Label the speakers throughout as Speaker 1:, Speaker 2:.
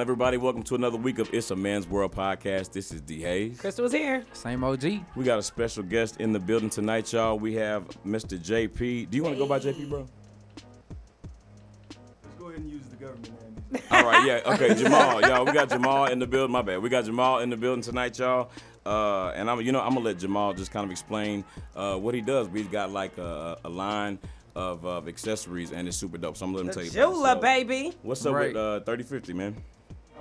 Speaker 1: everybody. Welcome to another week of It's a Man's World podcast. This is D Hayes.
Speaker 2: Crystal's here.
Speaker 3: Same OG.
Speaker 1: We got a special guest in the building tonight, y'all. We have Mr. JP. Do you want to go by JP, bro?
Speaker 4: Let's go ahead and use the government name.
Speaker 1: All right, yeah, okay, Jamal, y'all. We got Jamal in the building. My bad. We got Jamal in the building tonight, y'all. Uh, and I'm, you know, I'm gonna let Jamal just kind of explain uh, what he does. We've got like a, a line of, of accessories, and it's super dope. So I'm gonna let him
Speaker 2: The
Speaker 1: tell you. about it.
Speaker 2: jeweler,
Speaker 1: So,
Speaker 2: baby.
Speaker 1: What's up
Speaker 3: Right.
Speaker 1: with uh, 3050, man?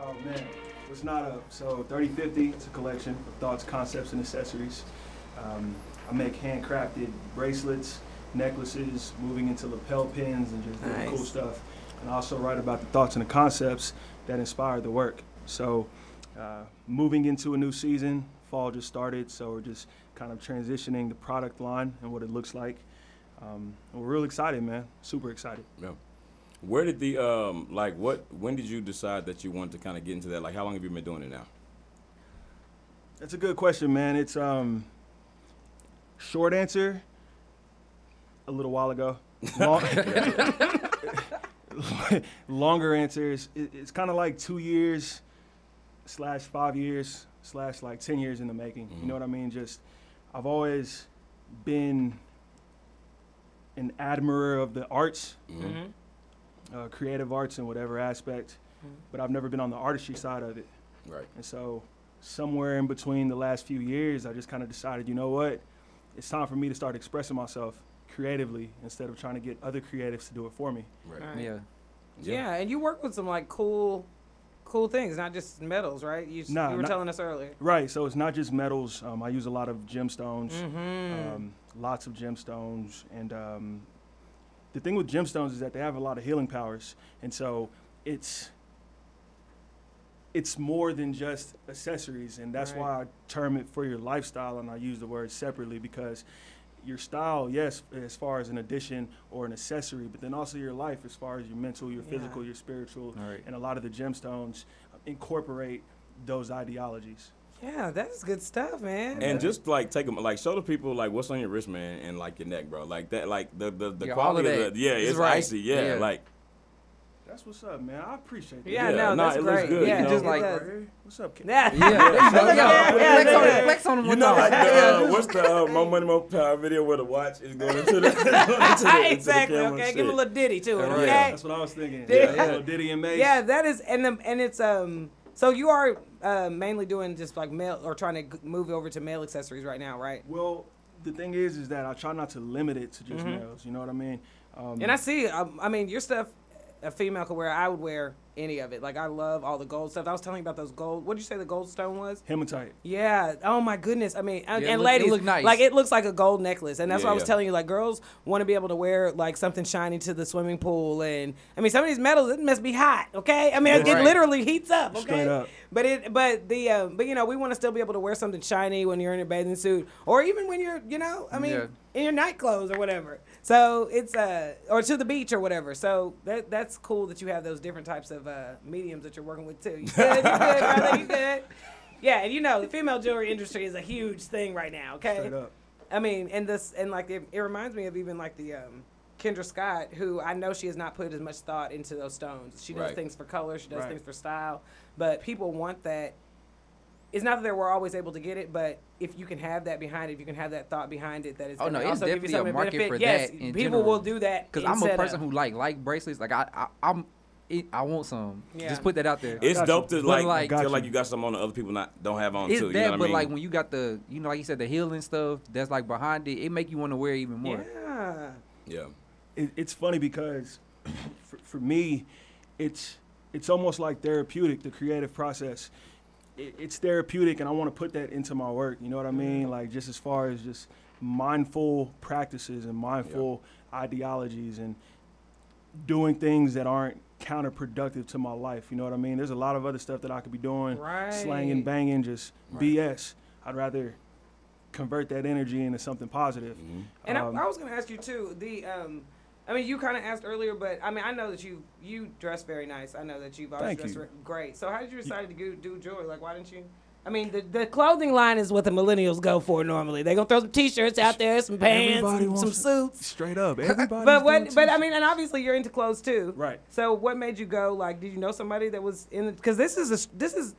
Speaker 4: Oh man, what's not up? So 3050, it's a collection of thoughts, concepts, and accessories. Um, I make handcrafted bracelets, necklaces, moving into lapel pins, and just really cool
Speaker 2: Nice.
Speaker 4: stuff. And I also write about the thoughts and the concepts that inspire the work. So, uh, moving into a new season, fall just started, so we're just kind of transitioning the product line and what it looks like. Um, and we're real excited, man. Super excited.
Speaker 1: Yeah. Where did the um like what when did you decide that you wanted to kind of get into that? Like how long have you been doing it now?
Speaker 4: That's a good question, man. It's um short answer a little while ago. Long, longer answers. It, it's kind of like two years slash five years slash like ten years in the making. You know what I mean? Just I've always been an admirer of the arts,
Speaker 1: Mm-hmm.
Speaker 2: Mhm.
Speaker 4: uh, creative arts, in whatever aspect, but I've never been on the artistry side of it.
Speaker 2: Mm-hmm.
Speaker 1: Right.
Speaker 4: And so, somewhere in between the last few years, I just kind of decided, you know what? It's time for me to start expressing myself creatively instead of trying to get other creatives to do it for me.
Speaker 1: Right.
Speaker 2: Right.
Speaker 3: Yeah.
Speaker 2: Yeah. and you work with some like cool, cool things, not just metals, right? You, s-
Speaker 4: Nah,
Speaker 2: you were
Speaker 4: not-
Speaker 2: telling us earlier.
Speaker 4: Right. So, it's not just metals, um, I use a lot of gemstones,
Speaker 2: Mm-hmm.
Speaker 4: um, lots of gemstones. And um, the thing with gemstones is that they have a lot of healing powers. And so, it's. It's more than just accessories, and that's
Speaker 2: Right.
Speaker 4: why I term it for your lifestyle, and I use the word separately because your style, yes, as far as an addition or an accessory, but then also your life as far as your mental, your
Speaker 2: Yeah.
Speaker 4: physical, your spiritual,
Speaker 3: All right.
Speaker 4: and a lot of the gemstones incorporate those ideologies.
Speaker 2: yeah, that's good stuff, man.
Speaker 1: And just like take them, like show the people like what's on your wrist, man, and like your neck, bro. Like that, like the the, the
Speaker 3: Yeah, all
Speaker 1: quality
Speaker 3: of
Speaker 1: of,
Speaker 3: that.
Speaker 1: the yeah,
Speaker 3: It's
Speaker 1: it's
Speaker 3: right.
Speaker 1: icy, yeah,
Speaker 3: Yeah.
Speaker 1: like
Speaker 4: That's what's up, man. I appreciate that.
Speaker 2: yeah,
Speaker 1: yeah,
Speaker 2: no,
Speaker 1: nah,
Speaker 2: that's
Speaker 1: it looks
Speaker 2: great.
Speaker 1: good,
Speaker 2: yeah,
Speaker 1: you know.
Speaker 2: just
Speaker 1: Right
Speaker 2: like
Speaker 4: Right here. What's up, kid?
Speaker 2: yeah.
Speaker 3: Yeah.
Speaker 2: Yeah, yeah,
Speaker 3: Flex on
Speaker 2: yeah.
Speaker 3: it. Flex on him
Speaker 1: you
Speaker 3: one
Speaker 1: know, like
Speaker 3: time.
Speaker 1: the, uh, what's the uh, Mo Money Mo Power video where the watch is going into the, into the into
Speaker 2: exactly.
Speaker 1: The camera
Speaker 2: Okay,
Speaker 1: and
Speaker 2: give
Speaker 1: shit.
Speaker 2: him a little diddy too.
Speaker 3: All right.
Speaker 2: Okay.
Speaker 3: Yeah,
Speaker 4: That's what I was thinking.
Speaker 2: Yeah.
Speaker 4: Yeah, little Diddy and Mace.
Speaker 2: Yeah, that is, and the, and it's um. So you are uh, mainly doing just like mail or trying to g- move over to mail accessories right now, right?
Speaker 4: Well, the thing is, is that I try not to limit it to just males. You know what I mean? Um,
Speaker 2: And I see. Um, I mean, your stuff, a female could wear. I would wear any of it. Like I love all the gold stuff. I was telling you about those gold. What did you say the gold stone was?
Speaker 4: hematite.
Speaker 2: Yeah. Oh my goodness. I mean, and,
Speaker 3: it
Speaker 2: and
Speaker 3: look- it
Speaker 2: ladies,
Speaker 3: look nice.
Speaker 2: like it looks like a gold necklace, and that's
Speaker 1: Yeah,
Speaker 2: what I was
Speaker 1: yeah.
Speaker 2: telling you. Like girls want to be able to wear like something shiny to the swimming pool, and I mean, some of these metals it must be hot. Okay. I mean, it,
Speaker 3: Right.
Speaker 2: literally heats up. Okay.
Speaker 4: Straight up.
Speaker 2: But it, but the, uh, but you know, we want to still be able to wear something shiny when you're in your bathing suit, or even when you're, you know, I mean,
Speaker 3: Yeah.
Speaker 2: in your night clothes or whatever. So it's uh, or to the beach or whatever. So that that's cool that you have those different types of uh, mediums that you're working with too. You good? You good, brother? You good? Yeah, and you know, the female jewelry industry is a huge thing right now. Okay.
Speaker 4: Straight up.
Speaker 2: I mean, and this and like it, it reminds me of even like the um, Kendra Scott, who I know she has not put as much thought into those stones. She does
Speaker 1: Right.
Speaker 2: things for color, she does
Speaker 4: Right.
Speaker 2: things for style, but people want that. It's not that they were always able to get it, but if you can have that behind it, if you can have that thought behind it, that it's
Speaker 3: Oh,
Speaker 2: gonna
Speaker 3: no, it's
Speaker 2: also give you
Speaker 3: definitely a
Speaker 2: something to
Speaker 3: market
Speaker 2: benefit.
Speaker 3: for
Speaker 2: yes,
Speaker 3: that in
Speaker 2: people
Speaker 3: general.
Speaker 2: will do that
Speaker 3: Because
Speaker 2: in
Speaker 3: I'm a
Speaker 2: setup.
Speaker 3: person who like like bracelets. Like I, I I'm, it, I want some.
Speaker 2: Yeah.
Speaker 3: Just put that out there.
Speaker 1: It's
Speaker 4: Got
Speaker 1: dope
Speaker 4: you.
Speaker 1: to like,
Speaker 3: But, like-
Speaker 1: feel
Speaker 4: Got
Speaker 1: like
Speaker 4: you.
Speaker 1: you got something on that other people not don't have on
Speaker 3: It's
Speaker 1: too.
Speaker 3: that,
Speaker 1: you know what I
Speaker 3: but
Speaker 1: mean?
Speaker 3: like when you got the, you know, like you said, the healing stuff that's like behind it, it make you want to wear even more.
Speaker 2: Yeah.
Speaker 1: yeah,
Speaker 4: it, it's funny because for, for me, it's it's almost like therapeutic, the creative process. It, it's therapeutic, and I want to put that into my work. You know what I mean?
Speaker 2: Mm-hmm.
Speaker 4: Like just as far as just mindful practices and mindful ideologies and doing things that aren't counterproductive to my life. You know what I mean? There's a lot of other stuff that I could be doing, slanging,
Speaker 2: Right.
Speaker 4: banging, just BS. I'd rather convert that energy into something positive.
Speaker 1: mm-hmm.
Speaker 2: And
Speaker 4: Um,
Speaker 2: I, I was going to ask you too. The, um, I mean, you kind of asked earlier, but I mean, I know that you you dress very nice. I know that you've always
Speaker 4: Thank
Speaker 2: dressed
Speaker 4: you.
Speaker 2: re- great. So how did you decide to go, do jewelry? Like, why didn't you I mean, the, the clothing line is what the millennials go for normally. They gonna throw some t-shirts out there, some pants,
Speaker 4: Everybody
Speaker 2: some, some
Speaker 4: wants-
Speaker 2: suits.
Speaker 4: Straight up, everybody.
Speaker 2: But what? But I mean, and obviously you're into clothes too.
Speaker 4: Right.
Speaker 2: So what made you go? Like, did you know somebody that was in? Because this is a, s- this is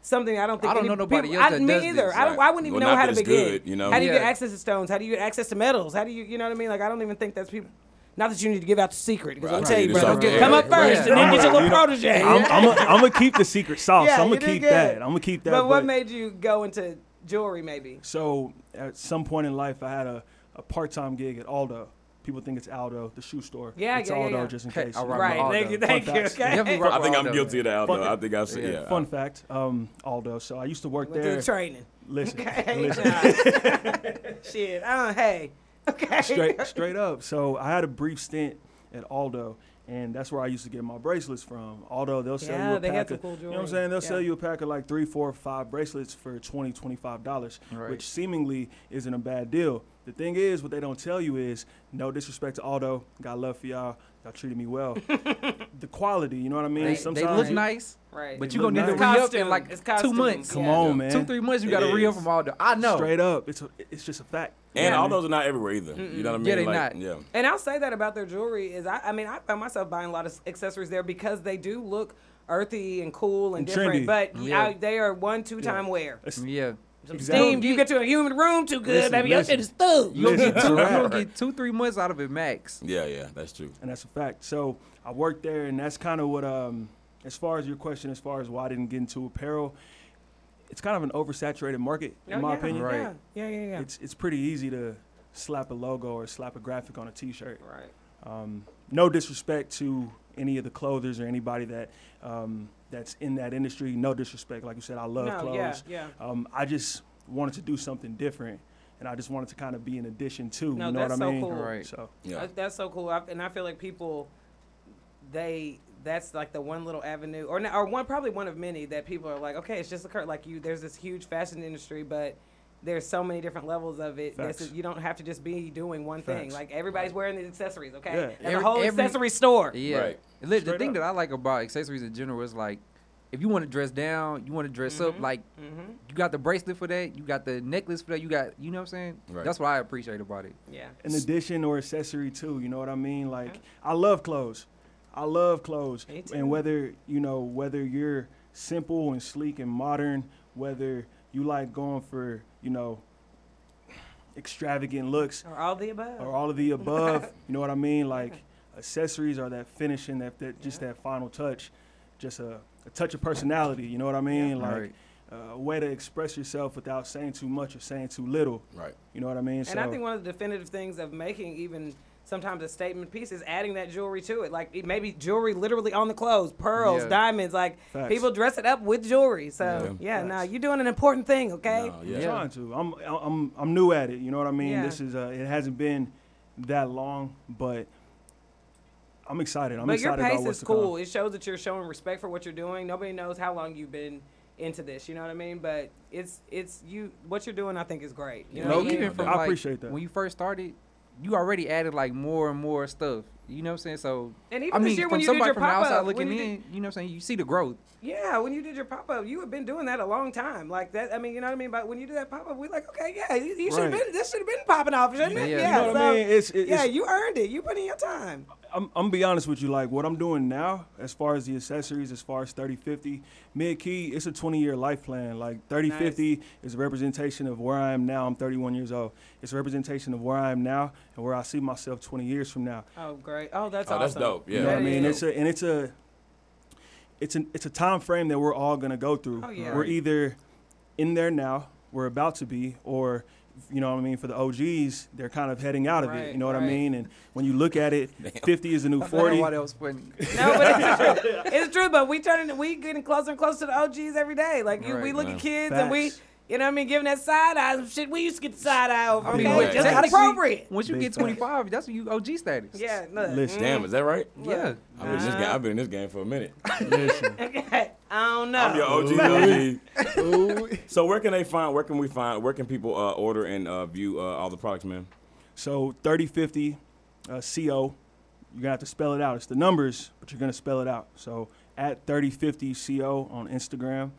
Speaker 2: something I don't think
Speaker 3: I don't
Speaker 2: any
Speaker 3: know nobody
Speaker 2: people-
Speaker 3: else
Speaker 2: I,
Speaker 3: that
Speaker 2: me
Speaker 3: does
Speaker 2: either.
Speaker 3: this,
Speaker 2: I don't.
Speaker 3: like-
Speaker 2: I wouldn't even
Speaker 1: Well,
Speaker 2: know
Speaker 1: not
Speaker 2: how
Speaker 1: that
Speaker 2: to
Speaker 1: it's
Speaker 2: begin.
Speaker 1: good, you know?
Speaker 2: How do you get
Speaker 3: Yeah.
Speaker 2: access to stones? How do you get access to metals? How do you? You know what I mean? Like I don't even think that's people. Not that you need to give out the secret. Because
Speaker 1: Right.
Speaker 2: I'm tell you,
Speaker 1: Right.
Speaker 2: bro,
Speaker 1: Right.
Speaker 2: come up
Speaker 3: Right.
Speaker 2: first and then get your little protege.
Speaker 4: I'm, I'm, I'm gonna keep the secret sauce.
Speaker 2: Yeah,
Speaker 4: I'm
Speaker 2: you
Speaker 4: gonna
Speaker 2: did
Speaker 4: keep
Speaker 2: good.
Speaker 4: that. I'm gonna keep that.
Speaker 2: but what made you go into jewelry? Maybe.
Speaker 4: So at some point in life, I had a, a part time gig at Aldo. People think it's Aldo, the shoe store.
Speaker 2: Yeah,
Speaker 4: it's
Speaker 2: yeah, yeah,
Speaker 4: Aldo,
Speaker 2: yeah.
Speaker 4: just in
Speaker 3: Hey,
Speaker 4: case.
Speaker 3: I rock
Speaker 2: Right.
Speaker 3: Aldo.
Speaker 2: Thank you.
Speaker 4: Fun
Speaker 2: Thank you.
Speaker 4: facts.
Speaker 2: Okay.
Speaker 3: Definitely rock
Speaker 1: I think
Speaker 3: with
Speaker 1: I'm
Speaker 3: Aldo,
Speaker 1: guilty of
Speaker 3: man.
Speaker 1: that.
Speaker 4: Fuck
Speaker 1: though.
Speaker 4: it.
Speaker 1: I think I said yeah.
Speaker 4: Fun fact, um, Aldo. So I used to work
Speaker 2: Went
Speaker 4: there.
Speaker 2: through the training.
Speaker 4: Listen,
Speaker 2: Hey,
Speaker 4: listen.
Speaker 2: nah. Shit. I don't. Hey. Okay.
Speaker 4: straight straight up. So I had a brief stint at Aldo, and that's where I used to get my bracelets from. Aldo, they'll sell
Speaker 2: Yeah,
Speaker 4: you a
Speaker 2: they got
Speaker 4: pack
Speaker 2: some
Speaker 4: of
Speaker 2: cool
Speaker 4: you know what I'm
Speaker 2: jewelry.
Speaker 4: saying. They'll sell
Speaker 2: Yeah.
Speaker 4: you a pack of like three, four, five bracelets for 20 dollars,
Speaker 3: Right.
Speaker 4: which seemingly isn't a bad deal. The thing is, what they don't tell you is, no disrespect to Aldo, got love for y'all. Y'all treated me well. the quality, you know what I mean.
Speaker 3: They, they look nice,
Speaker 2: Right.
Speaker 3: but
Speaker 4: They
Speaker 3: you
Speaker 4: look
Speaker 3: gonna need to
Speaker 4: nice.
Speaker 3: re up
Speaker 2: Costume.
Speaker 3: in like
Speaker 2: It's
Speaker 3: two
Speaker 2: costume.
Speaker 3: months.
Speaker 4: Come
Speaker 2: Yeah.
Speaker 4: on, man.
Speaker 3: Two three months, you
Speaker 1: It
Speaker 3: gotta re up
Speaker 1: is.
Speaker 3: from Aldo. I know.
Speaker 4: Straight up, it's a, it's just a fact.
Speaker 1: And
Speaker 3: Yeah.
Speaker 1: all those are not everywhere either. You know what I mean?
Speaker 3: Yeah, they
Speaker 1: Like,
Speaker 3: not.
Speaker 1: Yeah.
Speaker 2: And I'll say that about their jewelry is I, I mean I find myself buying a lot of accessories there because they do look earthy and cool and,
Speaker 4: And
Speaker 2: different,
Speaker 4: trendy.
Speaker 2: but
Speaker 3: Yeah.
Speaker 2: I- they are one two time wear.
Speaker 4: It's-
Speaker 3: Yeah.
Speaker 2: Some
Speaker 4: Exactly.
Speaker 2: steam. You get to a human room too good,
Speaker 4: Listen,
Speaker 2: baby. Your
Speaker 4: listen.
Speaker 2: shit is through.
Speaker 3: You gonna
Speaker 4: Listen,
Speaker 3: get two, you
Speaker 4: it's a
Speaker 3: gonna
Speaker 4: wrap.
Speaker 3: get two three months out of it max.
Speaker 1: Yeah, yeah, that's true.
Speaker 4: and that's a fact. So I worked there, and that's kind of what, um, as far as your question, as far as why I didn't get into apparel, it's kind of an oversaturated market, in
Speaker 2: Oh,
Speaker 4: my
Speaker 2: yeah,
Speaker 4: opinion.
Speaker 3: Right.
Speaker 2: Yeah, yeah, yeah. yeah.
Speaker 4: It's it's pretty easy to slap a logo or slap a graphic on a T-shirt.
Speaker 2: right.
Speaker 4: Um, no disrespect to any of the clothers or anybody that um, that's in that industry. No disrespect. Like you said, I love
Speaker 2: no,
Speaker 4: clothes.
Speaker 2: yeah, yeah.
Speaker 4: Um, I just wanted to do something different, and I just wanted to kind of be an addition to.
Speaker 2: No,
Speaker 4: you know
Speaker 2: that's
Speaker 4: what I
Speaker 2: so
Speaker 4: mean?
Speaker 2: cool.
Speaker 3: Right.
Speaker 4: So
Speaker 1: Yeah.
Speaker 2: That- That's so cool. I, and I feel like people, they that's like the one little avenue, or n- or one probably one of many that people are like, okay, it's just a cur- like you. There's this huge fashion industry, but there's so many different levels of it. This
Speaker 4: Facts.
Speaker 2: is, you don't have to just be doing one thing.
Speaker 4: Facts.
Speaker 2: Like everybody's wearing the accessories. Okay,
Speaker 4: Yeah.
Speaker 2: there's a
Speaker 3: Every-
Speaker 2: whole
Speaker 3: every-
Speaker 2: accessory store.
Speaker 3: Yeah.
Speaker 1: Right.
Speaker 3: Li- The
Speaker 4: Straight
Speaker 3: thing
Speaker 4: up.
Speaker 3: that I like about accessories in general is like, if you want to dress down, you want to dress up, like
Speaker 2: Mm-hmm.
Speaker 3: you got the bracelet for that, you got the necklace for that, you got, you know what I'm saying?
Speaker 1: Right.
Speaker 3: That's what I appreciate about it.
Speaker 2: Yeah.
Speaker 4: an addition or accessory too. You know what I mean? Like I love clothes. I love clothes.
Speaker 2: Me too.
Speaker 4: And whether you know whether you're simple and sleek and modern, whether you like going for you know extravagant looks
Speaker 2: Or all the above.
Speaker 4: or all of the above. you know what I mean? Like accessories are that finishing, that, that just
Speaker 2: Yeah.
Speaker 4: that final touch, just a, a touch of personality. You know what I mean? Like
Speaker 3: Right.
Speaker 4: uh, a way to express yourself without saying too much or saying too little.
Speaker 1: Right.
Speaker 4: You know what I mean?
Speaker 2: And I think one of the definitive things of making even sometimes a statement piece is adding that jewelry to it. Like it maybe jewelry literally on the clothes, pearls,
Speaker 3: Yeah.
Speaker 2: diamonds. Like
Speaker 4: Facts.
Speaker 2: people dress it up with jewelry. So yeah,
Speaker 4: Yeah.
Speaker 2: no,
Speaker 4: Facts.
Speaker 2: you're doing an important thing, okay?
Speaker 1: No, yeah.
Speaker 3: Yeah.
Speaker 4: trying to. I'm I'm I'm new at it. You know what I mean?
Speaker 2: Yeah.
Speaker 4: This is uh, it hasn't been that long, but I'm excited. I'm
Speaker 2: but your
Speaker 4: excited
Speaker 2: pace
Speaker 4: about what's
Speaker 2: is
Speaker 4: to
Speaker 2: cool.
Speaker 4: come.
Speaker 2: It shows that you're showing respect for what you're doing. Nobody knows how long you've been into this. You know what I mean? But it's it's you what you're doing. I think is great. You know,
Speaker 3: No,
Speaker 2: what I mean?
Speaker 3: even from
Speaker 4: I
Speaker 3: like,
Speaker 4: appreciate that.
Speaker 3: when you first started, you already added like more and more stuff. You know what I'm saying? So
Speaker 2: and even
Speaker 3: I mean,
Speaker 2: this year
Speaker 3: from
Speaker 2: when you did
Speaker 3: somebody
Speaker 2: your
Speaker 3: from the
Speaker 2: pop
Speaker 3: outside
Speaker 2: up,
Speaker 3: looking in, you know what I'm saying? You see the growth.
Speaker 2: Yeah, when you did your pop up, you have been doing that a long time. Like that, I mean, you know what I mean. But when you do that pop up, we like, okay, yeah, you, you should have
Speaker 4: Right.
Speaker 2: been. This should have been popping off, shouldn't it?
Speaker 3: Yeah.
Speaker 2: Yeah,
Speaker 3: You
Speaker 4: You know what
Speaker 2: so-
Speaker 4: I mean? It's, it-
Speaker 2: yeah,
Speaker 4: it's
Speaker 2: you earned it. You put in your time.
Speaker 4: I'm, I'm gonna be honest with you. Like what I'm doing now, as far as the accessories, as far as 3050 mid key, it's a 20 year life plan. Like 3050 is a representation of where I am now. I'm 31 years old. It's a representation of where I am now and where I see myself 20 years from now.
Speaker 2: Oh, great. Oh, that's
Speaker 1: Oh, that's
Speaker 2: awesome.
Speaker 1: dope. Yeah.
Speaker 4: You know what I
Speaker 2: That
Speaker 4: mean?
Speaker 2: is
Speaker 4: It's a and it's a it's an it's a time frame that we're all gonna go through.
Speaker 2: Oh, yeah.
Speaker 4: We're
Speaker 3: Right.
Speaker 4: either in there now, we're about to be, or you know what I mean, for the OGs, they're kind of heading out of
Speaker 2: Right,
Speaker 4: it. You know what
Speaker 2: right.
Speaker 4: I mean? And when you look at it, fifty is the new forty.
Speaker 3: What else? Putting,
Speaker 2: No, but it's true. It's true. But we turning, we getting closer and closer to the OGs every day. Like you, we
Speaker 3: Right,
Speaker 2: look
Speaker 1: man.
Speaker 2: at kids and we,
Speaker 4: Facts.
Speaker 2: you know what I mean, giving that side eye and shit. We used to get the side eye over.
Speaker 4: I
Speaker 2: Okay,
Speaker 4: mean,
Speaker 1: wait,
Speaker 2: Just
Speaker 1: technically-
Speaker 2: appropriate.
Speaker 3: once you
Speaker 4: Big
Speaker 3: get
Speaker 4: facts.
Speaker 3: 25, that's when you OG status.
Speaker 2: Yeah. Look. Mm-hmm.
Speaker 4: Listen.
Speaker 1: Damn, is that right?
Speaker 3: Yeah.
Speaker 1: I've been, in this game, I've been in this game for a minute.
Speaker 4: Listen,
Speaker 2: Okay. I don't know.
Speaker 1: I'm your OG. OG. so where can they find? Where can we find? Where can people uh, order and uh, view uh, all the products, man?
Speaker 4: so thirty fifty, uh, CO. You're gonna have to spell it out. It's the numbers, but you're gonna spell it out. So at thirty fifty CO on Instagram,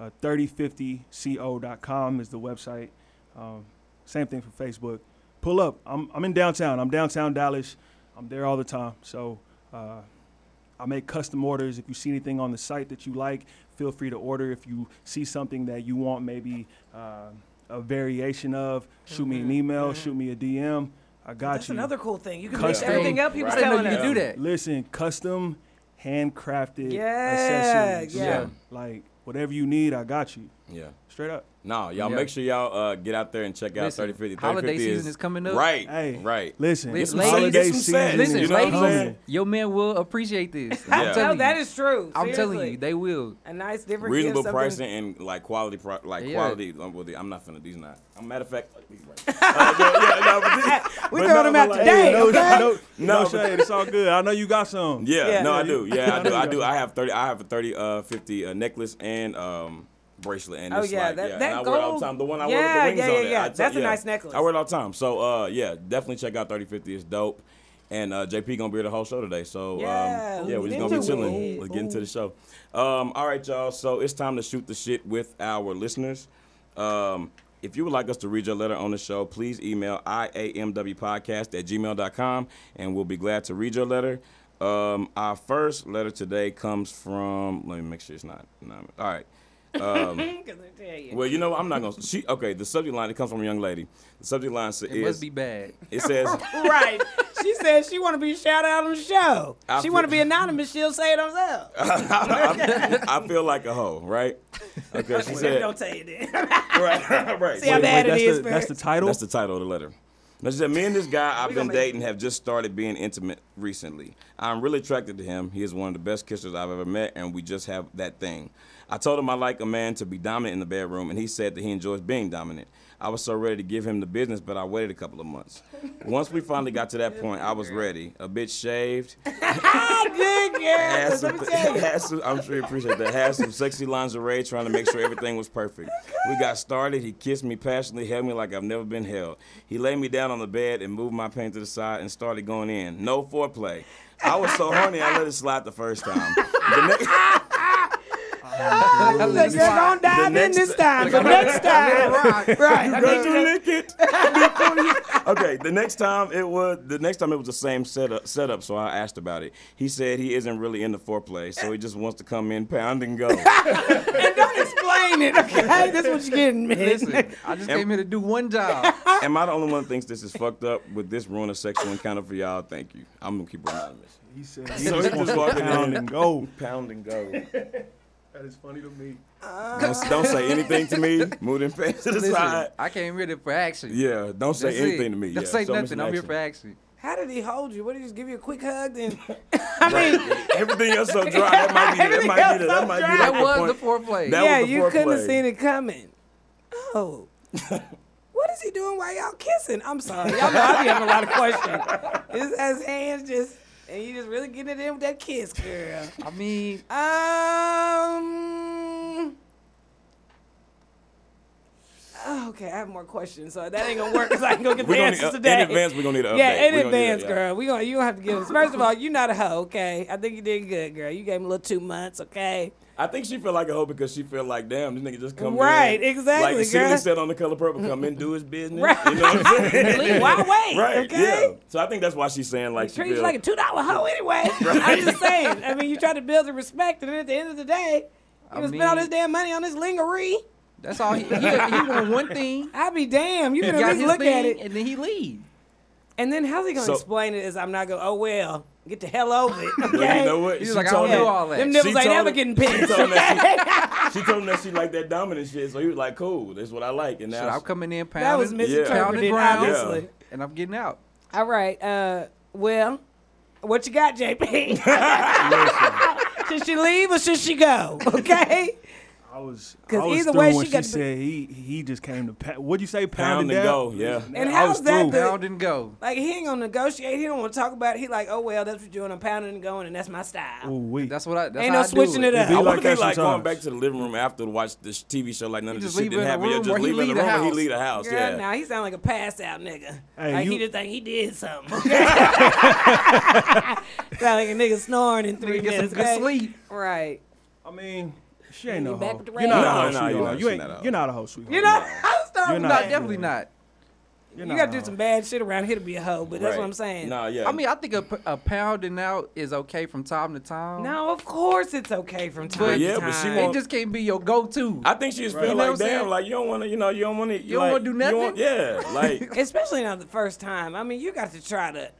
Speaker 4: Uh, 3050co.com is the website. Um, same thing for Facebook. Pull up. I'm, I'm in downtown. I'm downtown Dallas. I'm there all the time. So uh, I make custom orders. If you see anything on the site that you like, feel free to order. If you see something that you want, maybe uh, a variation of, shoot me an
Speaker 2: Mhm,
Speaker 4: email,
Speaker 2: mhm.
Speaker 4: shoot me a DM. I got
Speaker 2: That's
Speaker 4: you.
Speaker 2: another cool thing. You can mix
Speaker 4: Custom.
Speaker 2: everything up. He was
Speaker 3: I
Speaker 1: Right.
Speaker 3: didn't
Speaker 2: telling
Speaker 3: know you
Speaker 2: us.
Speaker 3: could do that.
Speaker 4: Listen, custom, handcrafted
Speaker 2: Yeah,
Speaker 4: accessories.
Speaker 2: yeah.
Speaker 3: Yeah.
Speaker 4: Like whatever you need, I got you.
Speaker 1: Yeah.
Speaker 4: Straight up.
Speaker 1: No, y'all
Speaker 3: Yeah.
Speaker 1: make sure y'all uh, get out there and check out
Speaker 3: Listen,
Speaker 1: 3050. 3050
Speaker 3: holiday season is coming up.
Speaker 1: Right.
Speaker 4: Hey.
Speaker 1: Right.
Speaker 4: Listen,
Speaker 3: Li-
Speaker 1: Get some
Speaker 3: ladies-
Speaker 1: holiday
Speaker 4: get some
Speaker 1: season.
Speaker 4: sets.
Speaker 3: Listen,
Speaker 1: you know
Speaker 3: ladies,
Speaker 1: what I'm saying?
Speaker 3: your men will appreciate this.
Speaker 1: Yeah.
Speaker 3: I'm telling
Speaker 2: No,
Speaker 3: you.
Speaker 2: that is true.
Speaker 3: I'm telling
Speaker 2: Seriously.
Speaker 3: you, they will.
Speaker 2: a nice different
Speaker 1: Reasonable
Speaker 2: gift,
Speaker 1: pricing and like quality, pro- like
Speaker 3: Yeah.
Speaker 1: quality. um, well, the- I'm not finna. These not. Um, matter of fact, these right. Uh, yeah, yeah, no, but these-
Speaker 2: something- We
Speaker 1: But
Speaker 2: throwing
Speaker 1: no,
Speaker 2: them out
Speaker 1: but like-
Speaker 2: today.
Speaker 1: Hey,
Speaker 4: no,
Speaker 2: okay?
Speaker 4: no,
Speaker 1: No,
Speaker 4: no,
Speaker 1: but-
Speaker 4: shade. It's all good. I know you got some.
Speaker 1: Um, Yeah,
Speaker 2: Yeah.
Speaker 1: no, I
Speaker 4: Yeah,
Speaker 1: do.
Speaker 4: you-
Speaker 1: Yeah, I
Speaker 4: I know
Speaker 1: do.
Speaker 4: you
Speaker 1: I
Speaker 4: got
Speaker 1: do.
Speaker 4: that.
Speaker 1: I have thirty. I have a thirty, uh, fifty uh, necklace and um bracelet. And
Speaker 2: Oh,
Speaker 1: it's
Speaker 2: yeah,
Speaker 1: like,
Speaker 2: that-
Speaker 1: yeah,
Speaker 2: that
Speaker 1: and I wear it all
Speaker 2: gold-
Speaker 1: the time. The one I
Speaker 2: Yeah,
Speaker 1: wear with the
Speaker 2: yeah,
Speaker 1: rings
Speaker 2: yeah,
Speaker 1: on it.
Speaker 2: yeah.
Speaker 1: I t-
Speaker 2: That's a nice necklace.
Speaker 1: I wear it all the time. So uh, yeah, definitely check out thirty fifty. It's dope. And uh, JP gonna be here the whole show today. So
Speaker 2: Yeah,
Speaker 1: um, yeah, we're just
Speaker 2: get
Speaker 1: gonna be
Speaker 2: into
Speaker 1: chilling.
Speaker 2: it.
Speaker 1: We'll get into the show. Um, all right, y'all. So it's time to shoot the shit with our listeners. Um, if you would like us to read your letter on the show, please email iamwpodcast at gmail.com and we'll be glad to read your letter. Um, our first letter today comes from, let me make sure it's not, not all right.
Speaker 2: 'Cause I tell you.
Speaker 1: Well, you know, I'm not going to, she, okay, the subject line, it comes from a young lady. The subject line sa-
Speaker 3: It must
Speaker 1: is,
Speaker 3: be bad.
Speaker 1: it says,
Speaker 2: right. She said she want to be shout out on the show.
Speaker 1: I
Speaker 2: she
Speaker 1: feel-
Speaker 2: want to be anonymous. She'll say it herself.
Speaker 1: I feel like a hoe, right? Okay, she
Speaker 2: Maybe
Speaker 1: said,
Speaker 2: don't tell you that.
Speaker 1: right, right.
Speaker 2: See how bad it
Speaker 4: that's,
Speaker 2: is.
Speaker 4: the,
Speaker 2: man.
Speaker 4: that's the title.
Speaker 1: That's the title of the letter. Now she said, Me and this guy I've been
Speaker 2: gonna make-
Speaker 1: dating have just started being intimate recently. I'm really attracted to him. He is one of the best kissers I've ever met, and we just have that thing. I told him I like a man to be dominant in the bedroom, and he said that he enjoys being dominant. I was so ready to give him the business, but I waited a couple of months. Once we finally got to that point, I was ready. A bit shaved,
Speaker 2: I dig
Speaker 1: had
Speaker 2: it. Let
Speaker 1: some-
Speaker 2: me tell you.
Speaker 1: had some- I'm sure you appreciate that. Had some sexy lingerie, trying to make sure everything was perfect. We got started. He kissed me passionately, held me like I've never been held. He laid me down on the bed and moved my pants to the side and started going in. No foreplay. I was so horny, I let it slide the first time. The next,
Speaker 2: I said, girl, don't dive in
Speaker 1: next-
Speaker 2: this time, but next time. Right. I
Speaker 1: Got
Speaker 2: need
Speaker 1: to
Speaker 2: you to-
Speaker 1: lick it. okay, the next time it was the next time it was the same setup setup, so I asked about it. He said he isn't really into foreplay, so he just wants to come in, pound and go.
Speaker 2: And don't explain it, okay? That's what you're getting, man.
Speaker 3: Listen, I just came here to do one job.
Speaker 1: Am I the only one that thinks this is fucked up? Would this ruin a sexual encounter for y'all? Thank you. I'm gonna keep it anonymous.
Speaker 4: he said.
Speaker 1: So he just walking
Speaker 4: Pound
Speaker 1: in.
Speaker 4: and go.
Speaker 1: Pound and go.
Speaker 4: That is funny to me.
Speaker 1: Don't, don't say anything to me. Move them pants to the
Speaker 3: Listen,
Speaker 1: side.
Speaker 3: I came here to- for action.
Speaker 1: Yeah, don't say
Speaker 3: That's
Speaker 1: anything
Speaker 3: it.
Speaker 1: to me.
Speaker 3: Don't
Speaker 1: yeah,
Speaker 3: say
Speaker 1: show me
Speaker 3: nothing.
Speaker 1: some
Speaker 3: I'm here
Speaker 1: action.
Speaker 3: for action.
Speaker 2: How did he hold you? What did he just give you a quick hug? Then I mean,
Speaker 1: Everything else so dry. That might be. That
Speaker 2: Everything
Speaker 1: might be.
Speaker 2: else
Speaker 1: The,
Speaker 2: so
Speaker 1: that might be.
Speaker 2: dry.
Speaker 1: Like
Speaker 3: That
Speaker 1: the
Speaker 3: was the
Speaker 1: point.
Speaker 3: foreplay.
Speaker 1: That-
Speaker 2: yeah,
Speaker 1: was the
Speaker 2: you couldn't have
Speaker 1: foreplay.
Speaker 2: seen it coming. Oh, what is he doing while y'all kissing? I'm sorry, y'all know I be having a lot of questions. His, his hands just and you just really getting it in with that kiss, girl.
Speaker 3: I mean,
Speaker 2: Um. oh, Okay, I have more questions, so that ain't gonna work because I ain't gonna get
Speaker 1: We
Speaker 2: the
Speaker 1: gonna need,
Speaker 2: answers
Speaker 1: uh,
Speaker 2: today.
Speaker 1: in advance, we're gonna need an update.
Speaker 2: Yeah, in
Speaker 1: We gonna need a-
Speaker 2: advance,
Speaker 1: yeah.
Speaker 2: girl. We gonna you gonna have to give us. First of all, you're not a hoe, okay? I think you did good, girl. You gave him a little two months, okay?
Speaker 1: I think she feel like a hoe because she feel like, damn, this nigga just come
Speaker 2: Right,
Speaker 1: in.
Speaker 2: exactly,
Speaker 1: Like Celia
Speaker 2: girl.
Speaker 1: said on the color purple, come in, do his business.
Speaker 2: Right.
Speaker 1: You know what I'm saying?
Speaker 2: Why wait?
Speaker 1: Right.
Speaker 2: okay?
Speaker 1: Yeah. So I think that's why she's saying like she
Speaker 2: Treat you
Speaker 1: feel-
Speaker 2: like a two dollar hoe anyway. I'm just saying. I mean, you try to build the respect, and then at the end of the day, you
Speaker 3: I
Speaker 2: gonna spend all
Speaker 3: mean-
Speaker 2: this damn money on this lingerie.
Speaker 3: that's all. He, he, he want one thing.
Speaker 2: I be damn. You
Speaker 3: He
Speaker 2: can at
Speaker 3: got
Speaker 2: least
Speaker 3: his
Speaker 2: look
Speaker 3: thing,
Speaker 2: at it.
Speaker 3: and then he leave.
Speaker 2: And then how's he gonna
Speaker 1: So-
Speaker 2: explain it? Is I'm not going. to Oh well, get the hell over it. Okay?
Speaker 1: Well, you know what?
Speaker 3: He's
Speaker 1: She
Speaker 3: like, I
Speaker 1: told
Speaker 3: don't do
Speaker 1: him-
Speaker 3: all that.
Speaker 1: She
Speaker 2: Them nipples ain't
Speaker 1: told
Speaker 2: ever
Speaker 1: him-
Speaker 2: getting
Speaker 1: She
Speaker 2: pinched.
Speaker 1: told, him that she, she told him that she liked that dominant shit, so he was like, "Cool, that's what I like." And
Speaker 3: So
Speaker 1: now,
Speaker 3: I'm coming in pounding.
Speaker 2: that was
Speaker 3: Pounding
Speaker 2: misinterpreted,
Speaker 3: ground.
Speaker 2: obviously.
Speaker 1: Yeah.
Speaker 3: And I'm getting out.
Speaker 2: All right. Uh, well, what you got, JP? should she leave or should she go? Okay.
Speaker 4: I was.
Speaker 2: 'Cause
Speaker 4: I was
Speaker 2: either
Speaker 4: through
Speaker 2: way,
Speaker 4: when
Speaker 2: she
Speaker 4: she,
Speaker 2: got-
Speaker 4: said he he just came to. Pa- what'd you say?
Speaker 1: pound
Speaker 4: Pound,
Speaker 1: and
Speaker 4: down?
Speaker 1: go, yeah.
Speaker 2: And
Speaker 4: I
Speaker 2: how's
Speaker 4: was
Speaker 2: that
Speaker 4: through.
Speaker 2: the-
Speaker 3: Pound and go.
Speaker 2: Like he ain't gonna negotiate. He don't want to talk about it. He like, oh well, that's what you're doing. I'm pounding and going, and that's my style.
Speaker 4: Ooh, wee.
Speaker 3: That's what I. That's
Speaker 2: Ain't
Speaker 3: how
Speaker 2: no
Speaker 3: I do
Speaker 2: switching it up.
Speaker 1: I
Speaker 4: Be
Speaker 1: want
Speaker 4: like
Speaker 1: to be
Speaker 4: that
Speaker 1: like going
Speaker 4: sometimes.
Speaker 1: back to the living room after to watch this TV show, like none of
Speaker 3: You
Speaker 1: this
Speaker 3: just
Speaker 1: shit
Speaker 3: leave her
Speaker 1: didn't
Speaker 3: in
Speaker 1: happen.
Speaker 3: the
Speaker 1: Yeah,
Speaker 3: room
Speaker 1: just
Speaker 3: or he
Speaker 1: leave her in the
Speaker 3: leave the
Speaker 1: room and he
Speaker 3: house.
Speaker 1: leave the house.
Speaker 2: Girl,
Speaker 1: Yeah.
Speaker 2: now he sound like a pass out nigga.
Speaker 4: Hey,
Speaker 2: like he
Speaker 4: you-
Speaker 2: just think he did something. Okay? sound like a nigga snoring in three
Speaker 3: Get
Speaker 2: minutes.
Speaker 3: some good
Speaker 2: okay?
Speaker 3: sleep.
Speaker 2: Right.
Speaker 4: I mean, She ain't
Speaker 2: You
Speaker 4: no
Speaker 2: back
Speaker 4: hoe.
Speaker 2: with the
Speaker 4: You're not
Speaker 1: No,
Speaker 4: a hoe,
Speaker 1: no, you're
Speaker 4: sweetheart.
Speaker 1: not-
Speaker 4: You
Speaker 1: she's
Speaker 4: ain't.
Speaker 1: not a hoe.
Speaker 4: You're not a hoe, sweetheart.
Speaker 2: You know, I'm
Speaker 4: You're
Speaker 2: starting.
Speaker 3: No,
Speaker 4: not-
Speaker 3: definitely not.
Speaker 2: you
Speaker 4: You're not
Speaker 2: gotta
Speaker 4: a
Speaker 2: do
Speaker 4: hoe.
Speaker 2: some bad shit around here to be a hoe, but that's
Speaker 1: Right.
Speaker 2: what I'm saying.
Speaker 1: Nah, yeah.
Speaker 3: I mean, I think a, p- a pounding out is okay from time to time.
Speaker 2: No, of course it's okay from time
Speaker 3: But-
Speaker 2: to
Speaker 1: Yeah,
Speaker 2: time.
Speaker 1: but she
Speaker 3: it
Speaker 1: won't-
Speaker 3: just can't be your go-to.
Speaker 1: I think she just feel
Speaker 3: You know what
Speaker 1: like,
Speaker 3: I'm
Speaker 1: damn,
Speaker 3: saying?
Speaker 1: like you don't want to, you know, you don't want to, you
Speaker 3: don't
Speaker 1: like,
Speaker 3: wanna do
Speaker 1: you
Speaker 3: nothing?
Speaker 1: want- yeah, like
Speaker 2: Especially not the first time. I mean, you got to try to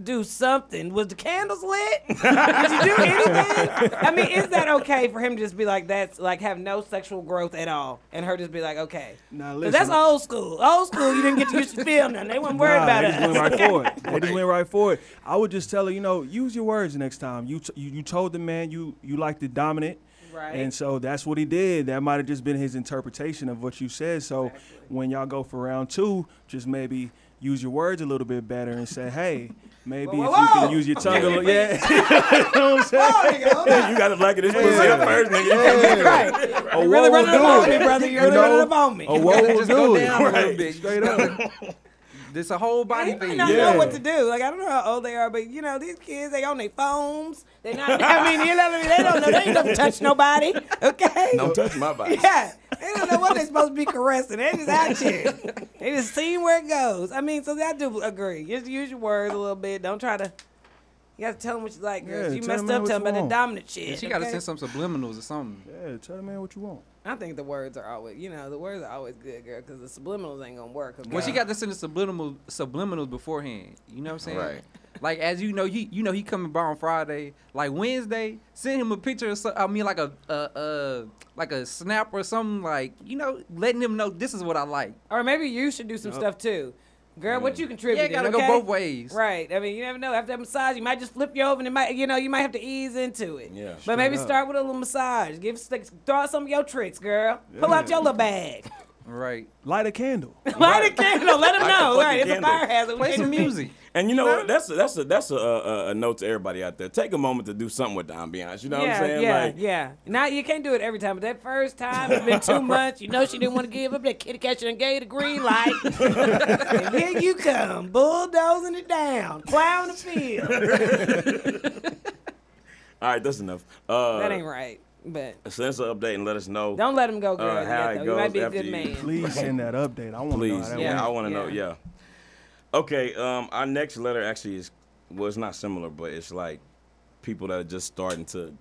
Speaker 2: do something. Was the candles lit? Did you do anything? I mean, is that okay for him to just be like that's like have no sexual growth at all, and her just be like, okay?
Speaker 4: Now
Speaker 2: 'Cause
Speaker 4: listen.
Speaker 2: that's old school. Old school, you didn't get to use your film, and they weren't worried
Speaker 4: Nah,
Speaker 2: about
Speaker 4: they
Speaker 2: it.
Speaker 4: just went right for it. They just went right for it. I would just tell her, you know, use your words next time. You t- you, you told the man you you like the dominant,
Speaker 2: Right.
Speaker 4: And so that's what he did. That might have just been his interpretation of what you said. So when y'all go for round two, just maybe use your words a little bit better and say, hey, maybe
Speaker 2: Whoa,
Speaker 4: if
Speaker 2: whoa,
Speaker 4: you can
Speaker 2: whoa.
Speaker 4: use your tongue a little, yeah. you know what I'm saying?
Speaker 1: you got to look at this pussy at first, nigga. You can't
Speaker 2: That's right.
Speaker 4: A
Speaker 2: You're really
Speaker 4: whoa will
Speaker 2: running up on
Speaker 4: do
Speaker 2: me,
Speaker 4: it.
Speaker 2: brother. You're
Speaker 4: You
Speaker 2: really running
Speaker 4: know,
Speaker 2: up on me.
Speaker 4: A
Speaker 3: Gotta
Speaker 4: whoa will
Speaker 3: just go
Speaker 4: do it.
Speaker 3: down a little
Speaker 1: Right.
Speaker 3: bit.
Speaker 4: Straight up.
Speaker 3: This a whole body
Speaker 2: They might
Speaker 3: thing.
Speaker 2: not
Speaker 4: Yeah.
Speaker 2: know what to do. Like I don't know how old they are, but you know these kids, they on their phones. They not. I mean, you know what I mean. They don't know. They ain't gonna touch nobody. Okay.
Speaker 1: Don't touch my body.
Speaker 2: Yeah. They don't know what they're supposed to be caressing. They just out here. They just seen where it goes. I mean, so I do agree. Just use your words a little bit. Don't try to. You got to tell them what you like, girl.
Speaker 4: Yeah,
Speaker 2: If you
Speaker 4: tell
Speaker 2: messed
Speaker 4: the man
Speaker 2: up,
Speaker 4: what
Speaker 2: tell them
Speaker 4: you
Speaker 2: about the
Speaker 4: want.
Speaker 2: dominant shit.
Speaker 3: She got to
Speaker 2: okay?
Speaker 3: send some subliminals or something.
Speaker 4: Yeah, tell the man what you want.
Speaker 2: I think the words are always, you know, the words are always good, girl, because the subliminals ain't gonna work. Okay?
Speaker 3: Well, she got to send the subliminal subliminals beforehand. You know what I'm saying?
Speaker 1: Right.
Speaker 3: Like as you know, you you know he coming by on Friday. Like Wednesday, send him a picture. Of some, I mean, like a uh, uh like a snap or something. Like you know, letting him know this is what I like.
Speaker 2: Or maybe you should do some stuff too. Girl, what you contribute?
Speaker 3: Yeah, it gotta
Speaker 2: okay?
Speaker 3: go both ways.
Speaker 2: Right. I mean, you never know. After that massage, you might just flip you over, and it might, you know, you might have to ease into it.
Speaker 1: Yeah.
Speaker 2: But maybe
Speaker 4: Straight up.
Speaker 2: start with a little massage. Give, throw out some of your tricks, girl. Pull out your little bag.
Speaker 3: Right.
Speaker 4: Light a candle.
Speaker 2: Light a candle. Let
Speaker 1: Light
Speaker 2: them
Speaker 1: the
Speaker 2: know.
Speaker 1: fucking
Speaker 2: Right. It's a
Speaker 1: candle.
Speaker 2: fire hazard. We
Speaker 3: Play
Speaker 2: can't
Speaker 3: some
Speaker 2: do-
Speaker 3: music.
Speaker 1: And you know what? That's a, that's a that's a, a, a note to everybody out there. Take a moment to do something with the ambiance. You know what
Speaker 2: yeah,
Speaker 1: I'm saying?
Speaker 2: yeah,
Speaker 1: like,
Speaker 2: yeah. Now you can't do it every time, but that first time it's been too much. You know she didn't want to give up that kitty catcher and gave the green light. and here you come, bulldozing it down, plowing the field.
Speaker 1: All right, that's enough. Uh,
Speaker 2: That ain't right, but
Speaker 1: Send us an update and let us know.
Speaker 2: don't let him go, girl.
Speaker 1: Uh, how it
Speaker 2: yet, though. You might
Speaker 1: goes
Speaker 2: be a
Speaker 1: after
Speaker 2: good
Speaker 1: you-
Speaker 2: man.
Speaker 4: Please send that update. I want to know
Speaker 1: Please.
Speaker 4: how that
Speaker 1: yeah,
Speaker 4: went.
Speaker 1: I want to know.
Speaker 2: Yeah.
Speaker 1: Yeah. Okay. Um, our next letter actually is well, it's not similar, but it's like people that are just starting to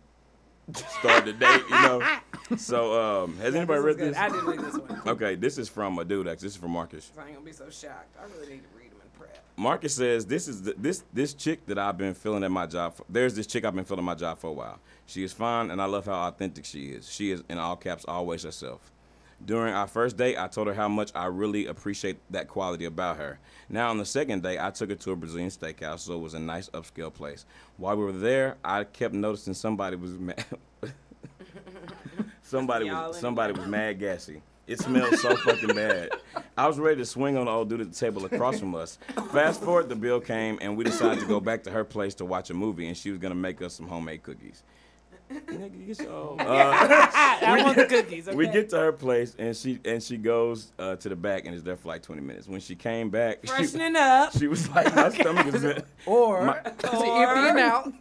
Speaker 1: start to date. You know. So, um, has
Speaker 2: This
Speaker 1: anybody
Speaker 2: is
Speaker 1: read
Speaker 2: good.
Speaker 1: this?
Speaker 2: I didn't read this one.
Speaker 1: Okay, this is from a dude. Actually, this is from Marcus.
Speaker 2: I ain't gonna be so shocked. I really need to read them and prep.
Speaker 1: Marcus says this is the, this this chick that I've been feeling at my job. For, there's this chick I've been feeling at my job for a while. She is fine, and I love how authentic she is. She is in all caps always herself. During our first date, I told her how much I really appreciate that quality about her. Now on the second day, I took her to a Brazilian steakhouse, so it was a nice upscale place. While we were there, I kept noticing somebody was mad. somebody
Speaker 2: Y'all
Speaker 1: was
Speaker 2: anyway.
Speaker 1: somebody was mad gassy. It smelled so fucking bad. I was ready to swing on the old dude at the table across from us. Fast forward, the bill came, and we decided to go back to her place to watch a movie, and she was gonna make us some homemade cookies. Nigga, get your old-
Speaker 2: I want the cookies. Okay?
Speaker 1: we get to her place and she and she goes uh, to the back and is there for like 20 minutes. When she came back, she,
Speaker 2: freshening up.
Speaker 1: she was like, my stomach has been
Speaker 3: Or,
Speaker 1: My-
Speaker 3: empty it out.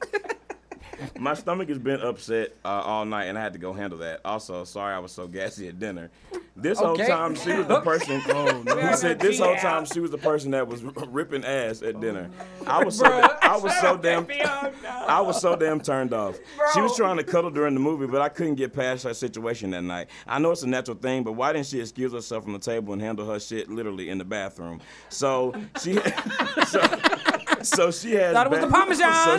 Speaker 1: my stomach has been upset uh, all night and I had to go handle that. Also, sorry I was so gassy at dinner. This whole
Speaker 3: Okay.
Speaker 1: time she was the person.
Speaker 4: Oh, no.
Speaker 1: He said this whole time she was the person that was ripping ass
Speaker 3: Oh,
Speaker 1: at dinner. I was so I was so damn I was so damn turned off. She was trying to cuddle during the movie, but I couldn't get past her situation that night. I know it's a natural thing, but why didn't she excuse herself from the table and handle her shit literally in the bathroom? So she so, so she has
Speaker 2: Thought it was the Parmesan.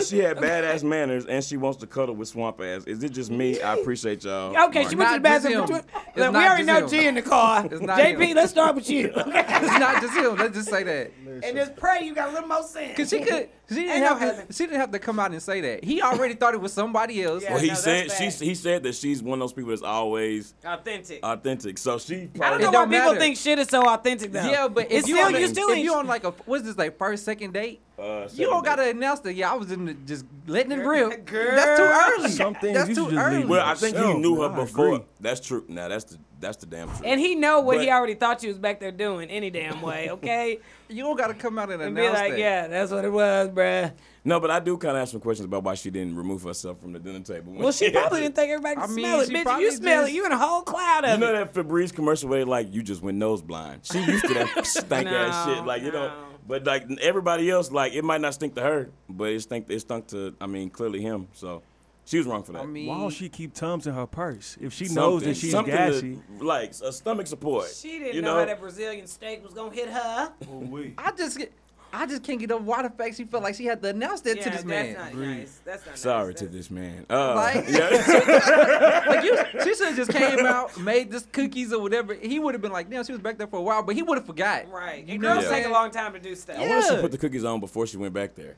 Speaker 1: So she had badass manners and she wants to cuddle with swamp ass. Is it just me? I appreciate y'all.
Speaker 2: Okay, she
Speaker 1: Mark.
Speaker 2: went to the
Speaker 3: Not
Speaker 2: bathroom.
Speaker 3: just
Speaker 2: for
Speaker 3: him.
Speaker 2: twen-
Speaker 3: It's
Speaker 2: Look, we
Speaker 3: not
Speaker 2: already
Speaker 3: just
Speaker 2: know
Speaker 3: him.
Speaker 2: G in the car.
Speaker 3: It's not
Speaker 2: JP,
Speaker 3: him.
Speaker 2: let's start with you.
Speaker 3: it's not just him. Let's just say that.
Speaker 2: and just pray you got a little more sense.
Speaker 3: Cause she could, she didn't
Speaker 2: Ain't no
Speaker 3: have to,
Speaker 2: heaven.
Speaker 3: she didn't have to come out and say that. He already thought it was somebody else.
Speaker 2: Yeah.
Speaker 1: Well, he
Speaker 2: No, that's
Speaker 1: said she
Speaker 2: bad.
Speaker 1: he said that she's one of those people that's always
Speaker 2: authentic.
Speaker 1: authentic. So she probably
Speaker 2: I don't know
Speaker 3: Uh,
Speaker 2: why
Speaker 3: It don't
Speaker 2: people
Speaker 3: matter.
Speaker 2: think shit is so authentic though.
Speaker 3: Yeah, but if
Speaker 2: it's
Speaker 3: you
Speaker 2: still
Speaker 3: on,
Speaker 2: you
Speaker 3: a-
Speaker 2: still
Speaker 3: if
Speaker 2: ain't-
Speaker 3: you on like a what's this like first second date
Speaker 1: Uh,
Speaker 3: You
Speaker 1: seven
Speaker 3: don't gotta
Speaker 1: days.
Speaker 3: announce that. Yeah, I was in the, just letting it
Speaker 2: Girl.
Speaker 3: rip. That's too early.
Speaker 4: Some things
Speaker 3: That's
Speaker 4: you
Speaker 3: too
Speaker 4: should just
Speaker 3: early.
Speaker 4: leave.
Speaker 1: Well, I think he
Speaker 4: Yourself,
Speaker 1: knew her
Speaker 4: man, I
Speaker 1: before.
Speaker 4: agree.
Speaker 1: That's true. Now that's the that's the damn truth.
Speaker 2: And he know what he
Speaker 1: But-
Speaker 2: already thought you was back there doing any damn way, okay?
Speaker 3: You don't gotta come out and
Speaker 2: and
Speaker 3: announce
Speaker 2: be like,
Speaker 3: that.
Speaker 2: yeah, that's what it was, bruh.
Speaker 1: no, but I do kind of have some questions about why she didn't remove herself from the dinner table. when
Speaker 2: Well, she probably
Speaker 1: had
Speaker 2: didn't think everybody
Speaker 3: I
Speaker 2: could
Speaker 3: mean,
Speaker 2: smell it.
Speaker 3: she
Speaker 2: Bitch, if
Speaker 3: probably
Speaker 2: you smell it,
Speaker 3: just-
Speaker 2: you in a whole cloud
Speaker 1: to.
Speaker 2: of
Speaker 1: You know that
Speaker 2: it.
Speaker 1: Febreze commercial where they like you just went nose blind. She used to that stank ass
Speaker 2: No,
Speaker 1: shit. Like you know,
Speaker 2: no.
Speaker 1: but like everybody else, like it might not stink to her, but it stink. It stunk to. I mean, clearly him. So she was wrong for that.
Speaker 3: I mean,
Speaker 4: Why don't she keep Tums in her purse if she knows
Speaker 1: Something-
Speaker 4: that she's
Speaker 1: something
Speaker 4: gassy?
Speaker 1: To, like a stomach support.
Speaker 2: She didn't
Speaker 1: you
Speaker 2: know, how that Brazilian steak was gonna hit her.
Speaker 4: Oh,
Speaker 3: I just get. I just can't get over why the fact she felt like she had to announce that
Speaker 2: yeah,
Speaker 3: to this
Speaker 2: that's
Speaker 3: man.
Speaker 2: not nice. That's not
Speaker 1: Sorry
Speaker 2: nice.
Speaker 1: to
Speaker 2: That's-
Speaker 1: this man. Uh,
Speaker 3: Like-
Speaker 1: yeah.
Speaker 3: Like you, she should have just came out, made this cookies or whatever. He would have been like, damn, she was back there for a while, but he would have forgot.
Speaker 2: Right.
Speaker 3: You
Speaker 2: And
Speaker 3: know
Speaker 2: girls
Speaker 1: what I'm
Speaker 2: take a
Speaker 3: saying?
Speaker 2: long time to do stuff.
Speaker 1: I wonder if she
Speaker 3: Yeah.
Speaker 1: put the cookies on before she went back there.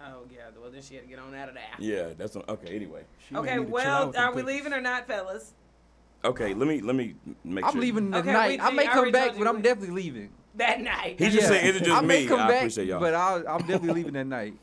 Speaker 2: Oh yeah. Well then she had to get on out of there.
Speaker 1: Yeah, that's what- okay. Anyway,
Speaker 4: She may
Speaker 2: Okay,
Speaker 4: need to chill out
Speaker 2: well,
Speaker 4: with them
Speaker 2: are we
Speaker 4: cookies.
Speaker 2: leaving or not, fellas?
Speaker 1: okay. Let me let me make
Speaker 3: I'm
Speaker 1: sure.
Speaker 3: leaving
Speaker 2: Okay,
Speaker 3: tonight.
Speaker 2: we-
Speaker 3: I may
Speaker 2: I
Speaker 3: come
Speaker 2: already
Speaker 3: back,
Speaker 2: told you
Speaker 3: but I'm
Speaker 2: we-
Speaker 3: definitely leaving.
Speaker 2: That night.
Speaker 1: He just said, "Is it just
Speaker 3: I may
Speaker 1: me?"
Speaker 3: come
Speaker 1: I
Speaker 3: back,
Speaker 1: appreciate y'all.
Speaker 3: but I'll, I'm definitely leaving that night.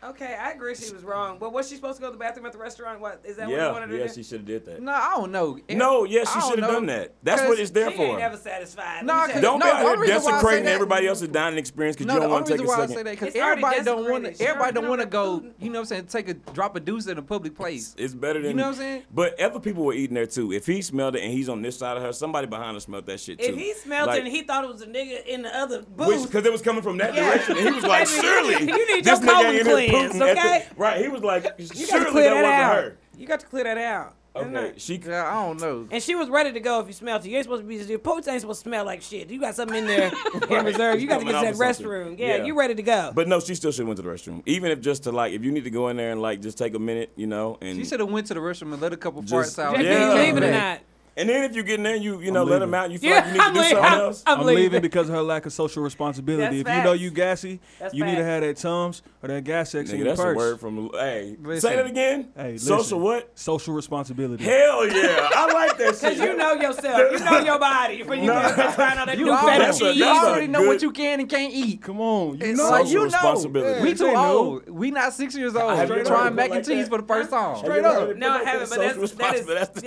Speaker 2: Okay, I agree she was wrong. But was she supposed to go to the bathroom at the restaurant? What is that
Speaker 1: yeah,
Speaker 2: what you wanted her
Speaker 1: yeah,
Speaker 2: to
Speaker 1: she
Speaker 2: do?
Speaker 1: should have did that.
Speaker 3: No, I don't know.
Speaker 1: no, yeah,
Speaker 3: I
Speaker 1: she
Speaker 3: don't
Speaker 1: should have
Speaker 3: know.
Speaker 1: done that. That's what
Speaker 3: 'Cause
Speaker 1: it's there
Speaker 2: She ain't
Speaker 1: for.
Speaker 2: never satisfied. Let me
Speaker 3: Nah, cause-
Speaker 2: tell you.
Speaker 1: Don't be
Speaker 3: No,
Speaker 1: out
Speaker 3: one
Speaker 1: here
Speaker 3: reason why I say
Speaker 1: desecrating
Speaker 3: that-
Speaker 1: everybody else's dining experience because
Speaker 3: No,
Speaker 1: you
Speaker 3: the
Speaker 1: don't want
Speaker 3: only
Speaker 1: to take
Speaker 3: reason
Speaker 1: a
Speaker 3: why I
Speaker 1: second.
Speaker 3: say that because
Speaker 2: It's already
Speaker 3: everybody don't want
Speaker 2: desecrated.
Speaker 3: to.
Speaker 2: She
Speaker 3: Everybody
Speaker 2: already
Speaker 3: don't
Speaker 2: done
Speaker 3: want to
Speaker 2: that
Speaker 3: go.
Speaker 2: food.
Speaker 3: You know what I'm saying? Take a drop a deuce in a public place.
Speaker 1: It's better than
Speaker 3: You know what I'm saying?
Speaker 1: But other people were eating there too. If he smelled it and he's on this side of her, somebody behind her smelled that shit too.
Speaker 2: If he smelled
Speaker 1: Like,
Speaker 2: it and he thought it was a nigga in the other
Speaker 1: Which,
Speaker 2: booth,
Speaker 1: because it was coming from that
Speaker 2: Yeah.
Speaker 1: direction, and he was like,
Speaker 2: Baby,
Speaker 1: "Surely,
Speaker 2: you need
Speaker 1: this nigga ain't
Speaker 2: your colon
Speaker 1: here
Speaker 2: cleansed,
Speaker 1: pooping at the-
Speaker 2: okay?
Speaker 1: right? He was like,
Speaker 2: you got to
Speaker 1: "Surely
Speaker 2: clear
Speaker 1: that
Speaker 2: that, out.
Speaker 1: wasn't
Speaker 2: You got to clear that out. That's
Speaker 1: her."
Speaker 2: not-
Speaker 1: Okay, she
Speaker 3: Yeah, I don't know.
Speaker 2: And she was ready to go if you smelled it. You ain't supposed to be your poots ain't supposed to smell like shit. You got something in there in
Speaker 1: Right.
Speaker 2: reserve. You got to
Speaker 1: Coming
Speaker 2: get to that
Speaker 1: off of something.
Speaker 2: restroom. Yeah,
Speaker 1: Yeah.
Speaker 2: you ready to go.
Speaker 1: But no, she still should have went to the restroom. Even if just to like, if you need to go in there and like just take a minute, you know, and
Speaker 3: She should have went to the restroom and let a couple
Speaker 1: Just-
Speaker 3: farts out.
Speaker 2: Just
Speaker 3: and
Speaker 2: be
Speaker 1: Yeah.
Speaker 3: then came
Speaker 2: leaving or
Speaker 3: back.
Speaker 2: not.
Speaker 1: and then if you get in there, you you know
Speaker 4: I'm
Speaker 1: let them
Speaker 4: leaving.
Speaker 1: out. and You feel
Speaker 2: Yeah,
Speaker 1: like you need to
Speaker 2: I'm
Speaker 1: do
Speaker 2: leaving.
Speaker 1: something
Speaker 2: I'm-
Speaker 1: else.
Speaker 2: I'm
Speaker 4: I'm leaving
Speaker 2: leaving.
Speaker 4: because of her lack of social responsibility.
Speaker 2: That's
Speaker 4: if you know
Speaker 2: facts.
Speaker 4: you gassy,
Speaker 2: That's
Speaker 4: you need to
Speaker 2: facts.
Speaker 4: have that Tums or that gas sex in
Speaker 1: Nigga,
Speaker 4: your
Speaker 1: that's a
Speaker 4: purse.
Speaker 1: word from. Hey,
Speaker 3: Listen.
Speaker 1: say that again.
Speaker 4: Hey,
Speaker 1: social
Speaker 4: listen.
Speaker 1: what?
Speaker 4: Social responsibility.
Speaker 1: Hell yeah, I like that shit.
Speaker 2: Cause you know yourself, you know your body. When you
Speaker 1: No.
Speaker 2: no. trying all that
Speaker 3: You
Speaker 2: new fat
Speaker 1: that's a-
Speaker 2: cheese.
Speaker 3: already, you
Speaker 1: that's a
Speaker 3: already know what
Speaker 1: good-
Speaker 3: you can and can't eat.
Speaker 4: Come on, you
Speaker 3: It's
Speaker 4: know.
Speaker 3: like
Speaker 1: Social
Speaker 3: you know.
Speaker 1: responsibility.
Speaker 3: We
Speaker 4: Yeah,
Speaker 3: too
Speaker 4: they know.
Speaker 3: old. We not six years old.
Speaker 1: Have you
Speaker 3: We're
Speaker 1: ever
Speaker 3: trying
Speaker 1: put
Speaker 3: mac and
Speaker 1: like
Speaker 3: cheese
Speaker 1: that?
Speaker 3: for the first
Speaker 1: Have
Speaker 3: time.
Speaker 1: you
Speaker 4: Straight
Speaker 1: ever
Speaker 4: up.
Speaker 1: heard it
Speaker 2: No,
Speaker 1: put
Speaker 2: I
Speaker 1: like
Speaker 2: haven't,
Speaker 1: that?
Speaker 2: but
Speaker 1: Social
Speaker 2: that's- that is-
Speaker 1: responsibility, that's the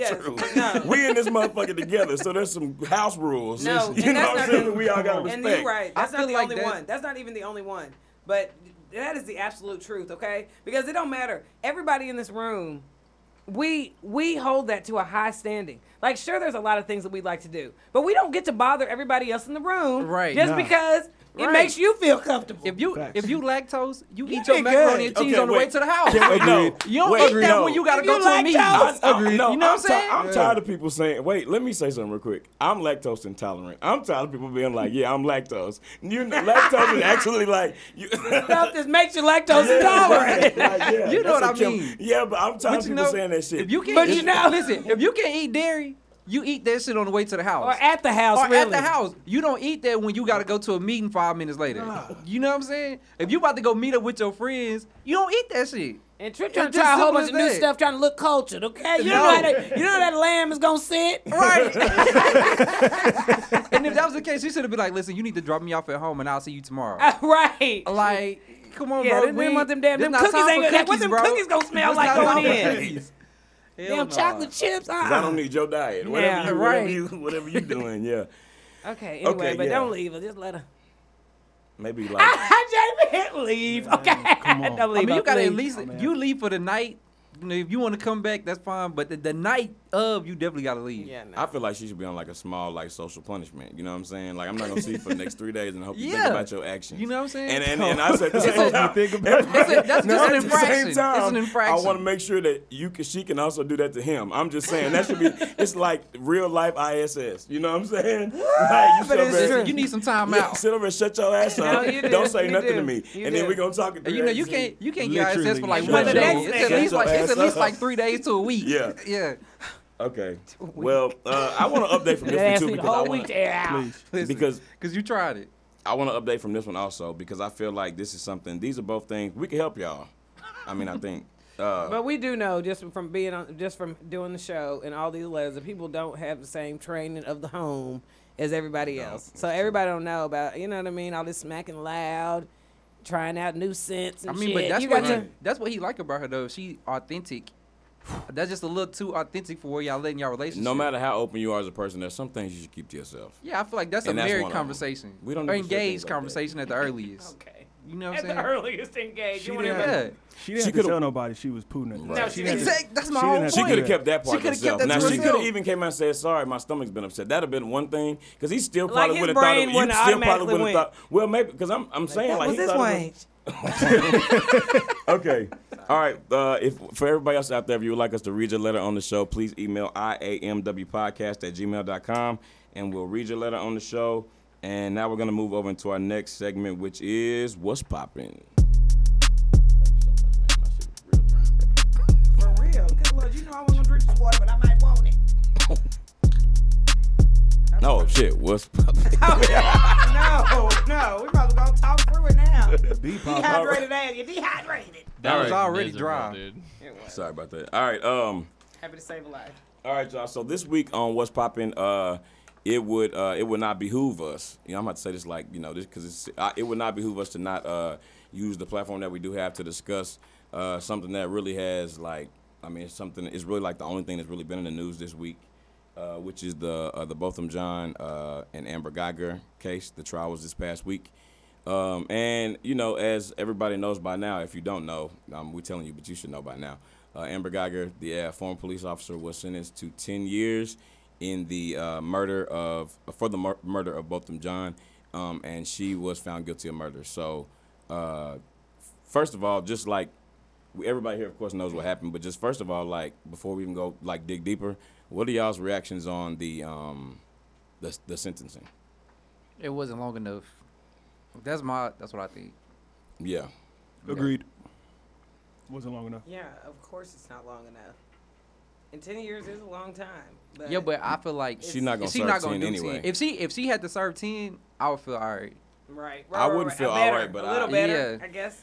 Speaker 2: yes,
Speaker 1: truth.
Speaker 2: no.
Speaker 1: We in this motherfucker together, so there's some house rules.
Speaker 2: No,
Speaker 1: you know what
Speaker 2: and that's not
Speaker 1: I'm saying?
Speaker 2: the-
Speaker 1: That we all got to
Speaker 2: And
Speaker 1: respect.
Speaker 2: you're right.
Speaker 3: I
Speaker 2: That's not
Speaker 3: feel
Speaker 2: the
Speaker 3: like
Speaker 2: only
Speaker 3: that-
Speaker 2: one. That's not even the only one. But that is the absolute truth, okay? Because it don't matter. Everybody in this room, we we hold that to a high standing. Like sure there's a lot of things that we like to do, but we don't get to bother everybody else in the room
Speaker 3: Right.
Speaker 2: just
Speaker 4: Nah.
Speaker 2: because it
Speaker 3: Right.
Speaker 2: makes you feel comfortable.
Speaker 3: If you
Speaker 4: Facts.
Speaker 3: if you lactose, you eat
Speaker 2: did
Speaker 3: your macaroni
Speaker 2: good.
Speaker 3: and cheese
Speaker 1: Okay,
Speaker 3: on the way
Speaker 1: wait.
Speaker 3: to the house.
Speaker 1: Can't- wait, no.
Speaker 3: You don't
Speaker 1: Wait,
Speaker 3: eat that
Speaker 1: no.
Speaker 3: when you gotta
Speaker 2: If
Speaker 3: go
Speaker 2: you
Speaker 3: to a
Speaker 2: lactose-
Speaker 3: meeting.
Speaker 2: I-
Speaker 1: I-
Speaker 4: Agreed.
Speaker 1: No,
Speaker 3: You know what
Speaker 1: I'm
Speaker 3: I'm
Speaker 1: ti-
Speaker 3: saying?
Speaker 1: I'm
Speaker 4: Yeah.
Speaker 1: tired of people saying, wait, let me say something real quick. I'm lactose intolerant. I'm tired of people being like, yeah, I'm lactose. You know, lactose is actually like, you,
Speaker 2: Stuff that makes you lactose intolerant.
Speaker 3: You know
Speaker 1: that's
Speaker 3: what
Speaker 1: a
Speaker 3: I mean.
Speaker 1: yeah, but I'm tired
Speaker 3: But
Speaker 1: of
Speaker 3: you
Speaker 1: people
Speaker 3: know,
Speaker 1: saying that shit.
Speaker 3: If you can,
Speaker 2: But
Speaker 3: not
Speaker 2: you know-
Speaker 3: listen. If you can eat dairy, you eat that shit on the way to the house.
Speaker 2: or at the house,
Speaker 3: Or
Speaker 2: really.
Speaker 3: at the house, you don't eat that when you gotta go to a meeting five minutes later. You know what I'm saying? If you about to go meet up with your friends, you don't eat that shit.
Speaker 2: And Trip trying
Speaker 3: It's
Speaker 2: to
Speaker 3: just
Speaker 2: try a whole
Speaker 3: simple
Speaker 2: bunch
Speaker 3: as
Speaker 2: of new
Speaker 3: that.
Speaker 2: stuff, trying to look cultured, okay? You, know
Speaker 3: No.
Speaker 2: how that, you know how that lamb is going to sit?
Speaker 3: Right. and if that was the case, you should have been like, "Listen, you need to drop me off at home, and I'll see you tomorrow."
Speaker 2: right.
Speaker 3: Like, come on,
Speaker 2: Yeah,
Speaker 3: bro.
Speaker 2: they
Speaker 3: we
Speaker 2: didn't want them damn
Speaker 3: this
Speaker 2: them
Speaker 3: not
Speaker 2: cookies
Speaker 3: time
Speaker 2: ain't
Speaker 3: for
Speaker 2: gonna- what them
Speaker 3: bro.
Speaker 2: cookies gonna smell
Speaker 3: This
Speaker 2: like
Speaker 3: not
Speaker 2: going
Speaker 3: time for
Speaker 2: in?
Speaker 3: cookies. Hell
Speaker 2: damn
Speaker 3: nah.
Speaker 2: chocolate chips. Uh-uh.
Speaker 1: 'Cause I don't need your diet. Whatever,
Speaker 2: Yeah,
Speaker 1: you,
Speaker 3: right.
Speaker 1: whatever, you, whatever you doing, yeah.
Speaker 2: Okay, anyway,
Speaker 1: Okay,
Speaker 2: but
Speaker 1: yeah.
Speaker 2: don't leave her. Just let her.
Speaker 1: Maybe like,
Speaker 2: Jamie, leave. Okay.
Speaker 4: come on.
Speaker 2: don't
Speaker 3: I
Speaker 2: leave
Speaker 3: mean,
Speaker 2: her,
Speaker 3: you gotta at
Speaker 2: please.
Speaker 3: least
Speaker 4: Oh, man.
Speaker 3: you leave for the night. You know, if you want to come back, that's fine. But the, the night of, you definitely gotta leave.
Speaker 2: Yeah, no.
Speaker 1: I feel like she should be on like a small like social punishment. You know what I'm saying? Like I'm not gonna see you for the next three days and hope you
Speaker 3: Yeah.
Speaker 1: think about your actions.
Speaker 3: You know what I'm saying?
Speaker 1: And and, and I said the
Speaker 4: That's
Speaker 1: same
Speaker 4: what you
Speaker 1: time-
Speaker 4: think about.
Speaker 3: That's, a, that's
Speaker 1: No, at
Speaker 3: just an
Speaker 1: the
Speaker 3: infraction.
Speaker 1: same time,
Speaker 3: it's an infraction.
Speaker 1: I want to make sure that you can, she can also do that to him. I'm just saying that should be. It's like real life ISS. You know what I'm saying? Like, you
Speaker 2: But
Speaker 1: sit
Speaker 2: it's
Speaker 1: over-
Speaker 2: true.
Speaker 3: you need some time
Speaker 1: Yeah,
Speaker 3: out.
Speaker 1: sit over and shut your ass up.
Speaker 2: you do.
Speaker 1: Don't say
Speaker 2: You
Speaker 1: nothing
Speaker 2: do.
Speaker 1: to me,
Speaker 2: You
Speaker 1: and
Speaker 2: do.
Speaker 1: then we're gonna talk. it through
Speaker 3: You know, you
Speaker 1: everything.
Speaker 3: can't you can't get
Speaker 4: Literally.
Speaker 3: ISS for like
Speaker 1: Shut
Speaker 3: one
Speaker 1: your
Speaker 3: day.
Speaker 2: ass
Speaker 3: It's
Speaker 2: up.
Speaker 3: at least like it's
Speaker 1: Shut
Speaker 3: at
Speaker 1: your
Speaker 3: least
Speaker 1: ass
Speaker 3: like
Speaker 1: up.
Speaker 3: three days to a week.
Speaker 1: Yeah.
Speaker 3: yeah.
Speaker 1: Okay. Well, uh, I want to update from
Speaker 2: That
Speaker 1: this one
Speaker 2: ass
Speaker 1: too
Speaker 2: need a
Speaker 1: because I
Speaker 2: whole
Speaker 1: want
Speaker 2: week to air out.
Speaker 4: Please.
Speaker 1: Because-
Speaker 3: because you tried it.
Speaker 1: I want to update from this one also because I feel like this is something. These are both things we can help y'all. I mean, I think. Uh,
Speaker 2: But we do know just from being on, just from doing the show and all these letters that people don't have the same training of the home as everybody else. So everybody don't know about you know what I mean. All this smacking loud, trying out new scents
Speaker 3: I
Speaker 2: and
Speaker 3: mean,
Speaker 2: shit.
Speaker 3: but that's
Speaker 2: you
Speaker 3: what
Speaker 2: got
Speaker 3: he,
Speaker 2: to,
Speaker 3: that's what he like about her though. She authentic. That's just a little too authentic for where y'all letting y'all relationship.
Speaker 1: No matter how open you are as a person, there's some things you should keep to yourself.
Speaker 3: Yeah, I feel like that's
Speaker 1: And
Speaker 3: a
Speaker 1: that's one
Speaker 3: married
Speaker 1: of 'em.
Speaker 3: conversation.
Speaker 1: We don't
Speaker 3: or
Speaker 1: need to share things
Speaker 3: engaged
Speaker 1: like that.
Speaker 3: conversation at the earliest.
Speaker 2: okay.
Speaker 3: You know what
Speaker 2: At
Speaker 3: I'm
Speaker 2: the
Speaker 3: saying?
Speaker 2: earliest engage,
Speaker 4: She
Speaker 2: you want
Speaker 4: didn't
Speaker 2: to
Speaker 3: Yeah.
Speaker 4: She
Speaker 1: She
Speaker 4: didn't have to
Speaker 1: coulda-
Speaker 4: tell nobody she was pooting nothing.
Speaker 1: Right.
Speaker 2: she
Speaker 4: didn't have to-
Speaker 3: Exact- that's my
Speaker 4: she didn't
Speaker 3: whole
Speaker 4: have to
Speaker 1: She
Speaker 4: do
Speaker 1: could
Speaker 3: Yeah.
Speaker 1: have kept that part
Speaker 3: She
Speaker 1: to
Speaker 3: coulda kept
Speaker 1: herself.
Speaker 3: that
Speaker 1: now
Speaker 3: to
Speaker 1: she
Speaker 3: herself.
Speaker 1: could have even came out and said, "Sorry, my stomach's been upset." That'd have been one thing, because he still
Speaker 2: Like,
Speaker 1: probably
Speaker 2: his
Speaker 1: would have thought.
Speaker 2: brain
Speaker 1: It, you
Speaker 2: wouldn't
Speaker 1: still probably
Speaker 2: automatically
Speaker 1: would have thought. Well, maybe because I'm I'm saying
Speaker 2: that
Speaker 1: like
Speaker 2: was
Speaker 1: he
Speaker 2: his
Speaker 1: thought it
Speaker 2: way.
Speaker 1: Okay. All right. Uh, if for everybody else out there, if you would like us to read your letter on the show, please email iamwpodcast at gmail.com and we'll read your letter on the show. And now we're gonna move over into our next segment, which is what's popping.
Speaker 2: For real. Good Lord, you know I was going to drink this water, but I might want it.
Speaker 1: Oh shit, what's popping?
Speaker 2: No, no. We probably going to talk through it now.
Speaker 4: Be pop.
Speaker 2: Dehydrated ass. You're dehydrated.
Speaker 5: That
Speaker 1: All
Speaker 5: was
Speaker 1: right.
Speaker 5: already
Speaker 3: Miserable,
Speaker 5: dry.
Speaker 3: dude.
Speaker 1: Sorry about that. All right. Um.
Speaker 2: Happy to save a life.
Speaker 1: All right, y'all. So this week on What's Poppin', uh, it would uh, it would not behoove us. You know, I'm about to say this like you know this because it's I, it would not behoove us to not uh, use the platform that we do have to discuss uh, something that really has like I mean it's something it's really like the only thing that's really been in the news this week, uh, which is the uh, the Botham John uh, and Amber Geiger case. The trial was this past week. Um, and you know, as everybody knows by now, if you don't know, um, we're telling you, but you should know by now. Uh, Amber Geiger, the uh, former police officer, was sentenced to 10 years in the uh, murder of uh, for the mur- murder of Botham John, um, and she was found guilty of murder. So, uh, first of all, just like we- everybody here, of course, knows what happened, but just first of all, like before we even go like dig deeper, what are y'all's reactions on the um, the, the sentencing?
Speaker 3: It wasn't long enough. That's my. That's what I think.
Speaker 1: Yeah,
Speaker 4: Agreed. Wasn't long enough.
Speaker 2: Yeah, of course it's not long enough. And 10 years is a long time. But
Speaker 3: Yeah, but I feel like
Speaker 1: She not gonna
Speaker 3: if she
Speaker 1: serve
Speaker 3: not gonna
Speaker 1: 10
Speaker 3: do
Speaker 1: anyway.
Speaker 3: 10. If she if she had to serve ten, I would feel all right.
Speaker 2: Right. right
Speaker 1: I wouldn't
Speaker 2: right,
Speaker 1: feel
Speaker 2: right. better,
Speaker 1: alright, but
Speaker 2: a little
Speaker 1: I-
Speaker 2: better,
Speaker 3: Yeah.
Speaker 2: I guess.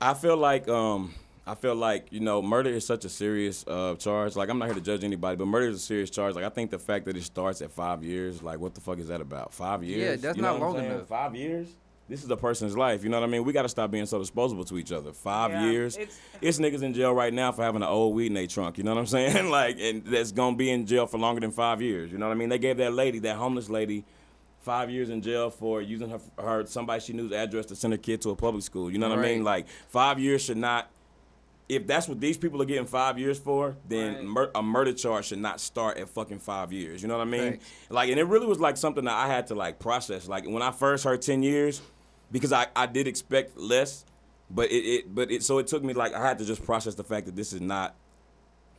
Speaker 1: I feel like um I feel like you know murder is such a serious uh, charge. Like I'm not here to judge anybody, but murder is a serious charge. Like I think the fact that it starts at five years, like what the fuck is that about? Five years?
Speaker 3: that's
Speaker 1: know
Speaker 3: not
Speaker 1: what I'm
Speaker 3: long
Speaker 1: saying?
Speaker 3: enough.
Speaker 1: Five years. This is a person's life. You know what I mean? We got to stop being so disposable to each other. Five
Speaker 2: Yeah,
Speaker 1: years.
Speaker 2: it's-
Speaker 1: It's, niggas in jail right now for having an old weed in their trunk. You know what I'm saying? like, and that's gonna be in jail for longer than five years. You know what I mean? They gave that lady, that homeless lady, five years in jail for using her, her somebody she knew's address to send her kid to a public school. You know what I mean? Like five years should not. If that's what these people are getting five years for, then
Speaker 2: Right.
Speaker 1: mur- a murder charge should not start at fucking five years. You know what I mean?
Speaker 3: Facts.
Speaker 1: Like, and it really was like something that I had to like process. Like when I first heard ten years, because I, I did expect less, but it, it but it so it took me like I had to just process the fact that this is not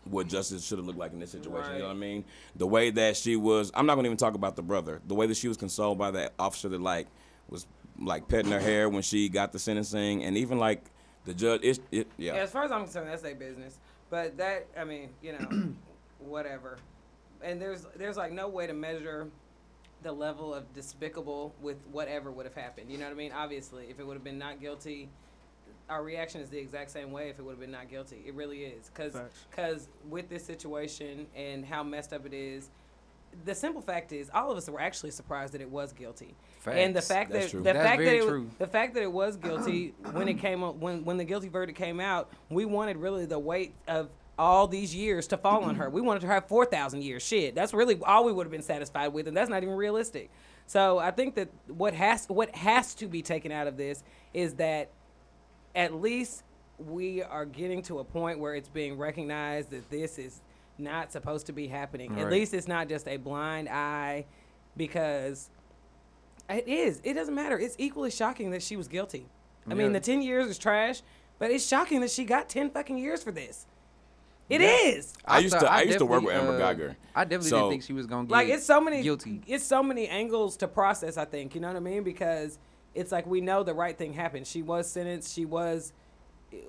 Speaker 1: what justice should have looked like in this situation. You know what I mean? The way that she was, I'm not gonna even talk about the brother. The way that she was consoled by that officer that like was like petting her hair when she got the sentencing, and even like the judge. It's it, yeah.
Speaker 2: Yeah, as far as I'm concerned, that's their business. But that, I mean, you know, whatever. And there's there's like no way to measure the level of despicable with whatever would have happened. You know what I mean? Obviously, if it would have been not guilty, our reaction is the exact same way. If it would have been not guilty, it really is. Because
Speaker 4: Facts.
Speaker 2: with this situation and how messed up it is. The simple fact is, all of us were actually surprised that it was guilty, and the
Speaker 3: Facts.
Speaker 2: fact
Speaker 1: That's
Speaker 2: that
Speaker 1: true.
Speaker 2: the
Speaker 3: That's
Speaker 2: fact that
Speaker 3: very
Speaker 2: it, was
Speaker 3: true.
Speaker 2: the fact that it was guilty when it came up when when the guilty verdict came out we wanted really the weight of all these years to fall on her we wanted her to have 4000 years shit that's really all we would have been satisfied with and that's not even realistic so i think that what has what has to be taken out of this is that at least we are getting to a point where it's being recognized that this is not supposed to be happening at
Speaker 3: Right.
Speaker 2: least it's not just a blind eye because it is. It doesn't matter. It's equally shocking that she was guilty. I mean,
Speaker 3: Yeah.
Speaker 2: the 10 years is trash, but it's shocking that she got 10 fucking years for this. It is.
Speaker 1: I, used
Speaker 3: thought-
Speaker 1: to I, used to work
Speaker 3: definitely,
Speaker 1: with Amber
Speaker 3: uh,
Speaker 1: Geiger.
Speaker 3: I definitely
Speaker 1: So-
Speaker 3: didn't think she was gonna get
Speaker 2: Like it's so many
Speaker 3: guilty.
Speaker 2: It's so many angles to process, I think. You know what I mean? Because it's like we know the right thing happened. She was sentenced. She was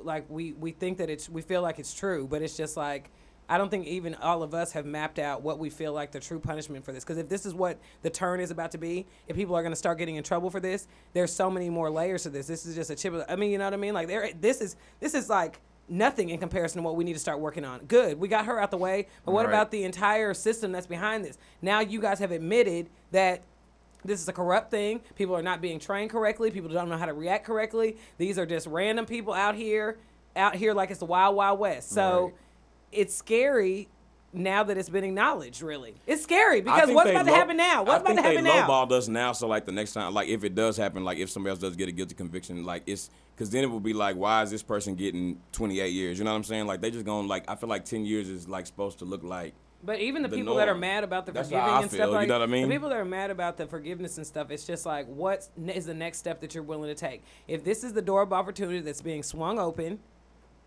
Speaker 2: like we we think that it's we feel like it's true, but it's just like I don't think even all of us have mapped out what we feel like the true punishment for this. Because if this is what the turn is about to be, if people are going to start getting in trouble for this, there's so many more layers to this. This is just a chip. Of, I mean, you know what I mean? Like there, this is this is like nothing in comparison to what we need to start working on. Good, we got her out the way, but what
Speaker 3: Right.
Speaker 2: about the entire system that's behind this? Now you guys have admitted that this is a corrupt thing. People are not being trained correctly. People don't know how to react correctly. These are just random people out here, out here like it's the wild, wild west. So
Speaker 1: Right.
Speaker 2: it's scary now that it's been acknowledged, really. It's scary
Speaker 1: I
Speaker 2: because
Speaker 1: think
Speaker 2: what's
Speaker 1: they
Speaker 2: about to
Speaker 1: low-
Speaker 2: happen
Speaker 1: I
Speaker 2: now? What's about
Speaker 1: think
Speaker 2: to happen
Speaker 1: they
Speaker 2: now?
Speaker 1: lowballed us now, so like the next time, like if it does happen, like if somebody else does get a guilty conviction, like it's because then it would be like, why is this person getting 28 years? You know what I'm saying? Like they just going like I feel like 10 years is like supposed to look like
Speaker 2: But even the,
Speaker 1: the
Speaker 2: people that are
Speaker 1: norm.
Speaker 2: mad about the
Speaker 1: That's how
Speaker 2: forgiving
Speaker 1: I
Speaker 2: and
Speaker 1: feel,
Speaker 2: stuff
Speaker 1: you
Speaker 2: like
Speaker 1: know what I mean?
Speaker 2: the people that are mad about the forgiveness and stuff, it's just like what is the next step that you're willing to take? If this is the door of opportunity that's being swung open,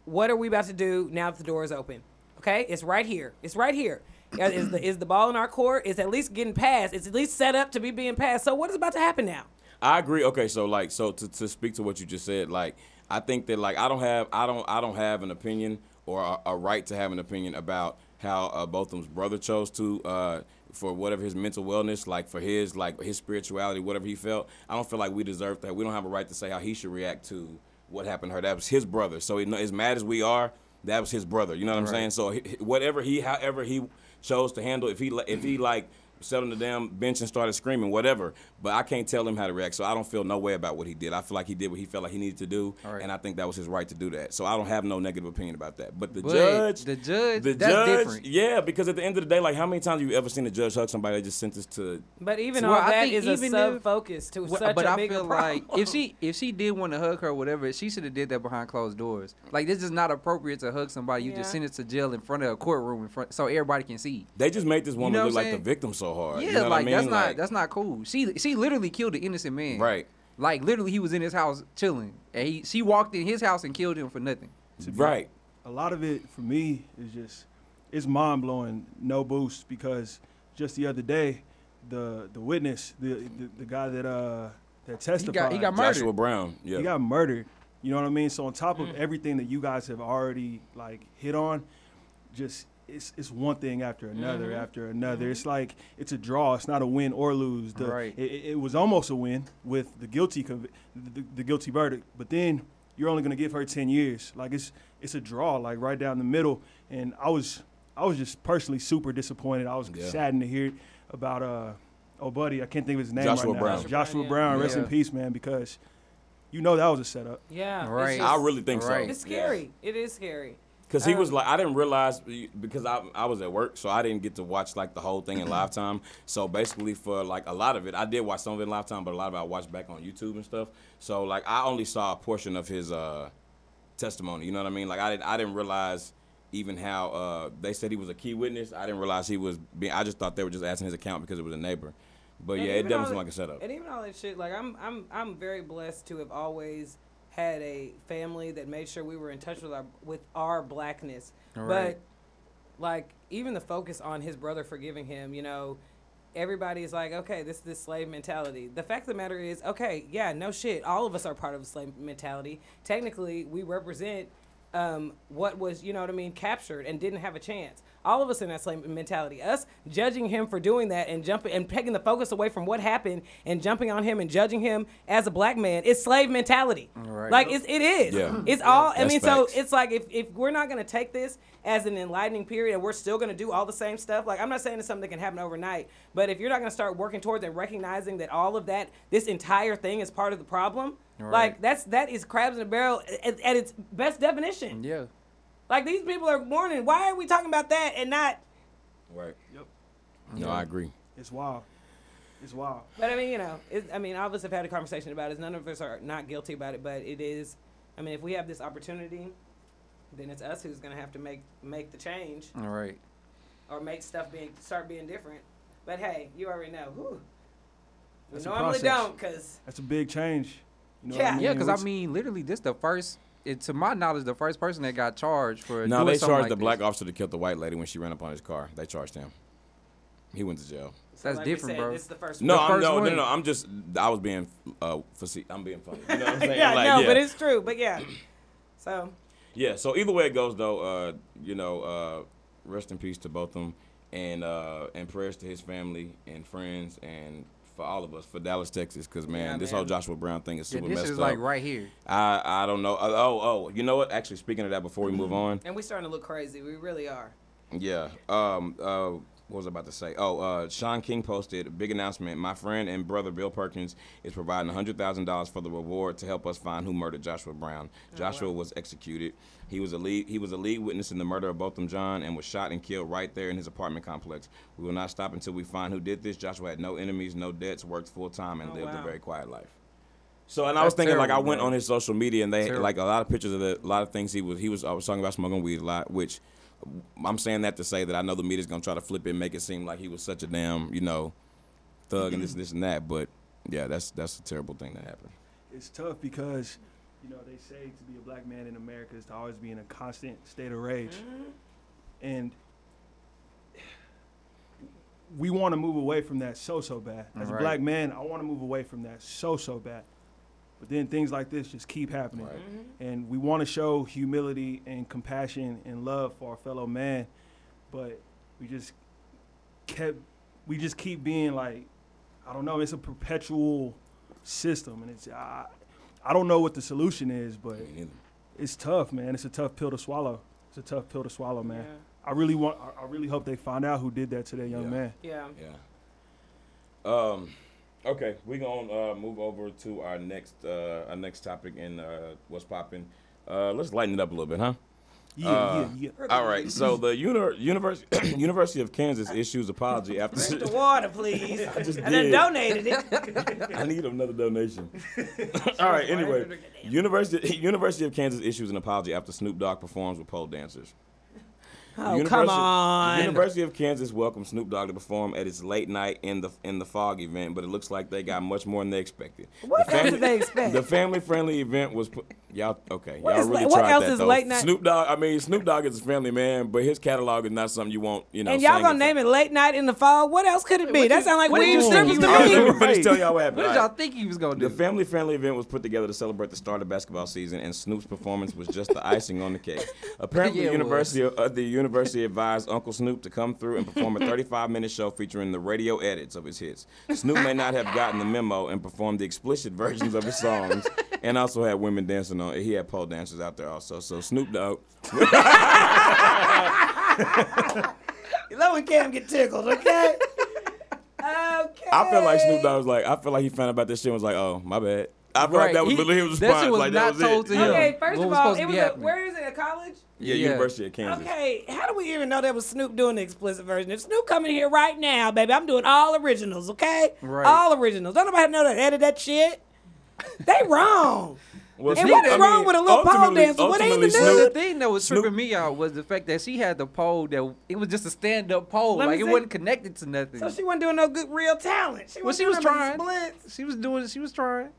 Speaker 2: what are we about to do now that the door is open? Okay, it's right here. It's right here. Uh, Is the is the ball in our court? It's at least getting passed. It's at least set up to be being passed. So what is about to happen now?
Speaker 1: I agree. Okay, so like, so to, to speak to what you just said, like, I think that like I don't have I don't I don't have an opinion or a, a right to have an opinion about how uh, Botham's brother chose to uh, for whatever his mental wellness, like for his like his spirituality, whatever he felt. I don't feel like we deserve that. We don't have a right to say how he should react to what happened to her. That was his brother. So you know, as mad as we are, that was his brother. You know what I'm saying? So he- he- whatever he, however he chose to handle, if he li- if he like sat on the damn bench and started screaming, whatever. But I can't tell him how to react. So I don't feel no way about what he did. I feel like he did what he felt like he needed to do,
Speaker 3: All right.
Speaker 1: and I think that was his right to do that. So I don't have no negative opinion about that. But the
Speaker 3: But
Speaker 1: judge,
Speaker 3: the judge, that's different.
Speaker 1: yeah, because at the end of the day, like how many times have you ever seen a judge hug somebody that just sentenced to?
Speaker 2: But even
Speaker 3: Well,
Speaker 2: all
Speaker 3: I
Speaker 2: that
Speaker 3: think
Speaker 2: is
Speaker 3: even
Speaker 2: a
Speaker 3: if-
Speaker 2: sub focus to
Speaker 3: Well,
Speaker 2: such
Speaker 3: but
Speaker 2: a
Speaker 3: I
Speaker 2: bigger
Speaker 3: feel
Speaker 2: problem.
Speaker 3: like if she if she did want to hug her or whatever, she should have did that behind closed doors. Like this is not appropriate to hug somebody you
Speaker 2: Yeah.
Speaker 3: just sent it to jail in front of a courtroom in front so everybody can see.
Speaker 1: They just make this woman
Speaker 3: know what
Speaker 1: look like
Speaker 3: I'm
Speaker 1: the
Speaker 3: saying?
Speaker 1: victim so hard.
Speaker 3: Yeah,
Speaker 1: you know
Speaker 3: like
Speaker 1: what I mean?
Speaker 3: that's not
Speaker 1: Like,
Speaker 3: that's not cool. She she literally killed an innocent man.
Speaker 1: Right.
Speaker 3: Like literally he was in his house chilling. And he she walked in his house and killed him for nothing.
Speaker 1: right.
Speaker 4: a lot of it for me is just it's mind blowing. No boost because just the other day, the the witness, the the, the guy that uh that
Speaker 3: He
Speaker 4: testified,
Speaker 3: got he got murdered.
Speaker 1: Joshua Brown. Yeah.
Speaker 4: he got murdered. You know what I mean? So on top of everything that you guys have already like hit on, just it's it's one thing after another after another. It's like it's a draw. It's not a win or lose. The,
Speaker 3: Right.
Speaker 4: It, it- it was almost a win with the guilty conv- the, the guilty verdict, but then you're only gonna give her ten years. Like it's it's a draw. Like right down the middle. And I was I was just personally super disappointed. I was
Speaker 1: Yeah.
Speaker 4: saddened to hear about uh oh buddy I can't think of his name
Speaker 1: Joshua
Speaker 4: right now.
Speaker 1: Brown.
Speaker 4: Joshua,
Speaker 2: Joshua Brown,
Speaker 4: Brown. Rest in
Speaker 3: Yeah.
Speaker 4: peace, man. Because you know that was a setup.
Speaker 2: yeah, it's
Speaker 3: Right.
Speaker 2: just-
Speaker 1: I really think
Speaker 3: Right.
Speaker 1: so.
Speaker 2: it's
Speaker 1: Yeah.
Speaker 2: scary. It is scary.
Speaker 1: Cause he was like, I didn't realize because I, I was at work, so I didn't get to watch like the whole thing in live time. So basically, for like a lot of it, I did watch some of it in live time, but a lot of it I watched back on YouTube and stuff. So like, I only saw a portion of his uh, testimony. You know what I mean? Like, I didn't I didn't realize even how uh, they said he was a key witness. I didn't realize he was being. I just thought they were just asking his account because it was a neighbor. But yeah, it
Speaker 2: even all
Speaker 1: definitely seemed
Speaker 2: that-
Speaker 1: like a setup.
Speaker 2: And even all that shit, like I'm, I'm, I'm very blessed to have always had a family that made sure we were in touch with our with our blackness.
Speaker 3: Right.
Speaker 2: But like even the focus on his brother forgiving him, you know, everybody's like, okay, this this slave mentality. The fact of the matter is, okay, yeah, no shit, all of us are part of the slave mentality. Technically, we represent. Um, what was you know what I mean captured and didn't have a chance. All of us in that slave mentality. Us judging him for doing that and jumping and taking the focus away from what happened and jumping on him and judging him as a black man is slave mentality.
Speaker 3: Right.
Speaker 2: Like it's it is.
Speaker 1: Yeah.
Speaker 2: It's all. I
Speaker 1: That's
Speaker 2: mean,
Speaker 1: facts.
Speaker 2: so it's like if, if we're not gonna take this as an enlightening period and we're still gonna do all the same stuff. Like I'm not saying it's something that can happen overnight, but if you're not gonna start working towards and recognizing that all of that, this entire thing is part of the problem.
Speaker 3: Right.
Speaker 2: Like that's that is crabs in a barrel at, at its best definition.
Speaker 3: Yeah.
Speaker 2: Like these people are mourning. Why are we talking about that and not?
Speaker 1: Right.
Speaker 4: Yep.
Speaker 1: No, I agree.
Speaker 4: It's wild. It's wild.
Speaker 2: But I mean, you know, it, I mean, all of us have had a conversation about it. None of us are not guilty about it, but it is. I mean, if we have this opportunity, then it's us who's gonna have to make make the change
Speaker 3: All right.
Speaker 2: or make stuff being start being different. But hey, you already know. Whew. We
Speaker 4: That's a
Speaker 2: normally
Speaker 4: process.
Speaker 2: don't, cause
Speaker 4: That's a big change. You know
Speaker 2: Yeah.
Speaker 4: what I
Speaker 3: Yeah,
Speaker 4: mean?
Speaker 3: because I
Speaker 4: It's-
Speaker 3: mean, literally, this the first, it, to my knowledge, the first person that got charged for.
Speaker 1: No,
Speaker 3: doing
Speaker 1: they
Speaker 3: something
Speaker 1: charged
Speaker 3: like
Speaker 1: the black
Speaker 3: this.
Speaker 1: officer that killed the white lady when she ran up on his car. They charged him. He went to jail.
Speaker 3: That's
Speaker 2: like we
Speaker 3: different,
Speaker 2: said,
Speaker 3: bro.
Speaker 2: This is the first
Speaker 1: No,
Speaker 3: The
Speaker 1: I'm,
Speaker 3: first
Speaker 1: no, no,
Speaker 3: one.
Speaker 1: no, I'm just, I was being, uh, faci- I'm being funny. You know what I'm saying?
Speaker 2: yeah,
Speaker 1: Like,
Speaker 2: no,
Speaker 1: yeah.
Speaker 2: but it's true. But yeah, so
Speaker 1: yeah. So either way it goes, though, uh, you know, uh, rest in peace to both of them, and uh, and prayers to his family and friends and for all of us for Dallas, Texas, because man,
Speaker 2: Yeah,
Speaker 1: this
Speaker 2: man.
Speaker 1: whole Joshua Brown thing is
Speaker 3: Yeah,
Speaker 1: super
Speaker 3: this
Speaker 1: messed
Speaker 3: is
Speaker 1: up.
Speaker 3: like right here.
Speaker 1: I I don't know. Uh, oh oh, you know what?
Speaker 3: Mm-hmm.
Speaker 1: Actually, speaking of that, before we move on,
Speaker 2: and we're starting to look crazy. We really are.
Speaker 1: Yeah. Um. Uh. what was I about to say? Oh, uh, Sean King posted a big announcement. My friend and brother Bill Perkins is providing $100,000 for the reward to help us find who murdered Joshua Brown. Joshua was executed. He was a lead he was a lead witness in the murder of Botham John and was shot and killed right there in his apartment complex. We will not stop until we find who did this. Joshua had no enemies, no debts, worked full time and
Speaker 2: Oh,
Speaker 1: lived
Speaker 2: wow.
Speaker 1: a very quiet life. So and I was
Speaker 3: That's
Speaker 1: thinking like I
Speaker 3: terrible,
Speaker 1: went
Speaker 3: bro.
Speaker 1: on his social media and they
Speaker 3: Terrible.
Speaker 1: like a lot of pictures of the, a lot of things he was he was I was talking about smoking weed a lot, which I'm saying that to say that I know the media's gonna try to flip it, and make it seem like he was such a damn you know thug and this this and that, but yeah, that's that's a terrible thing that happened.
Speaker 4: it's tough because you know they say to be a black man in America is to always be in a constant state of rage,
Speaker 3: Mm-hmm.
Speaker 4: and we want to move away from that so so bad. As
Speaker 3: Right.
Speaker 4: a black man, I want to move away from that so so bad. But then things like this just keep happening,
Speaker 1: Right.
Speaker 3: Mm-hmm.
Speaker 4: and we want to show humility and compassion and love for our fellow man, but we just kept we just keep being like I don't know. It's a perpetual system, and it's I, I don't know what the solution is, but
Speaker 1: Me neither.
Speaker 4: it's tough, man. It's a tough pill to swallow. It's a tough pill to swallow,
Speaker 3: Oh,
Speaker 4: man. I really want. I- I really hope they find out who did that to that young
Speaker 1: Yeah.
Speaker 4: man.
Speaker 2: Yeah.
Speaker 1: Yeah. Um. Okay, we're gonna uh, move over to our next uh, our next topic in uh, what's popping. Uh, let's lighten it up a little bit, huh?
Speaker 4: Yeah,
Speaker 1: Uh,
Speaker 4: yeah, yeah.
Speaker 1: All right. So the uni- universe, University of Kansas issues apology after.
Speaker 2: Drink the water, please.
Speaker 1: I just
Speaker 2: and then
Speaker 1: did.
Speaker 2: donated it.
Speaker 1: I need another donation. All right. Anyway, University University of Kansas issues an apology after Snoop Dogg performs with pole dancers.
Speaker 2: Oh, come
Speaker 1: University-
Speaker 2: on.
Speaker 1: University of Kansas welcomed Snoop Dogg to perform at its late night in the in the fog event, but it looks like they got much more than they expected.
Speaker 2: What
Speaker 1: the
Speaker 2: else did they expect?
Speaker 1: The family friendly event was put, y'all okay.
Speaker 2: What
Speaker 1: y'all
Speaker 2: is
Speaker 1: really
Speaker 2: la- what
Speaker 1: tried
Speaker 2: else
Speaker 1: that
Speaker 2: is
Speaker 1: though.
Speaker 2: late night-
Speaker 1: Snoop Dogg. I mean, Snoop Dogg is a family man, but his catalog is not something you want. You know.
Speaker 2: and y'all
Speaker 1: singing
Speaker 2: gonna
Speaker 1: for-
Speaker 2: name it late night in the fall? What else could it be? That sounds like
Speaker 3: what
Speaker 2: what
Speaker 3: did
Speaker 2: you
Speaker 3: you
Speaker 2: strippers
Speaker 3: think
Speaker 2: to
Speaker 3: you
Speaker 1: All right,
Speaker 2: me.
Speaker 1: let me finish telling y'all what happened.
Speaker 3: What did
Speaker 1: all
Speaker 3: y'all
Speaker 1: right?
Speaker 3: think he was gonna do?
Speaker 1: The family friendly event was put together to celebrate the start of basketball season, and Snoop's performance was just the icing on the cake. Apparently,
Speaker 3: Yeah,
Speaker 1: the
Speaker 3: it
Speaker 1: university uh, the university advised Uncle Snoop to come through and perform a 35 minute show featuring the radio edits of his hits. Snoop may not have gotten the memo and performed the explicit versions of his songs, and also had women dancing on. He had pole dancers out there also. So Snoop Dogg.
Speaker 2: Low and Cam get tickled, okay? okay.
Speaker 1: I feel like Snoop Dogg was like, I feel like he found out about this shit and was like, oh my bad. I feel like
Speaker 3: Right,
Speaker 1: that was
Speaker 3: he-
Speaker 1: literally his
Speaker 3: that shit
Speaker 1: response.
Speaker 3: was
Speaker 1: like
Speaker 3: not
Speaker 1: that was
Speaker 3: told
Speaker 1: it.
Speaker 3: to him.
Speaker 1: Yeah,
Speaker 2: Okay,
Speaker 3: Yeah.
Speaker 2: first
Speaker 3: What
Speaker 2: of
Speaker 3: was
Speaker 2: all,
Speaker 3: supposed to
Speaker 2: it
Speaker 3: be
Speaker 2: was a,
Speaker 3: happening?
Speaker 2: where is it? A college?
Speaker 3: Yeah.
Speaker 1: University of Kansas.
Speaker 2: Okay, how do we even know that was Snoop doing the explicit version? If Snoop coming here right now, baby, I'm doing all originals, okay?
Speaker 3: Right.
Speaker 2: All originals. Don't nobody know how to edit that shit. They wrong.
Speaker 1: Well,
Speaker 2: And
Speaker 1: Snoop-
Speaker 2: what's
Speaker 1: I
Speaker 2: wrong
Speaker 1: mean,
Speaker 2: with a little pole
Speaker 1: ultimately-
Speaker 2: dancer? What ain't
Speaker 1: ultimately,
Speaker 2: the
Speaker 3: Well,
Speaker 1: Snoop-
Speaker 3: the thing that was
Speaker 1: Snoop-
Speaker 3: tripping me out was the fact that she had the pole that it was just a stand up pole,
Speaker 2: Let me
Speaker 3: like it
Speaker 2: see.
Speaker 3: wasn't connected to nothing.
Speaker 2: So she wasn't doing no good real talent. She
Speaker 3: well, she
Speaker 2: doing
Speaker 3: was
Speaker 2: no
Speaker 3: trying.
Speaker 2: Splits.
Speaker 3: She was doing. She was trying.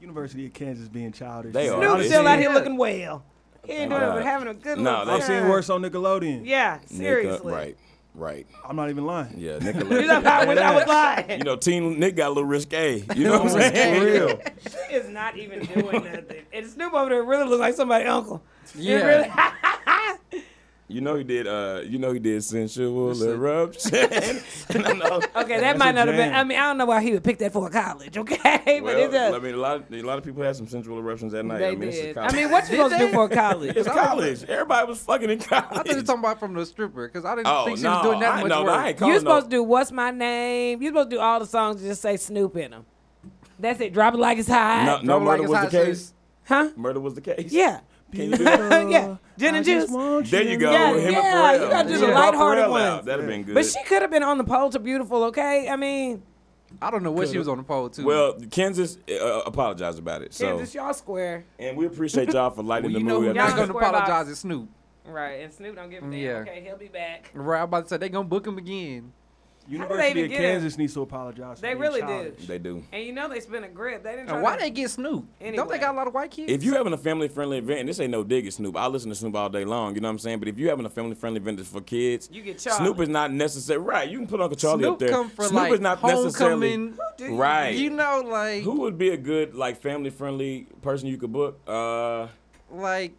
Speaker 4: University of Kansas being childish.
Speaker 1: They
Speaker 4: man.
Speaker 1: are.
Speaker 2: Snoop
Speaker 1: it's-
Speaker 2: still out here
Speaker 3: yeah.
Speaker 2: looking well. He ain't doing it,
Speaker 1: God.
Speaker 2: but having a good
Speaker 1: No,
Speaker 2: little
Speaker 1: they-
Speaker 4: I've
Speaker 2: time.
Speaker 4: seen worse on Nickelodeon.
Speaker 2: Yeah, seriously.
Speaker 1: Nick, uh, right, right.
Speaker 4: I'm not even lying.
Speaker 1: Yeah,
Speaker 2: You know,
Speaker 1: Nick.
Speaker 2: I wish I was lying.
Speaker 1: you know, Team Nick got a little risque. You know what I'm
Speaker 4: For
Speaker 1: saying?
Speaker 4: real.
Speaker 2: She is not even doing nothing. And Snoop over there really looks like somebody's uncle. She
Speaker 3: Yeah.
Speaker 2: really-
Speaker 1: You know he did. Uh, you know he did sensual eruption. And I know-
Speaker 2: okay, that might
Speaker 4: a
Speaker 2: not have been.
Speaker 4: jam.
Speaker 2: I mean, I don't know why he would pick that for a college, okay? but it
Speaker 1: Well, I
Speaker 2: does.
Speaker 1: mean, a lot, of, a lot of people had some sensual eruptions that night. I
Speaker 3: They
Speaker 1: mean, It's
Speaker 3: did.
Speaker 1: college.
Speaker 2: I mean, what you supposed to do for a college?
Speaker 1: it's college. Everybody was fucking in college.
Speaker 3: I thought you were talking about from the stripper because I didn't
Speaker 1: oh
Speaker 3: think she
Speaker 1: no,
Speaker 3: was doing that
Speaker 1: I,
Speaker 3: much
Speaker 1: no,
Speaker 3: work.
Speaker 1: I ain't calling
Speaker 2: You're
Speaker 1: no-
Speaker 2: supposed to do What's My Name? You're supposed to do all the songs and just say Snoop in them. That's it. Drop it like it's hot.
Speaker 1: No, no
Speaker 3: Drop it like
Speaker 1: murder
Speaker 3: it's
Speaker 1: was the
Speaker 3: hot
Speaker 1: case.
Speaker 3: sauce.
Speaker 2: Huh?
Speaker 1: Murder was the case.
Speaker 2: Yeah.
Speaker 1: Can you do that?
Speaker 2: yeah. Gin
Speaker 4: I
Speaker 2: and
Speaker 4: just
Speaker 2: juice.
Speaker 4: want
Speaker 1: There you go.
Speaker 2: Yeah,
Speaker 1: him
Speaker 2: yeah,
Speaker 1: and
Speaker 2: you gotta do the
Speaker 1: Pharrell. Pharrell
Speaker 2: lighthearted
Speaker 1: out.
Speaker 2: ones.
Speaker 1: That'd have been good.
Speaker 2: But she could have been on the pole to Beautiful, okay? I mean,
Speaker 3: I don't know what she was on the pole to.
Speaker 1: Well, Kansas uh, apologized about it. So,
Speaker 2: Kansas, y'all square.
Speaker 1: and we appreciate y'all for lighting
Speaker 3: Well, you
Speaker 1: the
Speaker 3: know
Speaker 1: mood.
Speaker 3: who's not
Speaker 2: Y'all
Speaker 3: going to
Speaker 2: square box.
Speaker 3: apologize is Snoop.
Speaker 2: Right, and Snoop don't give a damn.
Speaker 3: Yeah.
Speaker 2: Okay, he'll be back.
Speaker 3: Right, I'm about to say they're going to book him again.
Speaker 4: University
Speaker 2: even
Speaker 4: of
Speaker 2: get him?
Speaker 4: Kansas needs to apologize. for
Speaker 2: They
Speaker 4: being
Speaker 2: really
Speaker 4: childish.
Speaker 2: do.
Speaker 1: They do.
Speaker 2: And you know they spent a grip. They didn't try
Speaker 3: And why
Speaker 2: to-
Speaker 3: they get Snoop? Don't
Speaker 2: Anyway.
Speaker 3: they got a lot of white kids?
Speaker 1: If you're having a family friendly event, and this ain't no dig at Snoop, I listen to Snoop all day long, you know what I'm saying? But if you're having a family friendly event that's for kids,
Speaker 2: You get Charlie.
Speaker 1: Snoop is not necessary. Right, you can put Uncle Charlie
Speaker 3: Snoop
Speaker 1: up there.
Speaker 3: come for
Speaker 1: Snoop
Speaker 3: like
Speaker 1: is not necessarily.
Speaker 3: homecoming.
Speaker 2: Dude,
Speaker 1: Right.
Speaker 3: You know, like
Speaker 1: Who would be a good like family friendly person you could book? Uh,
Speaker 3: like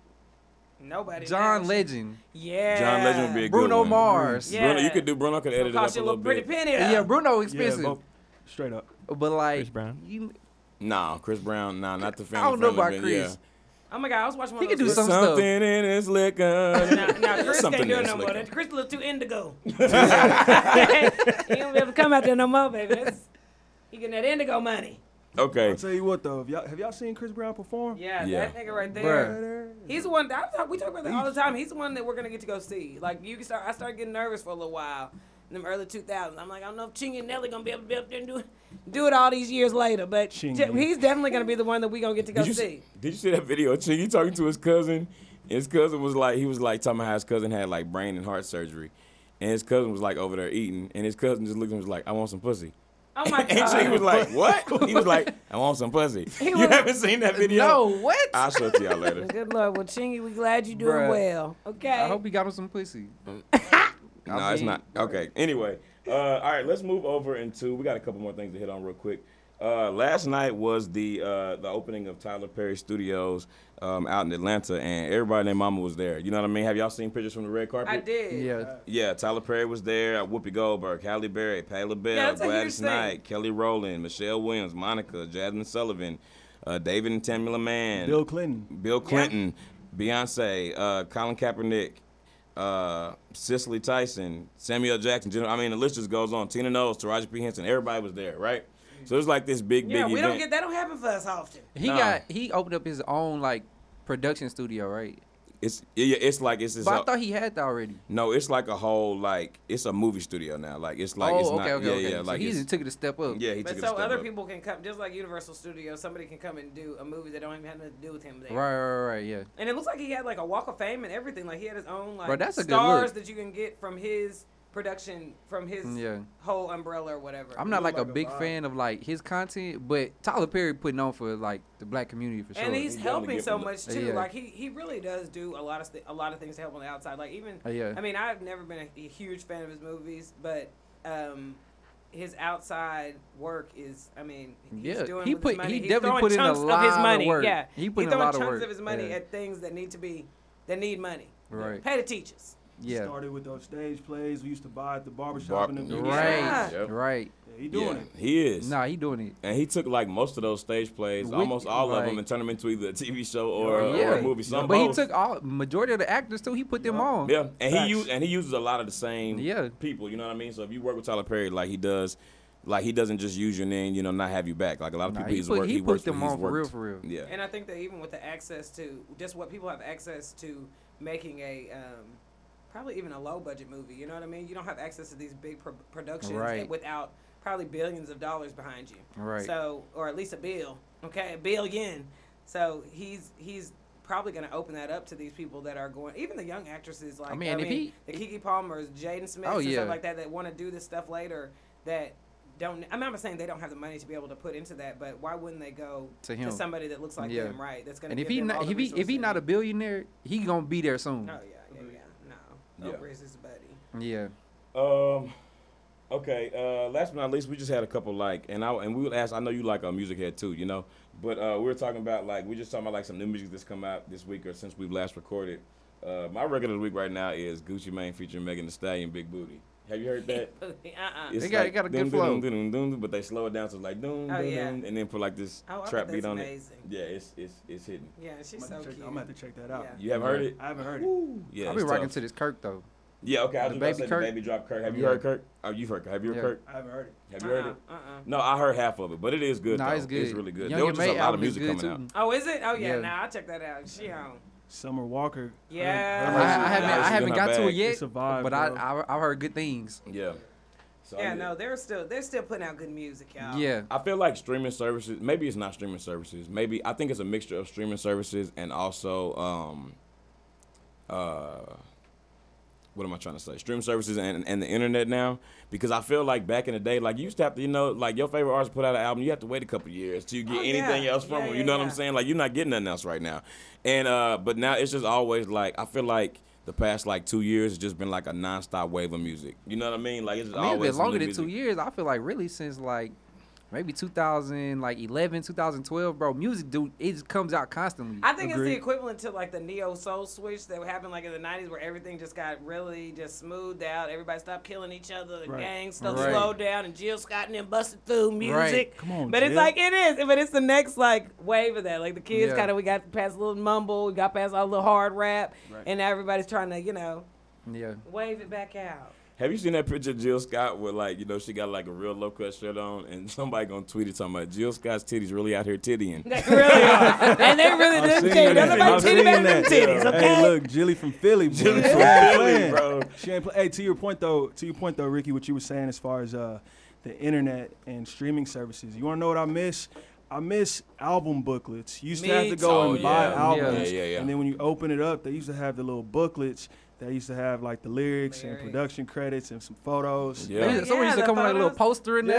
Speaker 2: Nobody.
Speaker 3: John
Speaker 2: knows.
Speaker 3: Legend,
Speaker 2: Yeah.
Speaker 1: John Legend would be a good
Speaker 3: Bruno
Speaker 1: one.
Speaker 3: Mars.
Speaker 2: Yeah.
Speaker 1: Bruno, you could do Bruno could edit it up
Speaker 2: Cost
Speaker 1: a
Speaker 2: you a
Speaker 1: little
Speaker 2: little pretty
Speaker 1: bit.
Speaker 2: penny.
Speaker 3: Yeah,
Speaker 2: though.
Speaker 3: Bruno
Speaker 4: Yeah,
Speaker 3: expensive,
Speaker 4: both, straight up.
Speaker 3: but like
Speaker 5: Chris Brown.
Speaker 3: You,
Speaker 1: Nah, Chris Brown. Nah, not the family.
Speaker 3: I don't know
Speaker 1: friendly
Speaker 3: about
Speaker 1: event,
Speaker 3: Chris.
Speaker 2: Oh my god, I was watching one
Speaker 3: He
Speaker 2: of
Speaker 3: could
Speaker 2: those.
Speaker 3: do
Speaker 2: clips.
Speaker 3: some stuff.
Speaker 1: Something in his
Speaker 2: Now,
Speaker 1: liquor.
Speaker 2: now Chris
Speaker 1: Something
Speaker 2: can't do it
Speaker 1: that's
Speaker 2: no more.
Speaker 1: looking.
Speaker 2: That Chris a little too indigo. he don't be able to come out there no more, baby. That's, he getting that indigo money.
Speaker 1: Okay.
Speaker 4: I'll tell you what though, have y'all, have y'all seen Chris Brown perform?
Speaker 2: Yeah,
Speaker 1: Yeah.
Speaker 2: that nigga right there.
Speaker 3: Bruh.
Speaker 2: He's the one that I talk, we talk about that all the time. He's the one that we're gonna get to go see. Like you can start, I started getting nervous for a little while in the early 2000s. I'm like, I don't know if Ching and Nelly gonna be able to be up there and do it, do it all these years later, but
Speaker 4: Chingy.
Speaker 2: Je- he's definitely gonna be the one that we gonna get to go
Speaker 1: Did you
Speaker 2: see.
Speaker 1: see? Did you see that video? of Chingy talking to his cousin. His cousin was like, he was like talking about how his cousin had like brain and heart surgery, and his cousin was like over there eating, and his cousin just looked at him and was like, "I want some pussy."
Speaker 2: Oh my
Speaker 1: And Chingy was
Speaker 2: god,
Speaker 1: like, "What?" He was like, "I want some pussy." You
Speaker 2: was-
Speaker 1: haven't seen that video?
Speaker 3: No, what? I,
Speaker 1: I'll show it to y'all later.
Speaker 2: good lord. Well, Chingy, we glad you doing
Speaker 3: Bruh.
Speaker 2: well. Okay,
Speaker 3: hope he got him some pussy.
Speaker 1: No, it's not. Okay. Anyway, uh, all right. Let's move over into. We got a couple more things to hit on real quick. Uh, last night was the uh, the opening of Tyler Perry Studios um, out in Atlanta, and everybody and their mama was there. You know what I mean? Have y'all seen pictures from the red carpet?
Speaker 2: I did.
Speaker 3: Yeah.
Speaker 1: Yeah, Tyler Perry was there. uh, Whoopi Goldberg, Halle Berry, Payla Bell,
Speaker 2: Yeah, that's a huge
Speaker 1: Gladys
Speaker 2: thing.
Speaker 1: Knight, Kelly Rowland, Michelle Williams, Monica, Jasmine Sullivan, uh, David and Tamula Mann,
Speaker 4: Bill Clinton.
Speaker 1: Bill Clinton, Beyonce, uh, Colin Kaepernick, uh, Cicely Tyson, Samuel Jackson. General, I mean, the list just goes on. Tina Knowles, Taraji P Henson. Everybody was there, right? So it was like this big, big
Speaker 2: Yeah, we
Speaker 1: event.
Speaker 2: don't get that. Don't happen for us often.
Speaker 3: He
Speaker 1: Nah.
Speaker 3: got he opened up his own like production studio, right?
Speaker 1: It's yeah, it's like it's. it's
Speaker 3: But I
Speaker 1: a-
Speaker 3: thought he had that already.
Speaker 1: no, it's like a whole like it's a movie studio now. Like it's like
Speaker 3: oh,
Speaker 1: it's
Speaker 3: okay,
Speaker 1: not.
Speaker 3: okay,
Speaker 1: yeah,
Speaker 3: okay.
Speaker 1: yeah.
Speaker 3: so
Speaker 1: Like
Speaker 3: he
Speaker 1: it's-
Speaker 3: just took it a step up.
Speaker 1: yeah, he
Speaker 2: But
Speaker 1: took it a
Speaker 2: so
Speaker 1: step
Speaker 2: other
Speaker 1: up.
Speaker 2: people can come, just like Universal Studios, somebody can come and do a movie that don't even have nothing to do with him. There.
Speaker 3: Right, right, right, yeah.
Speaker 2: And it looks like he had like a Walk of Fame and everything. Like he had his own like
Speaker 3: Bro, that's a good
Speaker 2: stars
Speaker 3: look.
Speaker 2: that you can get from his production, from his
Speaker 3: Yeah.
Speaker 2: whole umbrella or whatever.
Speaker 3: I'm not
Speaker 4: look
Speaker 3: like a
Speaker 4: like a
Speaker 3: big
Speaker 4: vibe.
Speaker 3: fan of like his content, but Tyler Perry putting on for like the black community for sure.
Speaker 2: and he's
Speaker 1: He definitely
Speaker 2: helping
Speaker 1: give
Speaker 2: so
Speaker 1: him the-
Speaker 2: much too.
Speaker 3: Yeah.
Speaker 2: Like he, he really does do a lot of st- a lot of things to help on the outside. Like even
Speaker 3: Uh, yeah.
Speaker 2: I mean I've never been a, a huge fan of his movies, but um, his outside work is I mean he's
Speaker 3: Yeah,
Speaker 2: doing
Speaker 3: he
Speaker 2: with
Speaker 3: put-
Speaker 2: his money.
Speaker 3: he
Speaker 2: he's
Speaker 3: definitely
Speaker 2: throwing
Speaker 3: put in a
Speaker 2: chunks of
Speaker 3: lot
Speaker 2: his
Speaker 3: of
Speaker 2: money.
Speaker 3: work.
Speaker 2: Yeah,
Speaker 3: He put
Speaker 2: he's
Speaker 3: in a
Speaker 2: throwing
Speaker 3: lot of
Speaker 2: chunks
Speaker 3: work.
Speaker 2: of his money
Speaker 3: Yeah.
Speaker 2: at things that need to be that need money.
Speaker 3: Right.
Speaker 2: pay the teachers.
Speaker 3: yeah.
Speaker 4: Started with those stage plays we used to buy at the barbershop
Speaker 1: Bar-
Speaker 4: in the
Speaker 1: Yeah.
Speaker 4: beginning.
Speaker 3: Right.
Speaker 1: Yep.
Speaker 3: Right.
Speaker 4: Yeah, he doing
Speaker 1: Yeah,
Speaker 4: it.
Speaker 1: He is.
Speaker 3: Nah, he doing it.
Speaker 1: And he took like most of those stage plays,
Speaker 3: Wicked,
Speaker 1: almost all of them,
Speaker 3: like-
Speaker 1: and turned them into either a TV show or, a-
Speaker 3: yeah.
Speaker 1: or a movie. Some
Speaker 3: but he
Speaker 1: both.
Speaker 3: took all majority of the actors too, he put them
Speaker 4: Yeah.
Speaker 3: on.
Speaker 1: yeah, and he
Speaker 4: Facts.
Speaker 1: used and he uses a lot of the same
Speaker 3: Yeah.
Speaker 1: people. You know what I mean? So if you work with Tyler Perry like he does, like he doesn't just use your name, you know, not have you back. Like a lot of
Speaker 3: Nah,
Speaker 1: people,
Speaker 3: he
Speaker 1: he's
Speaker 3: put-
Speaker 1: worked.
Speaker 3: he put
Speaker 1: works with,
Speaker 3: them
Speaker 1: he's
Speaker 3: on for real,
Speaker 1: worked.
Speaker 3: for real.
Speaker 1: Yeah.
Speaker 2: And I think that even with the access to just what people have access to making a um, probably even a low budget movie, you know what I mean? You don't have access to these big pro- productions
Speaker 3: Right.
Speaker 2: without probably billions of dollars behind you.
Speaker 3: Right.
Speaker 2: So, or at least a bill, okay, a billion. So he's he's probably going to open that up to these people that are going, even the young actresses like I
Speaker 3: mean,
Speaker 2: mean,
Speaker 3: if he-
Speaker 2: the Kiki Palmers, Jaden Smith,
Speaker 3: Oh,
Speaker 2: and
Speaker 3: yeah.
Speaker 2: stuff like that that want to do this stuff later that. Don't, I'm not saying they don't have the money to be able to put into that, but why wouldn't they go
Speaker 3: To him.
Speaker 2: somebody that looks like
Speaker 3: Yeah.
Speaker 2: them, right? That's gonna.
Speaker 3: And if
Speaker 2: give
Speaker 3: he
Speaker 2: them all
Speaker 3: not
Speaker 2: the
Speaker 3: if he if he
Speaker 2: resources.
Speaker 3: not a billionaire, he gonna be there soon.
Speaker 2: Oh yeah, yeah, yeah. No, Oh,
Speaker 1: Yeah.
Speaker 2: no raises buddy.
Speaker 3: Yeah.
Speaker 1: Um. Okay. Uh. Last but not least, we just had a couple like, and I and we would ask. I know you like a music head too, you know. But uh, we were talking about like we just talking about like some new music that's come out this week or since we've last recorded. Uh, my record of the week right now is Gucci Mane featuring Megan Thee Stallion, Big Booty. Have you heard that?
Speaker 2: Uh
Speaker 4: Uh-uh.
Speaker 2: uh.
Speaker 1: It's
Speaker 3: It got- it got a good
Speaker 1: dun, dun,
Speaker 3: flow.
Speaker 1: dun, dun, dun, dun, but they slow it down to like doom,
Speaker 2: Oh,
Speaker 1: doom,
Speaker 2: yeah.
Speaker 1: doom, and then put like this
Speaker 2: Oh, I
Speaker 1: trap
Speaker 2: bet
Speaker 1: beat
Speaker 2: that's
Speaker 1: on
Speaker 2: amazing.
Speaker 1: it. Yeah, it's it's it's hitting.
Speaker 2: Yeah, she's
Speaker 4: I'm
Speaker 2: so
Speaker 4: gonna check-
Speaker 2: cute.
Speaker 4: I'm gonna have to check that out.
Speaker 2: Yeah.
Speaker 1: You haven't heard it?
Speaker 4: I haven't heard it.
Speaker 1: Woo. Yeah,
Speaker 3: I've
Speaker 1: it's
Speaker 3: been rocking
Speaker 1: tough.
Speaker 3: to this Kirk though.
Speaker 1: Yeah, okay. I was just about
Speaker 3: the
Speaker 1: to
Speaker 3: Baby
Speaker 1: say the
Speaker 3: Kirk.
Speaker 1: baby drop Kirk. Have you
Speaker 3: Yeah.
Speaker 1: heard Kirk? Oh, you've heard. Kirk. Have you heard
Speaker 3: Yeah.
Speaker 1: Kirk?
Speaker 4: I haven't heard it.
Speaker 1: Have you heard it?
Speaker 2: Uh uh.
Speaker 1: No, I heard half of it, but it is good.
Speaker 3: Nah,
Speaker 1: though.
Speaker 3: it's good.
Speaker 1: It's really good.
Speaker 3: Young
Speaker 1: there was
Speaker 3: and
Speaker 1: just a lot
Speaker 3: May
Speaker 1: of
Speaker 3: album is
Speaker 1: music
Speaker 3: good,
Speaker 1: coming out.
Speaker 3: too.
Speaker 2: Oh, is it? Oh yeah.
Speaker 3: Yeah.
Speaker 2: Nah, I check that out. She on.
Speaker 4: Summer Walker. Heard-
Speaker 2: Yeah.
Speaker 4: heard
Speaker 3: I,
Speaker 1: Right.
Speaker 4: it.
Speaker 3: I haven't
Speaker 1: Right.
Speaker 3: I haven't got to it yet,
Speaker 4: It's a vibe,
Speaker 3: but I,
Speaker 4: bro.
Speaker 3: I I've heard good things.
Speaker 1: Yeah. So
Speaker 2: Yeah,
Speaker 1: I,
Speaker 2: no, they're still they're still putting out good music, y'all.
Speaker 3: Yeah.
Speaker 1: I feel like streaming services. Maybe it's not streaming services. Maybe I think it's a mixture of streaming services and also, um, uh, what am I trying to say? Streaming services and and the internet now. Because I feel like back in the day, like you used to have to, you know, like your favorite artist put out an album, you have to wait a couple years till you get
Speaker 2: Oh, yeah.
Speaker 1: anything else from
Speaker 2: Yeah,
Speaker 1: them.
Speaker 2: yeah,
Speaker 1: You know what I'm
Speaker 2: yeah.
Speaker 1: saying? saying? Like you're not getting nothing else right now. And uh but now it's just always like I feel like the past like two years has just been like a nonstop wave of music. You know what I mean? Like it's just
Speaker 3: I mean, it's
Speaker 1: always
Speaker 3: been
Speaker 1: some
Speaker 3: longer
Speaker 1: new
Speaker 3: than two
Speaker 1: music.
Speaker 3: years. I feel like really since like maybe 2000 like 11, 2012, bro. Music, dude, it just comes out constantly.
Speaker 2: I think it's
Speaker 4: Agreed.
Speaker 2: the equivalent to like the neo soul switch that happened like in the '90s, where everything just got really just smoothed out. Everybody stopped killing each other. The
Speaker 4: Right.
Speaker 2: gangs stuff
Speaker 3: Right.
Speaker 2: slowed down, and Jill Scott and them busted through music.
Speaker 3: Right.
Speaker 4: Come on,
Speaker 2: but it's
Speaker 4: Jill.
Speaker 2: like it is, but it's the next like wave of that. Like the kids
Speaker 3: Yeah.
Speaker 2: kind of we got past a little mumble, we got past all the hard rap, and now everybody's trying to you know
Speaker 3: yeah.
Speaker 2: wave it back out.
Speaker 1: Have you seen that picture of Jill Scott with like, you know, she got like a real low cut shirt on and somebody gonna tweet it talking about Jill Scott's titties really out here tittying.
Speaker 2: They really are, and they really do
Speaker 4: I've seen
Speaker 2: titty.
Speaker 4: that.
Speaker 2: Don't nobody
Speaker 4: I've
Speaker 2: titty
Speaker 4: seen
Speaker 2: better than
Speaker 4: that.
Speaker 2: titties. Okay.
Speaker 4: Hey, look, Jilly from Philly, boy.
Speaker 1: Jilly from
Speaker 4: She ain't
Speaker 1: Philly,
Speaker 4: playing.
Speaker 1: bro.
Speaker 4: She ain't play. Hey, to your point though, to your point though, Ricky, what you were saying as far as uh, the internet and streaming services. You want to know what I miss? I miss album booklets. You used
Speaker 2: Me
Speaker 4: to have to
Speaker 1: too.
Speaker 4: go and
Speaker 1: Oh,
Speaker 4: buy
Speaker 1: yeah.
Speaker 4: albums,
Speaker 1: Yeah, yeah, yeah.
Speaker 4: and then when you open it up, they used to have the little booklets. They used to have like the lyrics,
Speaker 2: Lyrics.
Speaker 4: and production credits and some photos.
Speaker 1: Yeah.
Speaker 3: They used- Someone
Speaker 2: Yeah,
Speaker 3: used to
Speaker 2: the
Speaker 3: come with like a little
Speaker 2: photos.
Speaker 3: poster in there.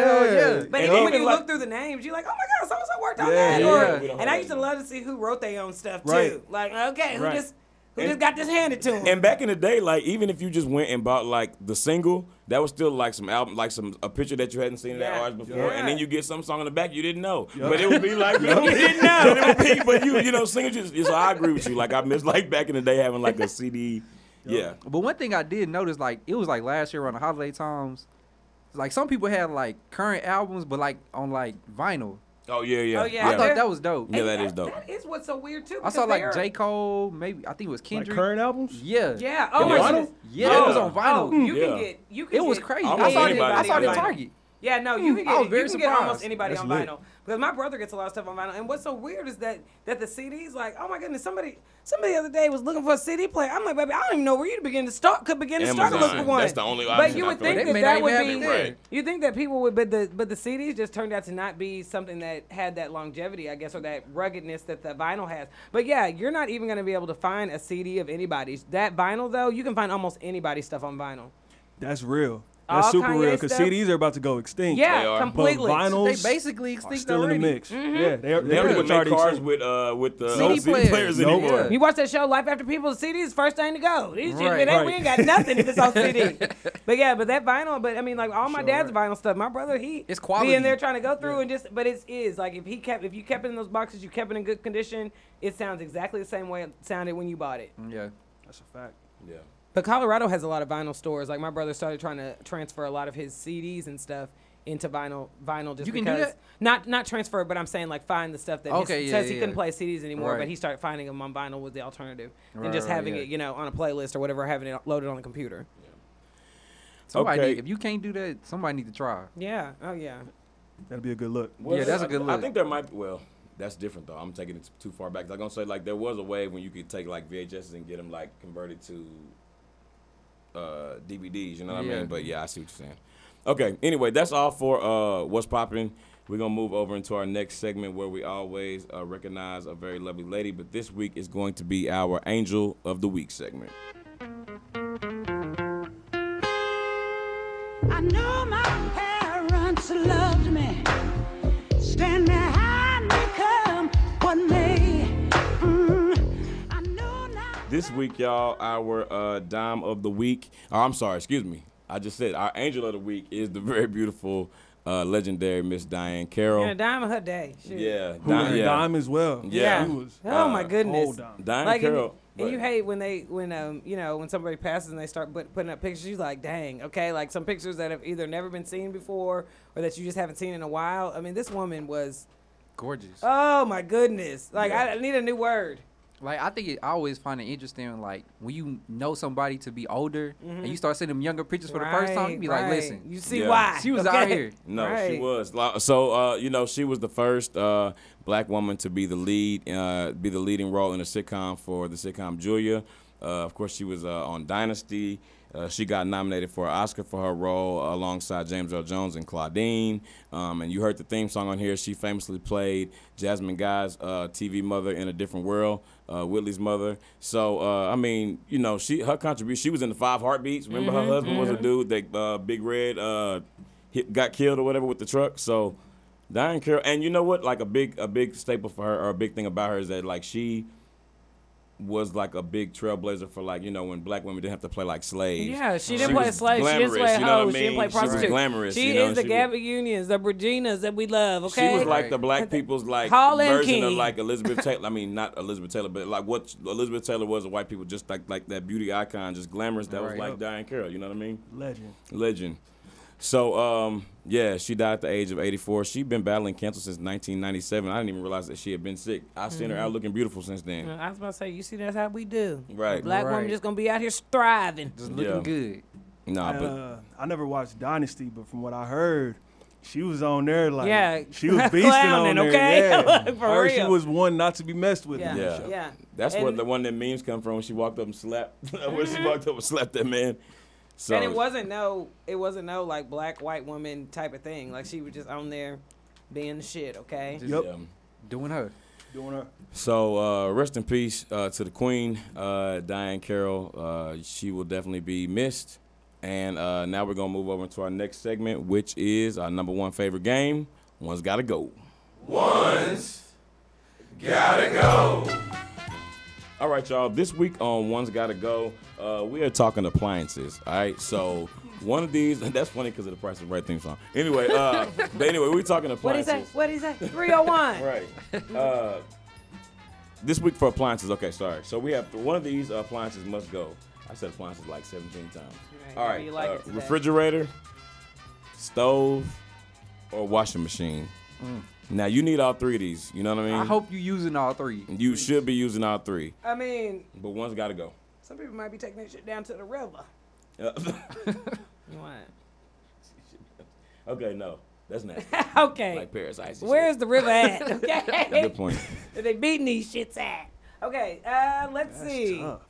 Speaker 3: Yeah.
Speaker 2: But
Speaker 1: And
Speaker 2: even
Speaker 1: all-
Speaker 2: when you
Speaker 1: like-
Speaker 2: look through the names, you're like, oh my god, so and so worked on
Speaker 4: Yeah,
Speaker 2: that.
Speaker 4: yeah.
Speaker 2: or-
Speaker 3: Yeah, we
Speaker 1: don't
Speaker 2: and I
Speaker 1: have
Speaker 2: used to
Speaker 1: that.
Speaker 2: love to see who wrote their own stuff
Speaker 4: Right.
Speaker 2: too. Like, okay, who
Speaker 4: Right.
Speaker 2: just who
Speaker 1: And-
Speaker 2: just got this handed to him?
Speaker 1: And back in the day, like even if you just went and bought like the single, that was still like some album, like some a picture that you hadn't seen of that
Speaker 2: Yeah.
Speaker 1: artist before,
Speaker 2: Yeah.
Speaker 1: and then you get some song in the back you didn't know, but it would be like you didn't know, and it would be, but you you know singles. Just, so I agree with you. Like I miss like back in the day having like a CD. Yeah,
Speaker 3: But one thing I did notice, like it was like last year around the holiday times, like some people had like current albums, but like on like vinyl.
Speaker 1: Oh yeah, yeah.
Speaker 2: Oh, yeah.
Speaker 3: I thought that was dope.
Speaker 1: Yeah,
Speaker 2: And
Speaker 1: that is dope.
Speaker 2: That is what's so weird too.
Speaker 3: I
Speaker 2: because
Speaker 3: saw
Speaker 2: they
Speaker 3: like
Speaker 2: are-
Speaker 3: J Cole, maybe I think it was
Speaker 4: Like
Speaker 3: Kendrick.
Speaker 4: current albums.
Speaker 3: Yeah.
Speaker 2: Yeah.
Speaker 1: Yeah,
Speaker 2: Oh my
Speaker 1: vinyl?
Speaker 2: goodness.
Speaker 3: Yeah,
Speaker 1: Yeah.
Speaker 3: it was on
Speaker 2: Oh,
Speaker 3: vinyl.
Speaker 2: you
Speaker 1: Yeah.
Speaker 2: can get you can
Speaker 3: it was
Speaker 2: get-
Speaker 3: crazy.
Speaker 1: I
Speaker 3: I,
Speaker 1: want
Speaker 3: saw it.
Speaker 1: anybody
Speaker 3: I saw
Speaker 1: to
Speaker 3: it
Speaker 1: buy
Speaker 3: at
Speaker 1: it.
Speaker 3: Target.
Speaker 2: Yeah, no, you can
Speaker 3: I
Speaker 2: get,
Speaker 3: was
Speaker 2: you
Speaker 3: very
Speaker 2: can get almost
Speaker 3: surprised.
Speaker 2: anybody
Speaker 4: That's
Speaker 2: on
Speaker 4: lit.
Speaker 2: vinyl because my brother gets a lot of stuff on vinyl. And what's so weird is that that the CDs, like, oh my goodness, somebody somebody the other day was looking for a CD player. I'm like, baby, I don't even know where you to begin to start. Could begin to start to
Speaker 1: Amazon.
Speaker 2: look for one.
Speaker 1: That's the only
Speaker 2: But
Speaker 1: option
Speaker 2: you
Speaker 1: I
Speaker 2: would
Speaker 1: feel like.
Speaker 2: think
Speaker 1: They
Speaker 2: that
Speaker 3: may
Speaker 2: that
Speaker 3: not
Speaker 2: would
Speaker 3: even have
Speaker 2: be
Speaker 1: it right.
Speaker 2: You think that people would, but the but the CDs just turned out to not be something that had that longevity, I guess, or that ruggedness that the vinyl has. But yeah, you're not even going to be able to find a CD of anybody's. That vinyl though, you can find almost anybody's stuff on vinyl.
Speaker 4: That's real. That's
Speaker 2: All
Speaker 4: super
Speaker 2: Kanye
Speaker 4: real because
Speaker 2: stuff.
Speaker 4: CDs are about to go extinct.
Speaker 1: They
Speaker 2: Yeah,
Speaker 1: are. But
Speaker 4: but
Speaker 2: completely.
Speaker 4: vinyls
Speaker 3: They basically
Speaker 4: are
Speaker 3: extinct
Speaker 4: still
Speaker 3: already.
Speaker 4: in the mix. Yeah, they are.
Speaker 1: They
Speaker 4: They're
Speaker 1: don't
Speaker 4: pretty
Speaker 1: even
Speaker 4: much
Speaker 1: make
Speaker 4: already
Speaker 1: cars
Speaker 4: extinct.
Speaker 1: with uh with uh,
Speaker 3: Nope.
Speaker 1: CD,
Speaker 3: players.
Speaker 1: players
Speaker 4: Nope.
Speaker 1: anymore.
Speaker 3: Yeah.
Speaker 2: You watch that show, Life After People, the CDs, first thing to go. These shit,
Speaker 3: Right.
Speaker 2: it ain't-
Speaker 4: Right.
Speaker 2: We ain't got nothing if it's on CD. but yeah, but that vinyl, but I mean, like all my
Speaker 4: Sure,
Speaker 2: dad's
Speaker 4: right.
Speaker 2: vinyl stuff, my brother, he
Speaker 3: It's quality.
Speaker 2: be in there trying to go through and just, but it's is like if he kept, if you kept it in those boxes, you kept it in good condition, it sounds exactly the same way it sounded when you bought it.
Speaker 3: Yeah.
Speaker 4: That's a fact.
Speaker 1: Yeah.
Speaker 2: But Colorado has a lot of vinyl stores. Like my brother started trying to transfer a lot of his CDs and stuff into vinyl vinyl just
Speaker 3: You can do
Speaker 2: because
Speaker 3: that?
Speaker 2: not not transfer but I'm saying like find the stuff that
Speaker 3: Okay,
Speaker 2: he
Speaker 3: yeah,
Speaker 2: says he
Speaker 3: yeah,
Speaker 2: couldn't play
Speaker 3: yeah.
Speaker 2: CDs anymore but
Speaker 3: Right.
Speaker 2: he started finding them on vinyl was the alternative and
Speaker 3: Right,
Speaker 2: just
Speaker 3: right,
Speaker 2: having
Speaker 3: yeah.
Speaker 2: it you know on a playlist or whatever having it loaded on the computer.
Speaker 3: Somebody
Speaker 1: Okay.
Speaker 3: need- if you can't do that, somebody need to try.
Speaker 2: Yeah. Oh yeah.
Speaker 4: That'd be a good look.
Speaker 3: Yeah, that's a good
Speaker 1: I
Speaker 3: look.
Speaker 1: think there might. Well, that's different though. I'm taking it too far back. I'm gonna say like there was a way when you could take like VHSs and get them like converted to uh, DVDs. You know what I
Speaker 3: Yeah.
Speaker 1: mean? But yeah, I see what you're saying. Okay. Anyway, that's all for uh, what's popping. We're gonna move over into our next segment where we always uh, recognize a very lovely lady, but this week is going to be our Angel of the Week segment.
Speaker 5: I know my parents loved me. Stand behind me, come what may. Mm, I know now.
Speaker 1: This week, y'all, our uh, dime of the week. Oh, I'm sorry, excuse me. I just said our angel of the week is the very beautiful, uh, legendary Miss Diane Carroll.
Speaker 2: And a dime of her day. Shoot.
Speaker 1: yeah,
Speaker 4: Who was
Speaker 1: yeah.
Speaker 4: Dime as well.
Speaker 1: Yeah.
Speaker 4: He was
Speaker 2: oh my
Speaker 1: uh,
Speaker 2: goodness.
Speaker 4: old Dime.
Speaker 1: Diane
Speaker 2: Like and,
Speaker 1: Carroll.
Speaker 2: and you
Speaker 1: but-
Speaker 2: hate when they when um you know when somebody passes and they start put, putting up pictures. You're like, dang, okay, like some pictures that have either never been seen before or that you just haven't seen in a while. I mean, this woman was,
Speaker 3: Gorgeous.
Speaker 2: oh my goodness, like I,
Speaker 1: Yeah.
Speaker 2: I need a new word.
Speaker 3: Like I think it, I always find it interesting, like when you know somebody to be older and you start seeing them younger pictures for the first time, you be like,
Speaker 2: Mm-hmm. right.
Speaker 3: listen,
Speaker 2: you see
Speaker 1: Yeah.
Speaker 2: why
Speaker 3: she was out
Speaker 2: okay?
Speaker 3: here.
Speaker 1: No, she
Speaker 2: Right.
Speaker 1: was. Lo- So uh, you know, she was the first uh, black woman to be the lead, uh, be the leading role in a sitcom for the sitcom Julia. Uh, of course, she was uh, on Dynasty. Uh, she got nominated for an Oscar for her role alongside James Earl Jones and Claudine. Um, and you heard the theme song on here. She famously played Jasmine Guy's uh, TV mother in A Different World, uh, Whitley's mother. So uh, I mean, you know, she her contribution. She was in the Five Heartbeats. Remember, her husband was a dude that uh, Big Red. Uh, hit, got killed or whatever with the truck. So Diane Carroll, and you know what? Like a big a big staple for her or a big thing about her is that like she was like a big trailblazer for like you know when black women didn't have to play like slaves.
Speaker 2: Yeah, she didn't play
Speaker 1: was
Speaker 2: slave. She didn't
Speaker 1: glamorous,
Speaker 2: play
Speaker 1: you know what I
Speaker 2: hoe. She didn't
Speaker 1: mean?
Speaker 2: play prostitute.
Speaker 1: She was glamorous.
Speaker 2: She
Speaker 1: you know?
Speaker 2: is the
Speaker 1: she
Speaker 2: Gabby
Speaker 1: was,
Speaker 2: Unions, the Virginias that we love. Okay.
Speaker 1: She was like the
Speaker 3: Right.
Speaker 1: black people's like
Speaker 2: Hall and
Speaker 1: version of
Speaker 2: King.
Speaker 1: like Elizabeth Taylor. I mean, not Elizabeth Taylor, but like what Elizabeth Taylor was to white people, just like like that beauty icon, just glamorous. That was
Speaker 3: Right.
Speaker 1: like Diane Carroll. You know what I mean?
Speaker 4: Legend.
Speaker 1: Legend. So um, yeah, she died at the age of 84. She'd been battling cancer since 1997. I didn't even realize that she had been sick. I've seen her out
Speaker 2: Mm-hmm.
Speaker 1: looking beautiful since then.
Speaker 2: I was about to say, you see, that's how we do.
Speaker 1: Right.
Speaker 2: Black women
Speaker 3: Right.
Speaker 2: just gonna be out here thriving.
Speaker 3: Just looking
Speaker 1: Yeah.
Speaker 3: good.
Speaker 1: Nah, but
Speaker 4: Uh, I never watched Dynasty, but from what I heard, she was on there like
Speaker 2: Yeah,
Speaker 4: she was beasting on
Speaker 2: clowning,
Speaker 4: there.
Speaker 2: okay?
Speaker 4: Yeah.
Speaker 2: Like, for
Speaker 4: Heard She
Speaker 2: real.
Speaker 4: was one not to be messed with.
Speaker 2: Yeah.
Speaker 4: in that
Speaker 1: Yeah.
Speaker 4: show.
Speaker 2: Yeah.
Speaker 1: That's where
Speaker 2: And- Mm-hmm.
Speaker 1: the one that memes come from. When she walked up and slapped. when she walked up and slapped that man. So
Speaker 2: And it wasn't no, it wasn't no like black white woman type of thing. Like she was just on there being the shit. Okay.
Speaker 3: Just
Speaker 4: Yep.
Speaker 1: yeah.
Speaker 3: doing her.
Speaker 4: Doing her.
Speaker 1: So uh, rest in peace uh, to the queen, uh, Diane Carroll. Uh, she will definitely be missed. And uh, now we're gonna move over to our next segment, which is our number one favorite game. One's gotta go. One's gotta go. All right, y'all. This week on One's Gotta Go, uh, we are talking appliances. All right, so one of these. That's funny because of the Price of Right theme song. Anyway, uh, but anyway, we're talking
Speaker 2: What is
Speaker 1: appliances.
Speaker 2: that? What is that? Three hundred one.
Speaker 1: Right. Uh, this week for appliances. Okay, sorry. So we have one of these appliances must go. I said appliances like 17 times.
Speaker 2: Right,
Speaker 1: All
Speaker 2: whatever
Speaker 1: right.
Speaker 2: you like
Speaker 1: uh,
Speaker 2: it today.
Speaker 1: refrigerator, stove, or washing machine. Now you need all three of these. You know what I mean?
Speaker 3: I hope you using all three.
Speaker 1: Mm. you should be using all three,
Speaker 2: I mean,
Speaker 1: but one's got to go.
Speaker 2: some people might be taking that shit down to the river.
Speaker 1: Uh,
Speaker 2: What?
Speaker 1: okay, no, that's not
Speaker 2: Okay.
Speaker 1: like Paris Ice. and
Speaker 2: Where's
Speaker 1: shit.
Speaker 2: the river at? Okay.
Speaker 1: good point?
Speaker 2: they beating these shits at. Okay. Uh, let's see.
Speaker 4: Tough.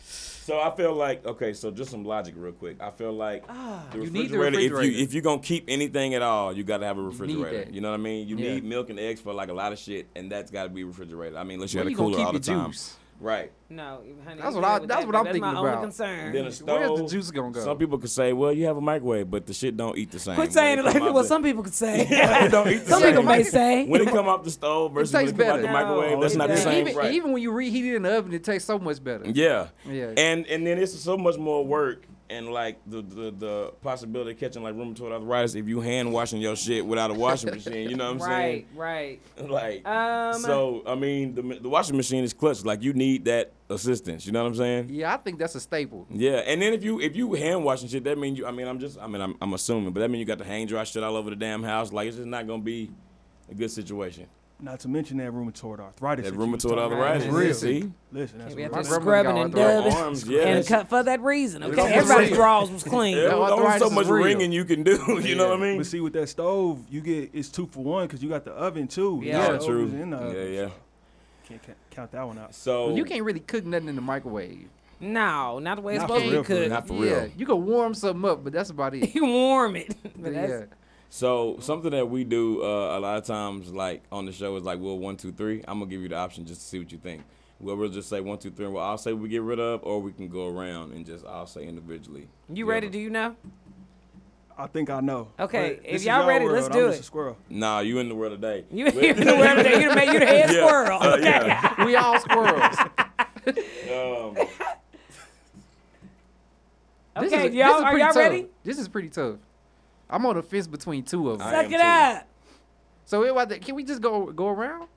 Speaker 1: So I feel like okay, so just some logic real quick. I feel like the,
Speaker 3: Ah, You
Speaker 1: refrigerator,
Speaker 3: need the
Speaker 1: If
Speaker 3: refrigerator.
Speaker 1: you if you're gonna keep anything at all, you gotta have a refrigerator. You,
Speaker 3: that.
Speaker 1: know what I mean? You
Speaker 3: Yeah.
Speaker 1: need milk and eggs for like a lot of shit, and that's gotta be refrigerated. I mean, unless you
Speaker 3: Where
Speaker 1: had a
Speaker 3: you gonna
Speaker 1: cooler
Speaker 3: keep
Speaker 1: all the
Speaker 3: your
Speaker 1: time.
Speaker 3: juice?
Speaker 1: Right.
Speaker 2: No, you- honey.
Speaker 3: That's
Speaker 2: you
Speaker 3: what I-
Speaker 2: good with
Speaker 3: that's
Speaker 2: that,
Speaker 3: what
Speaker 2: but
Speaker 3: I'm
Speaker 2: that's
Speaker 3: thinking
Speaker 2: my
Speaker 3: about.
Speaker 2: Only concern.
Speaker 1: Then a
Speaker 3: the
Speaker 1: stove.
Speaker 3: juice gonna go?
Speaker 1: Some people could say, well, you have a microwave, but the shit don't eat the same.
Speaker 2: Quit
Speaker 1: When
Speaker 2: saying it like
Speaker 1: come out
Speaker 2: what
Speaker 1: the-
Speaker 2: some people could say.
Speaker 1: it don't eat the
Speaker 2: some
Speaker 1: same.
Speaker 2: people may say.
Speaker 1: When it come out the stove versus when it
Speaker 3: tastes
Speaker 1: come out the
Speaker 3: better. Oh,
Speaker 1: microwave,
Speaker 4: No,
Speaker 1: that's
Speaker 4: it
Speaker 1: not the
Speaker 4: doesn't.
Speaker 1: same.
Speaker 3: Even,
Speaker 1: right.
Speaker 3: even when you reheat it in the oven, it tastes so much better.
Speaker 1: Yeah.
Speaker 3: Yeah.
Speaker 1: And and then it's so much more work and like the the, the possibility of catching like rheumatoid arthritis if you hand washing your shit without a washing machine. You know what I'm
Speaker 2: Right, right.
Speaker 1: saying? Like
Speaker 2: Um,
Speaker 1: so. I mean, the the washing machine is clutch. Like you need that assistance. You know what I'm saying?
Speaker 3: Yeah, I think that's a staple.
Speaker 1: Yeah, and then if you if you hand washing shit, that means you. I mean, I'm just. I mean, I'm, I'm assuming, but that means you got to hang dry shit all over the damn house. Like it's just not gonna be a good situation.
Speaker 4: Not to mention that rheumatoid arthritis.
Speaker 1: That
Speaker 4: you was
Speaker 1: rheumatoid
Speaker 4: talking about.
Speaker 1: arthritis.
Speaker 3: It's real.
Speaker 1: See,
Speaker 4: Listen, that's
Speaker 2: We have
Speaker 4: real.
Speaker 2: to
Speaker 3: grandma
Speaker 2: scrubbing
Speaker 3: got
Speaker 2: and
Speaker 1: Your
Speaker 2: dubbing.
Speaker 3: arthritis.
Speaker 1: arms, yeah.
Speaker 2: And
Speaker 1: that's-
Speaker 2: cut for that reason, okay?
Speaker 1: don't
Speaker 2: Everybody's
Speaker 1: say-
Speaker 2: drawers was clean.
Speaker 1: There's only
Speaker 3: arthritis
Speaker 1: so
Speaker 3: is
Speaker 1: much
Speaker 3: real.
Speaker 1: ringing you can do. You know what I mean?
Speaker 4: But see, with that stove, you get it's two for one because you got the oven too.
Speaker 3: Yeah.
Speaker 4: The
Speaker 1: Yeah,
Speaker 3: Yeah,
Speaker 4: stove
Speaker 1: true.
Speaker 4: is In the
Speaker 1: Yeah,
Speaker 4: oven,
Speaker 1: yeah.
Speaker 4: so Can't ca- count that one out.
Speaker 1: So
Speaker 3: You can't really cook nothing in the microwave.
Speaker 2: No, not the way it's
Speaker 4: Not
Speaker 2: supposed to
Speaker 4: for
Speaker 2: be
Speaker 4: real, for
Speaker 2: cooked.
Speaker 1: not for
Speaker 3: yeah,
Speaker 1: real.
Speaker 3: you can warm something up, but that's about it.
Speaker 2: You warm it. But
Speaker 3: yeah,
Speaker 2: that's,
Speaker 1: So something that we do uh, a lot of times, like on the show, is like we'll one, two, three. I'm gonna give you the option just to see what you think. We'll, we'll just say one, two, three, and well, I'll say we get rid of, or we can go around and just I'll say individually.
Speaker 2: You
Speaker 1: Yeah,
Speaker 2: ready?
Speaker 1: but-
Speaker 2: Do you know?
Speaker 4: I think I know.
Speaker 2: Okay,
Speaker 4: But
Speaker 2: if
Speaker 4: this is
Speaker 2: y'all
Speaker 4: your
Speaker 2: ready,
Speaker 4: world.
Speaker 2: let's
Speaker 4: I'm
Speaker 2: do
Speaker 4: just
Speaker 2: it.
Speaker 4: a squirrel.
Speaker 1: Nah, you in the world today.
Speaker 2: You you the whatever that you the man, you the head
Speaker 1: Yeah.
Speaker 2: squirrel.
Speaker 1: Uh,
Speaker 2: Okay.
Speaker 1: yeah.
Speaker 3: we all squirrels.
Speaker 1: Um,
Speaker 3: This
Speaker 2: Okay,
Speaker 3: is,
Speaker 2: y'all-
Speaker 3: this is
Speaker 2: are
Speaker 3: pretty
Speaker 2: y'all
Speaker 3: tough.
Speaker 2: ready?
Speaker 3: This is pretty tough. I'm on the fence between two of them.
Speaker 1: I
Speaker 2: Suck
Speaker 1: am
Speaker 2: it
Speaker 1: too.
Speaker 2: up.
Speaker 3: So it, was- can we just go go around?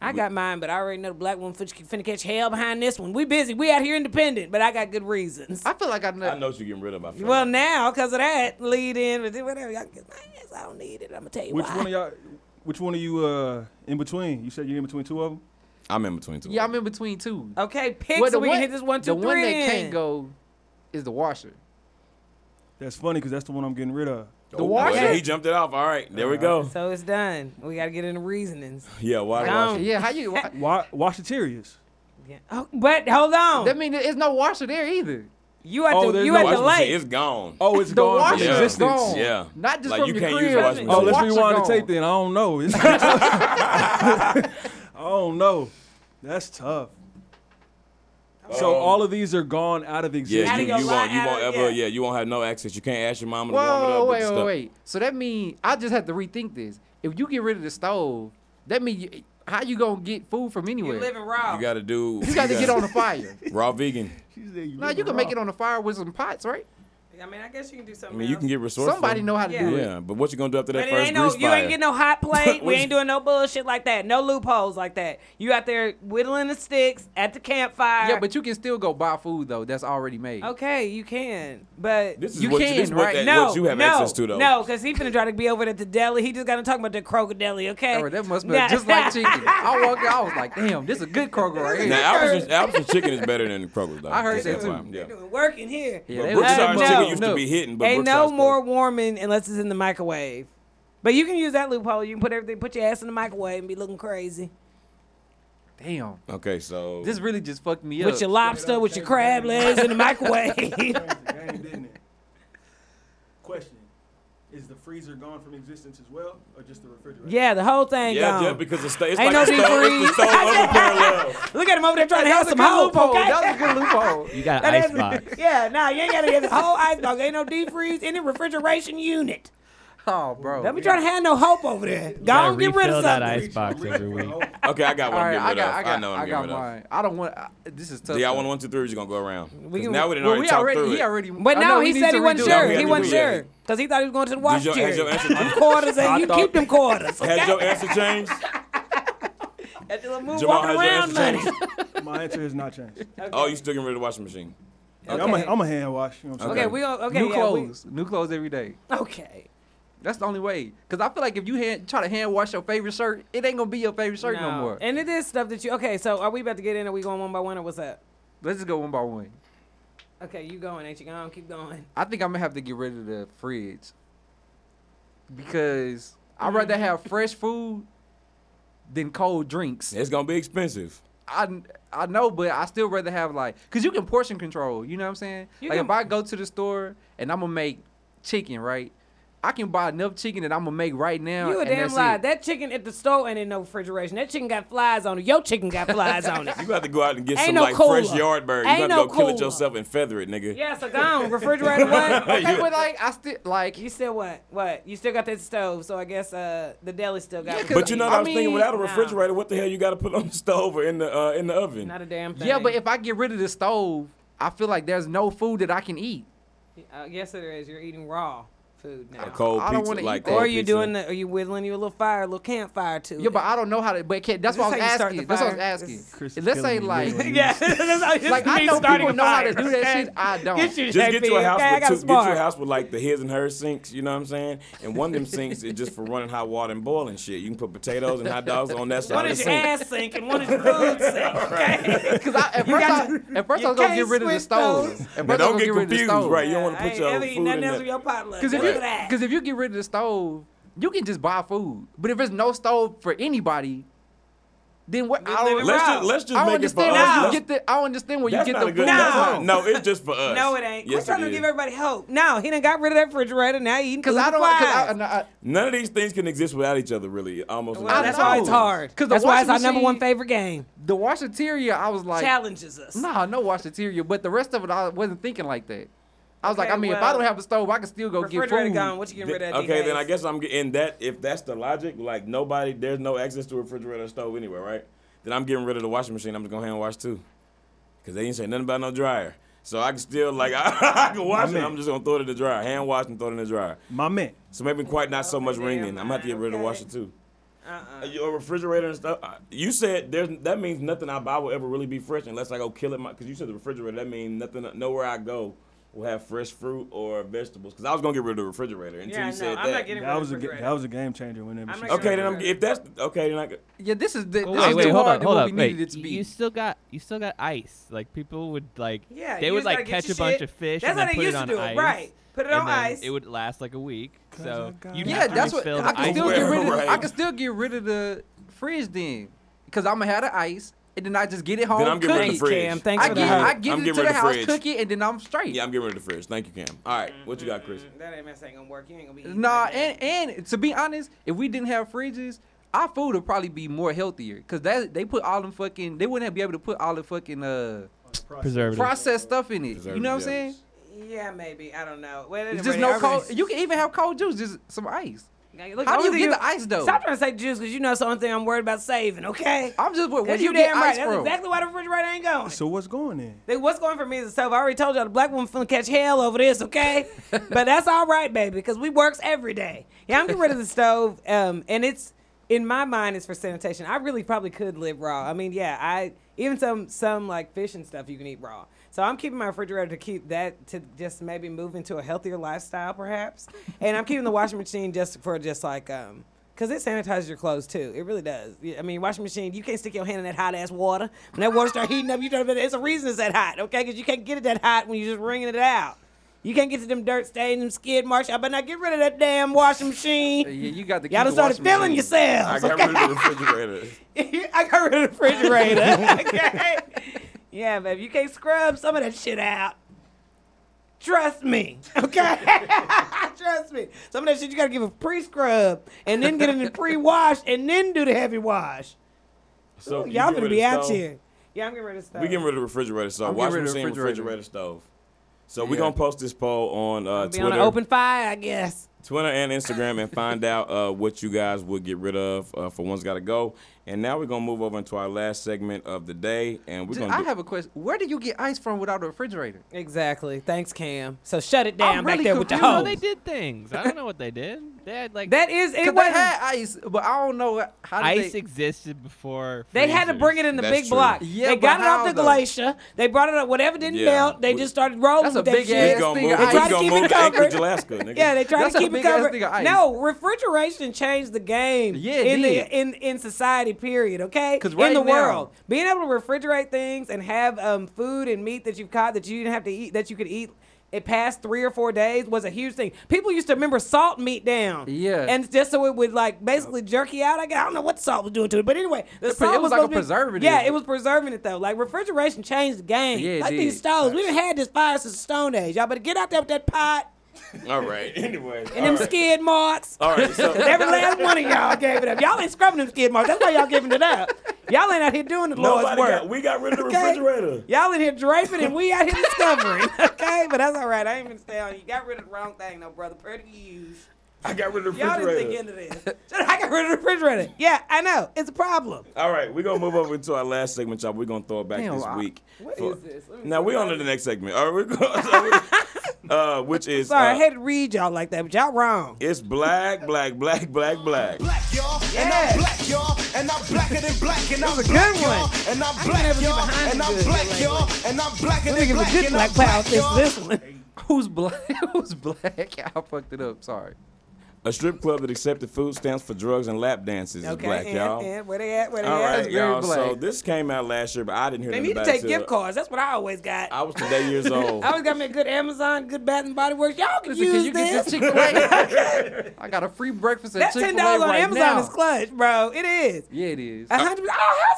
Speaker 2: I got mine, but I already know the black one finna finna catch hell behind this one. We busy. We out here independent, but I got good reasons.
Speaker 3: I feel like I know.
Speaker 1: I know what you're getting rid of. I feel
Speaker 2: Well,
Speaker 1: like.
Speaker 2: now, because of that, lead in, but then whatever. Y'all can get my ass. I don't need it. I'm going to tell you
Speaker 4: Which
Speaker 2: why.
Speaker 4: one of y'all? Which one of you uh in between? You said you're in between two of them.
Speaker 1: I'm in between two.
Speaker 3: Yeah, I'm in between two.
Speaker 2: Okay, pick
Speaker 3: Well,
Speaker 2: so Uh, we can hit this one, two,
Speaker 3: the
Speaker 2: three
Speaker 3: one that
Speaker 2: in.
Speaker 3: can't go is the washer.
Speaker 4: That's funny because that's the one I'm getting rid of.
Speaker 3: The
Speaker 1: well,
Speaker 3: washer?
Speaker 1: he jumped it off. All right, there we go.
Speaker 2: So it's done. We got to get into reasonings.
Speaker 1: Yeah, why
Speaker 2: Gone.
Speaker 1: washer?
Speaker 3: Yeah, how you? Why,
Speaker 4: Wa- Washaterious.
Speaker 2: Yeah. Oh, but hold on.
Speaker 3: that mean there's no washer there either.
Speaker 2: you at
Speaker 4: Oh,
Speaker 2: the,
Speaker 4: there's
Speaker 2: you
Speaker 4: no
Speaker 2: at
Speaker 1: Washing
Speaker 2: the
Speaker 1: machine,
Speaker 2: lake.
Speaker 1: It's gone.
Speaker 4: Oh, it's
Speaker 3: The
Speaker 4: gone from
Speaker 3: washer
Speaker 1: Yeah.
Speaker 3: is
Speaker 4: existence.
Speaker 3: gone.
Speaker 1: Yeah.
Speaker 3: Not just
Speaker 1: Like,
Speaker 3: from
Speaker 1: you
Speaker 3: the
Speaker 1: can't use
Speaker 3: crib.
Speaker 1: the washing
Speaker 4: Oh,
Speaker 1: The
Speaker 4: let's
Speaker 3: washer
Speaker 4: rewind
Speaker 3: gone.
Speaker 4: the tape then. I don't know. It's- I don't know. That's tough. So
Speaker 1: Um,
Speaker 4: all of these are gone out of
Speaker 1: Yeah,
Speaker 4: existence.
Speaker 2: Outta
Speaker 1: you,
Speaker 2: your
Speaker 1: you won't, you
Speaker 2: line,
Speaker 1: won't
Speaker 2: outta-
Speaker 1: ever.
Speaker 2: yeah.
Speaker 1: Yeah, you won't have no access. You can't ask your mama to warm it
Speaker 3: Whoa,
Speaker 1: up. with
Speaker 3: wait,
Speaker 1: the
Speaker 3: wait,
Speaker 1: stuff.
Speaker 3: wait. So that mean I just have to rethink this. If you get rid of the stove, that mean you, how you gonna get food from anywhere?
Speaker 2: You're living raw.
Speaker 1: You got to do.
Speaker 3: you got to get on the fire.
Speaker 1: raw vegan.
Speaker 3: no, you can make it on the fire with some pots, right?
Speaker 2: I mean, I guess you can do
Speaker 1: I
Speaker 2: something.
Speaker 1: mean, you
Speaker 2: else.
Speaker 1: can get resourceful.
Speaker 3: Somebody know how to
Speaker 2: Yeah.
Speaker 3: do it.
Speaker 1: Yeah, but what you gonna do after that
Speaker 2: But it
Speaker 1: first
Speaker 2: ain't no,
Speaker 1: grease
Speaker 2: you
Speaker 1: fire?
Speaker 2: ain't getting no hot plate. we
Speaker 1: What's-
Speaker 2: ain't doing no bullshit like that. No loopholes like that. You out there whittling the sticks at the campfire.
Speaker 3: Yeah, but you can still go buy food though that's already made.
Speaker 2: okay, you can. But
Speaker 1: This is
Speaker 3: You
Speaker 1: what
Speaker 3: can,
Speaker 1: you, this is what
Speaker 3: right?
Speaker 1: that-
Speaker 2: no,
Speaker 1: what you have
Speaker 2: no,
Speaker 1: access to though.
Speaker 2: no, because he finna try to be over at the deli. He just got to talk about the crocodile, okay?
Speaker 3: Or that must be
Speaker 2: Nah.
Speaker 3: just like chicken. I walked, I was like, damn, this is a good Kroger right here.
Speaker 1: Now Albertson's, Albertson's chicken is better than Kroger's though.
Speaker 3: I heard
Speaker 1: Just
Speaker 3: that
Speaker 1: that's
Speaker 3: too.
Speaker 1: why, Yeah.
Speaker 2: Doing work in here.
Speaker 3: Yeah,
Speaker 1: But
Speaker 3: they was-
Speaker 1: Brookside's
Speaker 2: no,
Speaker 1: chicken
Speaker 2: no.
Speaker 1: used to be hitting, but
Speaker 2: Ain't no
Speaker 1: Brookside's
Speaker 2: more warming unless it's in the microwave. But you can use that loophole. You can put everything, put your ass in the microwave and be looking crazy
Speaker 3: Damn,
Speaker 1: Okay, so
Speaker 3: this really just fucked me up.
Speaker 2: with your lobster, with your crab legs in the microwave.
Speaker 4: Game, didn't it? Question: Is the freezer gone from existence as well, or just the refrigerator?
Speaker 2: yeah, the whole thing
Speaker 1: yeah,
Speaker 2: gone.
Speaker 1: yeah, because it's, it's like
Speaker 2: Ain't no
Speaker 1: the stove, it's the
Speaker 2: deep
Speaker 1: stove oven parallel.
Speaker 2: Look at him over there trying to have some
Speaker 3: That's a good
Speaker 2: hope,
Speaker 3: loophole.
Speaker 2: okay?
Speaker 3: That was a good loophole.
Speaker 6: You got
Speaker 2: That
Speaker 6: an ice
Speaker 2: is-
Speaker 6: box.
Speaker 2: Yeah, nah, you ain't gotta get this whole ice box. Ain't no defreeze in the refrigeration unit.
Speaker 3: Oh, bro.
Speaker 2: Don't be trying to have no hope over there. Go
Speaker 6: Gotta
Speaker 2: on, get rid
Speaker 6: refill
Speaker 2: of
Speaker 6: that
Speaker 2: something.
Speaker 6: ice box every week.
Speaker 4: Oh,
Speaker 1: Okay, I got
Speaker 3: All
Speaker 1: one.
Speaker 3: right,
Speaker 1: to get
Speaker 3: I
Speaker 1: rid
Speaker 3: got,
Speaker 1: of.
Speaker 3: I got, I,
Speaker 1: know. I'm getting
Speaker 3: got
Speaker 1: rid of.
Speaker 3: mine. I don't want. I, this is tough.
Speaker 1: Do y'all
Speaker 3: though.
Speaker 1: want one, two, three? We're just gonna go around. 'Cause
Speaker 2: can-
Speaker 1: now we didn't
Speaker 3: Well,
Speaker 1: already
Speaker 3: we
Speaker 1: talk
Speaker 3: already,
Speaker 1: through
Speaker 3: he
Speaker 1: it.
Speaker 3: already.
Speaker 2: But
Speaker 3: I
Speaker 2: no,
Speaker 3: know we
Speaker 2: he
Speaker 3: need
Speaker 2: said
Speaker 3: to
Speaker 2: he wasn't
Speaker 3: redo it.
Speaker 1: Now
Speaker 2: sure.
Speaker 1: we
Speaker 2: He
Speaker 1: had to
Speaker 2: wasn't
Speaker 1: redo
Speaker 2: sure.
Speaker 1: it.
Speaker 2: Because he thought he was going to the wash
Speaker 1: your- has
Speaker 2: chair.
Speaker 1: your answer-
Speaker 2: Them quarters, and
Speaker 3: I
Speaker 2: you
Speaker 3: thought-
Speaker 2: keep them quarters.
Speaker 1: Has your answer changed?
Speaker 2: That's your little move
Speaker 1: Jamal,
Speaker 2: walking
Speaker 1: has your
Speaker 2: around
Speaker 1: answer
Speaker 2: money.
Speaker 1: changed?
Speaker 4: my answer has not changed.
Speaker 1: Oh, you still getting rid of the washing machine?
Speaker 4: And I'm, a,
Speaker 2: Okay.
Speaker 4: I'm a hand wash. You know what I'm
Speaker 2: Okay,
Speaker 1: Okay.
Speaker 2: we gonna okay.
Speaker 3: New
Speaker 2: yeah,
Speaker 3: clothes, new clothes every day.
Speaker 2: We, okay.
Speaker 3: That's the only way. Cause I feel like if you hand, try to hand wash your favorite shirt, it ain't gonna be your favorite shirt no, more.
Speaker 2: And it is stuff that you okay, so are we about to get in? Are we going one by one or what's up?
Speaker 3: Let's just go one by one.
Speaker 2: Okay, you going, ain't you going? Keep going.
Speaker 3: I think I'm gonna have to get rid of the fridge because
Speaker 2: Mm.
Speaker 3: I'd rather have fresh food than cold drinks.
Speaker 1: It's gonna be expensive.
Speaker 3: I I know, but I still rather have like, cause you can portion control. You know what I'm saying?
Speaker 2: You
Speaker 3: like
Speaker 2: can-
Speaker 3: if I go to the store and I'm gonna make chicken, right? I can buy enough chicken that I'm gonna make right now.
Speaker 2: You a
Speaker 3: and
Speaker 2: damn
Speaker 3: that's
Speaker 2: lie.
Speaker 3: it.
Speaker 2: That chicken at the store ain't in no refrigeration. That chicken got flies on it. Your chicken got flies on it.
Speaker 1: You got to go out and get
Speaker 2: Ain't
Speaker 1: some
Speaker 2: no
Speaker 1: like fresh
Speaker 2: cooler.
Speaker 1: yard bird. You
Speaker 2: Ain't
Speaker 1: got to
Speaker 2: no
Speaker 1: go kill it
Speaker 2: cooler.
Speaker 1: yourself and feather it, nigga.
Speaker 2: Yeah, so gone. Refrigerator what?
Speaker 3: Okay, but like I still like
Speaker 2: You still what? What? You still got that stove, so I guess uh the deli still got
Speaker 3: Yeah,
Speaker 2: one.
Speaker 3: 'cause-
Speaker 1: But you know what
Speaker 3: I
Speaker 1: I, was
Speaker 3: mean,
Speaker 1: thinking? Without a
Speaker 2: nah.
Speaker 1: refrigerator, what the hell you got to put on the stove or in the uh, in the oven?
Speaker 2: not a damn thing.
Speaker 3: yeah. But if I get rid of the stove, I feel like there's no food that I can eat.
Speaker 2: uh, yes, it is. You're eating raw food now.
Speaker 1: a cold
Speaker 3: I don't
Speaker 1: pizza,
Speaker 3: wanna
Speaker 1: like
Speaker 3: eat that.
Speaker 1: cold
Speaker 2: or you
Speaker 1: pizza.
Speaker 2: doing? The, are you whittling you a little fire, a little campfire too?
Speaker 3: Yeah, but I don't know how to. But can, that's
Speaker 2: Is
Speaker 3: what I
Speaker 2: this
Speaker 3: was
Speaker 2: how you start the
Speaker 3: asking. That's what I was
Speaker 2: fire?
Speaker 3: asking.
Speaker 2: This-
Speaker 4: Chris is
Speaker 3: Let's say
Speaker 4: killing me,
Speaker 3: like,
Speaker 4: literally.
Speaker 2: yeah, that's
Speaker 3: like I know people know how to do that shit. I don't.
Speaker 1: Just get you a house
Speaker 2: I
Speaker 1: with two,
Speaker 2: got
Speaker 1: get
Speaker 2: a
Speaker 1: you a
Speaker 2: smart.
Speaker 1: house with like the his and her sinks. You know what I'm saying? And one of them sinks is just for running hot water and boiling shit. You can put potatoes and hot dogs on that
Speaker 2: One
Speaker 1: side of the
Speaker 2: is your
Speaker 1: sink.
Speaker 2: ass sink and one is your food sink. Okay.
Speaker 3: Cause I, at first, I, at first I was gonna
Speaker 2: can't
Speaker 3: get rid of the
Speaker 2: switch
Speaker 3: stove.
Speaker 2: those.
Speaker 3: At first I
Speaker 1: Now
Speaker 3: was
Speaker 1: don't
Speaker 3: gonna
Speaker 1: get
Speaker 3: rid of the
Speaker 1: confused,
Speaker 3: stove.
Speaker 1: right? You don't want to
Speaker 2: I
Speaker 1: put
Speaker 2: ain't
Speaker 1: your
Speaker 2: ever eating
Speaker 1: food in
Speaker 2: nothing else
Speaker 1: there.
Speaker 2: with your potluck.
Speaker 3: Because if,
Speaker 2: Look
Speaker 3: you,
Speaker 2: at that.
Speaker 3: 'cause if you get rid of the stove, you can just buy food. But if there's no stove for anybody, then what? I
Speaker 2: live
Speaker 3: don't,
Speaker 2: in
Speaker 1: Let's
Speaker 2: Bro,
Speaker 1: just let's
Speaker 3: I
Speaker 1: just
Speaker 3: don't
Speaker 1: make it for
Speaker 3: understand
Speaker 1: us.
Speaker 3: where you
Speaker 1: Let's-
Speaker 3: get the. I don't understand where you
Speaker 1: that's
Speaker 3: get
Speaker 1: not
Speaker 3: the
Speaker 1: a
Speaker 3: food.
Speaker 1: good- that's not-
Speaker 3: from.
Speaker 1: No, it's just for us.
Speaker 2: no, it ain't.
Speaker 1: Yes,
Speaker 2: We're trying
Speaker 1: it
Speaker 2: to
Speaker 1: is.
Speaker 2: give everybody hope. No, he done got rid of that refrigerator. Now he eating
Speaker 3: Cause I don't. Cause I, and I,
Speaker 1: None of these things can exist without each other, really. Almost.
Speaker 2: Well,
Speaker 3: I
Speaker 2: that's
Speaker 3: know.
Speaker 2: why it's hard.
Speaker 3: 'Cause the
Speaker 2: that's why it's our
Speaker 3: washing
Speaker 2: number one
Speaker 3: machine-
Speaker 2: favorite game.
Speaker 3: the washateria, I was like,
Speaker 2: Challenges us.
Speaker 3: nah, no washateria. But the rest of it, I wasn't thinking like that. I was like, I
Speaker 2: Okay,
Speaker 3: mean, if I
Speaker 2: well,
Speaker 3: don't have a stove, I can still go get
Speaker 2: Refrigerator
Speaker 3: food.
Speaker 2: gone. What you getting rid of?
Speaker 1: okay, then
Speaker 2: D-Hayes?
Speaker 1: I guess I'm getting that. If that's the logic, like nobody, there's no access to a refrigerator or stove anywhere, right? Then I'm getting rid of the washing machine. I'm just gonna hand wash too, because they ain't say nothing about no dryer. So I can still like I, can wash it.
Speaker 4: man.
Speaker 1: I'm just gonna throw it in the dryer, hand wash and throw it in the dryer.
Speaker 4: My man.
Speaker 1: So maybe quite not so much
Speaker 2: damn
Speaker 1: ringing. I'm gonna have to get rid of the
Speaker 2: okay.
Speaker 1: washer too.
Speaker 2: Uh-uh.
Speaker 1: Uh, Your refrigerator and stuff. uh, You said there's that means nothing I buy will ever really be fresh unless I go kill it. Because you said the refrigerator. That means nothing. Nowhere I go will have fresh fruit or vegetables. Because I was gonna get rid of the refrigerator until
Speaker 2: Yeah,
Speaker 1: you
Speaker 2: no,
Speaker 1: said
Speaker 2: I'm
Speaker 1: that.
Speaker 2: not getting rid
Speaker 4: That
Speaker 2: of
Speaker 4: was
Speaker 2: the
Speaker 4: a ga-
Speaker 2: refrigerator.
Speaker 4: that was a game changer when that
Speaker 2: I'm
Speaker 4: machine.
Speaker 2: not
Speaker 1: Okay, then I'm. If that's okay, then I. could-
Speaker 3: Yeah, this is the.
Speaker 6: wait,
Speaker 3: this
Speaker 6: wait,
Speaker 3: is too
Speaker 6: hold
Speaker 3: hard
Speaker 6: on,
Speaker 3: than
Speaker 6: hold
Speaker 3: what
Speaker 6: up.
Speaker 3: we
Speaker 6: Wait,
Speaker 3: needed it to
Speaker 6: you,
Speaker 3: be.
Speaker 6: you still got you still got ice. Like people would like
Speaker 2: Yeah,
Speaker 6: they
Speaker 2: you
Speaker 6: would
Speaker 2: just
Speaker 6: like
Speaker 2: gotta get
Speaker 6: catch
Speaker 2: your
Speaker 6: a bunch
Speaker 2: shit.
Speaker 6: of fish
Speaker 2: That's
Speaker 6: and
Speaker 2: how
Speaker 6: then
Speaker 2: they
Speaker 6: put
Speaker 2: used
Speaker 6: it
Speaker 2: to
Speaker 6: on
Speaker 2: do it,
Speaker 6: ice.
Speaker 2: right. Put it
Speaker 6: and
Speaker 2: on
Speaker 6: then
Speaker 2: ice.
Speaker 6: It would last like a week. So
Speaker 4: I got
Speaker 6: you
Speaker 4: it.
Speaker 3: Yeah, that's what
Speaker 6: refill
Speaker 3: I
Speaker 6: the
Speaker 3: can
Speaker 6: ice
Speaker 3: still get
Speaker 1: where-
Speaker 3: rid of.
Speaker 1: right.
Speaker 3: I can still get rid of the fridge then, cause I'm gonna have the ice, and then I just get it home.
Speaker 1: Then I'm getting
Speaker 3: cook
Speaker 1: rid of the
Speaker 3: it.
Speaker 1: fridge.
Speaker 2: Cam. Thanks
Speaker 3: I
Speaker 2: for
Speaker 3: get,
Speaker 2: the
Speaker 1: rid of-
Speaker 3: I
Speaker 2: help.
Speaker 3: get
Speaker 1: I'm getting
Speaker 3: it to
Speaker 1: rid
Speaker 3: the
Speaker 1: of the
Speaker 3: house,
Speaker 1: fridge.
Speaker 3: cook it, and then I'm straight.
Speaker 1: Yeah, I'm getting rid of the fridge. Thank you, Cam. All right, what you got, Chris?
Speaker 2: That ain't mess ain't gonna work. You ain't gonna be. eating
Speaker 3: Nah,
Speaker 2: like that.
Speaker 3: and and to be honest, if we didn't have fridges, our food would probably be more healthier, cause that they put all them fucking, they wouldn't be able to put all the fucking uh
Speaker 6: preservative.
Speaker 3: processed stuff in it. You know
Speaker 1: Preservatives,
Speaker 3: what I'm saying?
Speaker 1: yeah.
Speaker 2: yeah, maybe I don't know. Well,
Speaker 3: It's
Speaker 2: anyway,
Speaker 3: just no
Speaker 2: okay.
Speaker 3: cold. You can even have cold juice, just some ice.
Speaker 2: Now, look,
Speaker 3: How do you
Speaker 2: only
Speaker 3: get
Speaker 2: thing
Speaker 3: the ice, though?
Speaker 2: Stop trying to say juice because you know it's the only thing I'm worried about saving. Okay.
Speaker 3: I'm just where
Speaker 2: Because
Speaker 3: do
Speaker 2: you
Speaker 3: you get
Speaker 2: damn right.
Speaker 3: ice
Speaker 2: That's
Speaker 3: from?
Speaker 2: exactly why the refrigerator ain't going.
Speaker 4: So what's going in?
Speaker 2: They- what's going for me is itself. I already told y'all the black woman finna catch hell over this, okay? but that's all right, baby, because we works every day. Yeah, I'm getting rid of the stove, um, and it's in my mind it's for sanitation. I really probably could live raw. I mean, yeah, I even some some like fish and stuff you can eat raw. So I'm keeping my refrigerator to keep that to just maybe move into a healthier lifestyle, perhaps. and I'm keeping the washing machine just for just like um, Cause it sanitizes your clothes too. It really does. Yeah, I mean, washing machine, you can't stick your hand in that hot ass water. When that water start heating up, you don't. It's a reason it's that hot, okay? Cause you can't get it that hot when you're just wringing it out. You can't get to them dirt stains, them skid marks. I better not get rid of that damn washing
Speaker 3: Yeah,
Speaker 2: machine.
Speaker 3: you got the.
Speaker 2: Y'all done started feeling
Speaker 1: I
Speaker 2: yourselves.
Speaker 1: got rid of the refrigerator.
Speaker 2: I got rid of the refrigerator. okay. Yeah, baby, you can't scrub some of that shit out. Trust me, okay? Trust me. Some of that shit you gotta give a pre-scrub and then get it in pre-wash and then do the heavy wash.
Speaker 1: So Oh, you
Speaker 2: Y'all
Speaker 1: get
Speaker 2: gonna
Speaker 1: rid
Speaker 2: be
Speaker 1: of the
Speaker 2: out
Speaker 1: stove?
Speaker 2: here. Yeah, I'm getting rid of stuff.
Speaker 1: We getting rid of the refrigerator stove.
Speaker 3: I'm getting
Speaker 1: Washing
Speaker 3: rid of the
Speaker 1: machine, refrigerator.
Speaker 3: refrigerator.
Speaker 1: stove. So we're gonna post this poll on uh,
Speaker 2: be
Speaker 1: Twitter,
Speaker 2: on an open fire, I guess.
Speaker 1: Twitter and Instagram, and find out uh, what you guys would get rid of uh, for one's got to go. And now we're gonna move over into our last segment of the day, and we're gonna.
Speaker 3: I
Speaker 1: do-
Speaker 3: have a question. Where do you get ice from without a refrigerator?
Speaker 2: Exactly. Thanks, Cam. So shut it down back
Speaker 3: really
Speaker 2: there with the
Speaker 6: I
Speaker 3: confused.
Speaker 6: don't know
Speaker 2: hose.
Speaker 6: they did things. I don't know what they did. They had like
Speaker 2: Oh. that is it
Speaker 3: Cause they
Speaker 2: wasn't
Speaker 3: had ice, but I don't know how did
Speaker 6: ice
Speaker 3: they.
Speaker 6: existed before.
Speaker 2: They had to
Speaker 6: freezers.
Speaker 2: bring it in the
Speaker 1: That's
Speaker 2: big
Speaker 1: true.
Speaker 2: block.
Speaker 3: Yeah,
Speaker 2: they
Speaker 3: but
Speaker 2: got it
Speaker 3: how,
Speaker 2: off the
Speaker 3: though?
Speaker 2: glacier. They brought it up. Whatever didn't
Speaker 1: Yeah.
Speaker 2: melt, they
Speaker 1: We-
Speaker 2: just started rolling
Speaker 3: That's a
Speaker 2: with that
Speaker 3: big
Speaker 2: shit.
Speaker 1: we gonna
Speaker 3: thing
Speaker 1: move.
Speaker 3: of
Speaker 1: We
Speaker 3: ice.
Speaker 2: Try to
Speaker 1: gonna
Speaker 2: keep
Speaker 1: move
Speaker 2: it
Speaker 1: to Anchorage,
Speaker 2: covered.
Speaker 1: Alaska. Nigga.
Speaker 2: Yeah, they tried
Speaker 3: That's
Speaker 2: to
Speaker 3: a
Speaker 2: keep it
Speaker 3: big ass
Speaker 2: covered.
Speaker 3: thing of ice.
Speaker 2: No, refrigeration changed the game.
Speaker 3: Yeah, it
Speaker 2: in
Speaker 3: did.
Speaker 2: the in, in society, period. Okay,
Speaker 3: 'Cause
Speaker 2: in
Speaker 3: right
Speaker 2: the
Speaker 3: now-
Speaker 2: world, being able to refrigerate things and have um, food and meat that you've caught that you didn't have to eat that you could eat. It past three or four days was a huge thing. People used to remember salt meat down.
Speaker 3: Yeah.
Speaker 2: And just so it would like basically jerky out. I guess- I don't know what salt was doing to it, but anyway, the
Speaker 3: pre-
Speaker 2: salt
Speaker 3: it was like a
Speaker 2: supposed to be-
Speaker 3: preservative.
Speaker 2: Yeah, it was preserving it though. Like refrigeration changed the game.
Speaker 3: Yeah, it
Speaker 2: like these
Speaker 3: did.
Speaker 2: stoves, we done had this fire since the Stone Age. Y'all better get out there with that pot
Speaker 1: All right. Anyway.
Speaker 2: and them skid marks.
Speaker 1: All right. So
Speaker 2: Every last one of y'all gave it up. Y'all ain't scrubbing them skid marks. That's why y'all giving it up. Y'all ain't out here doing the Lord's
Speaker 1: nobody
Speaker 2: work.
Speaker 1: got. We got rid of the
Speaker 2: Okay?
Speaker 1: refrigerator.
Speaker 2: Y'all in here draping and we out here discovering. Okay, but that's all right. I ain't even stay on you. Got rid of the wrong thing, though, brother. Pretty use.
Speaker 1: I got rid of the
Speaker 2: Y'all
Speaker 1: refrigerator.
Speaker 2: didn't think into this. I got rid of the refrigerator. Yeah, I know. It's a problem.
Speaker 1: All right, we're gonna move over to our last segment, y'all. We're gonna throw it back
Speaker 3: Damn,
Speaker 1: this
Speaker 3: I-
Speaker 1: week.
Speaker 2: What
Speaker 1: For-
Speaker 2: is this? Let me
Speaker 1: Now
Speaker 2: see
Speaker 1: we're
Speaker 2: what
Speaker 1: on to
Speaker 2: that
Speaker 1: the next segment. All right, we're going. So we- uh, which is
Speaker 2: Sorry,
Speaker 1: uh,
Speaker 2: I hate to read y'all like that, but y'all wrong.
Speaker 1: it's black, black, black, black, black.
Speaker 7: black, y'all. And
Speaker 2: Yes.
Speaker 7: I'm black, y'all. And I'm blacker than black. And I'm
Speaker 2: was a
Speaker 7: black,
Speaker 2: good
Speaker 7: y'all.
Speaker 2: one.
Speaker 7: And I'm
Speaker 2: can
Speaker 7: black,
Speaker 2: never get
Speaker 7: y'all.
Speaker 2: behind
Speaker 7: And
Speaker 2: a
Speaker 7: I'm
Speaker 2: good
Speaker 7: black,
Speaker 2: black
Speaker 7: y'all. And I'm blacker
Speaker 2: Let me
Speaker 7: than
Speaker 2: give a
Speaker 7: black.
Speaker 2: good
Speaker 7: And I'm
Speaker 2: black power
Speaker 7: black,
Speaker 2: fist
Speaker 7: y'all.
Speaker 2: this one.
Speaker 3: Who's black? Who's black? I fucked it up. Sorry.
Speaker 1: A strip club that accepted food stamps for drugs and lap dances is
Speaker 2: Okay,
Speaker 1: black,
Speaker 2: and,
Speaker 1: y'all.
Speaker 2: and where they at? Where they
Speaker 1: All
Speaker 2: at?
Speaker 1: right,
Speaker 3: very
Speaker 1: y'all. So
Speaker 3: black.
Speaker 1: this came out last year, but I didn't hear
Speaker 2: They
Speaker 1: nothing
Speaker 2: need to
Speaker 1: about
Speaker 2: take
Speaker 1: it
Speaker 2: gift
Speaker 1: till-
Speaker 2: cards. That's what I always got.
Speaker 1: I was today years old.
Speaker 2: I always got me a good Amazon, good Bath and Body Works. Y'all can
Speaker 3: Listen,
Speaker 2: use
Speaker 3: can you get
Speaker 2: this.
Speaker 3: this Chick Fil A? I got a free breakfast at
Speaker 2: that
Speaker 3: Chick
Speaker 2: ten
Speaker 3: Fil A
Speaker 2: dollars on
Speaker 3: right
Speaker 2: Amazon
Speaker 3: now.
Speaker 2: is Uh-huh. clutch, bro. It is.
Speaker 3: yeah, it
Speaker 4: Uh,
Speaker 3: is.
Speaker 2: A hundred.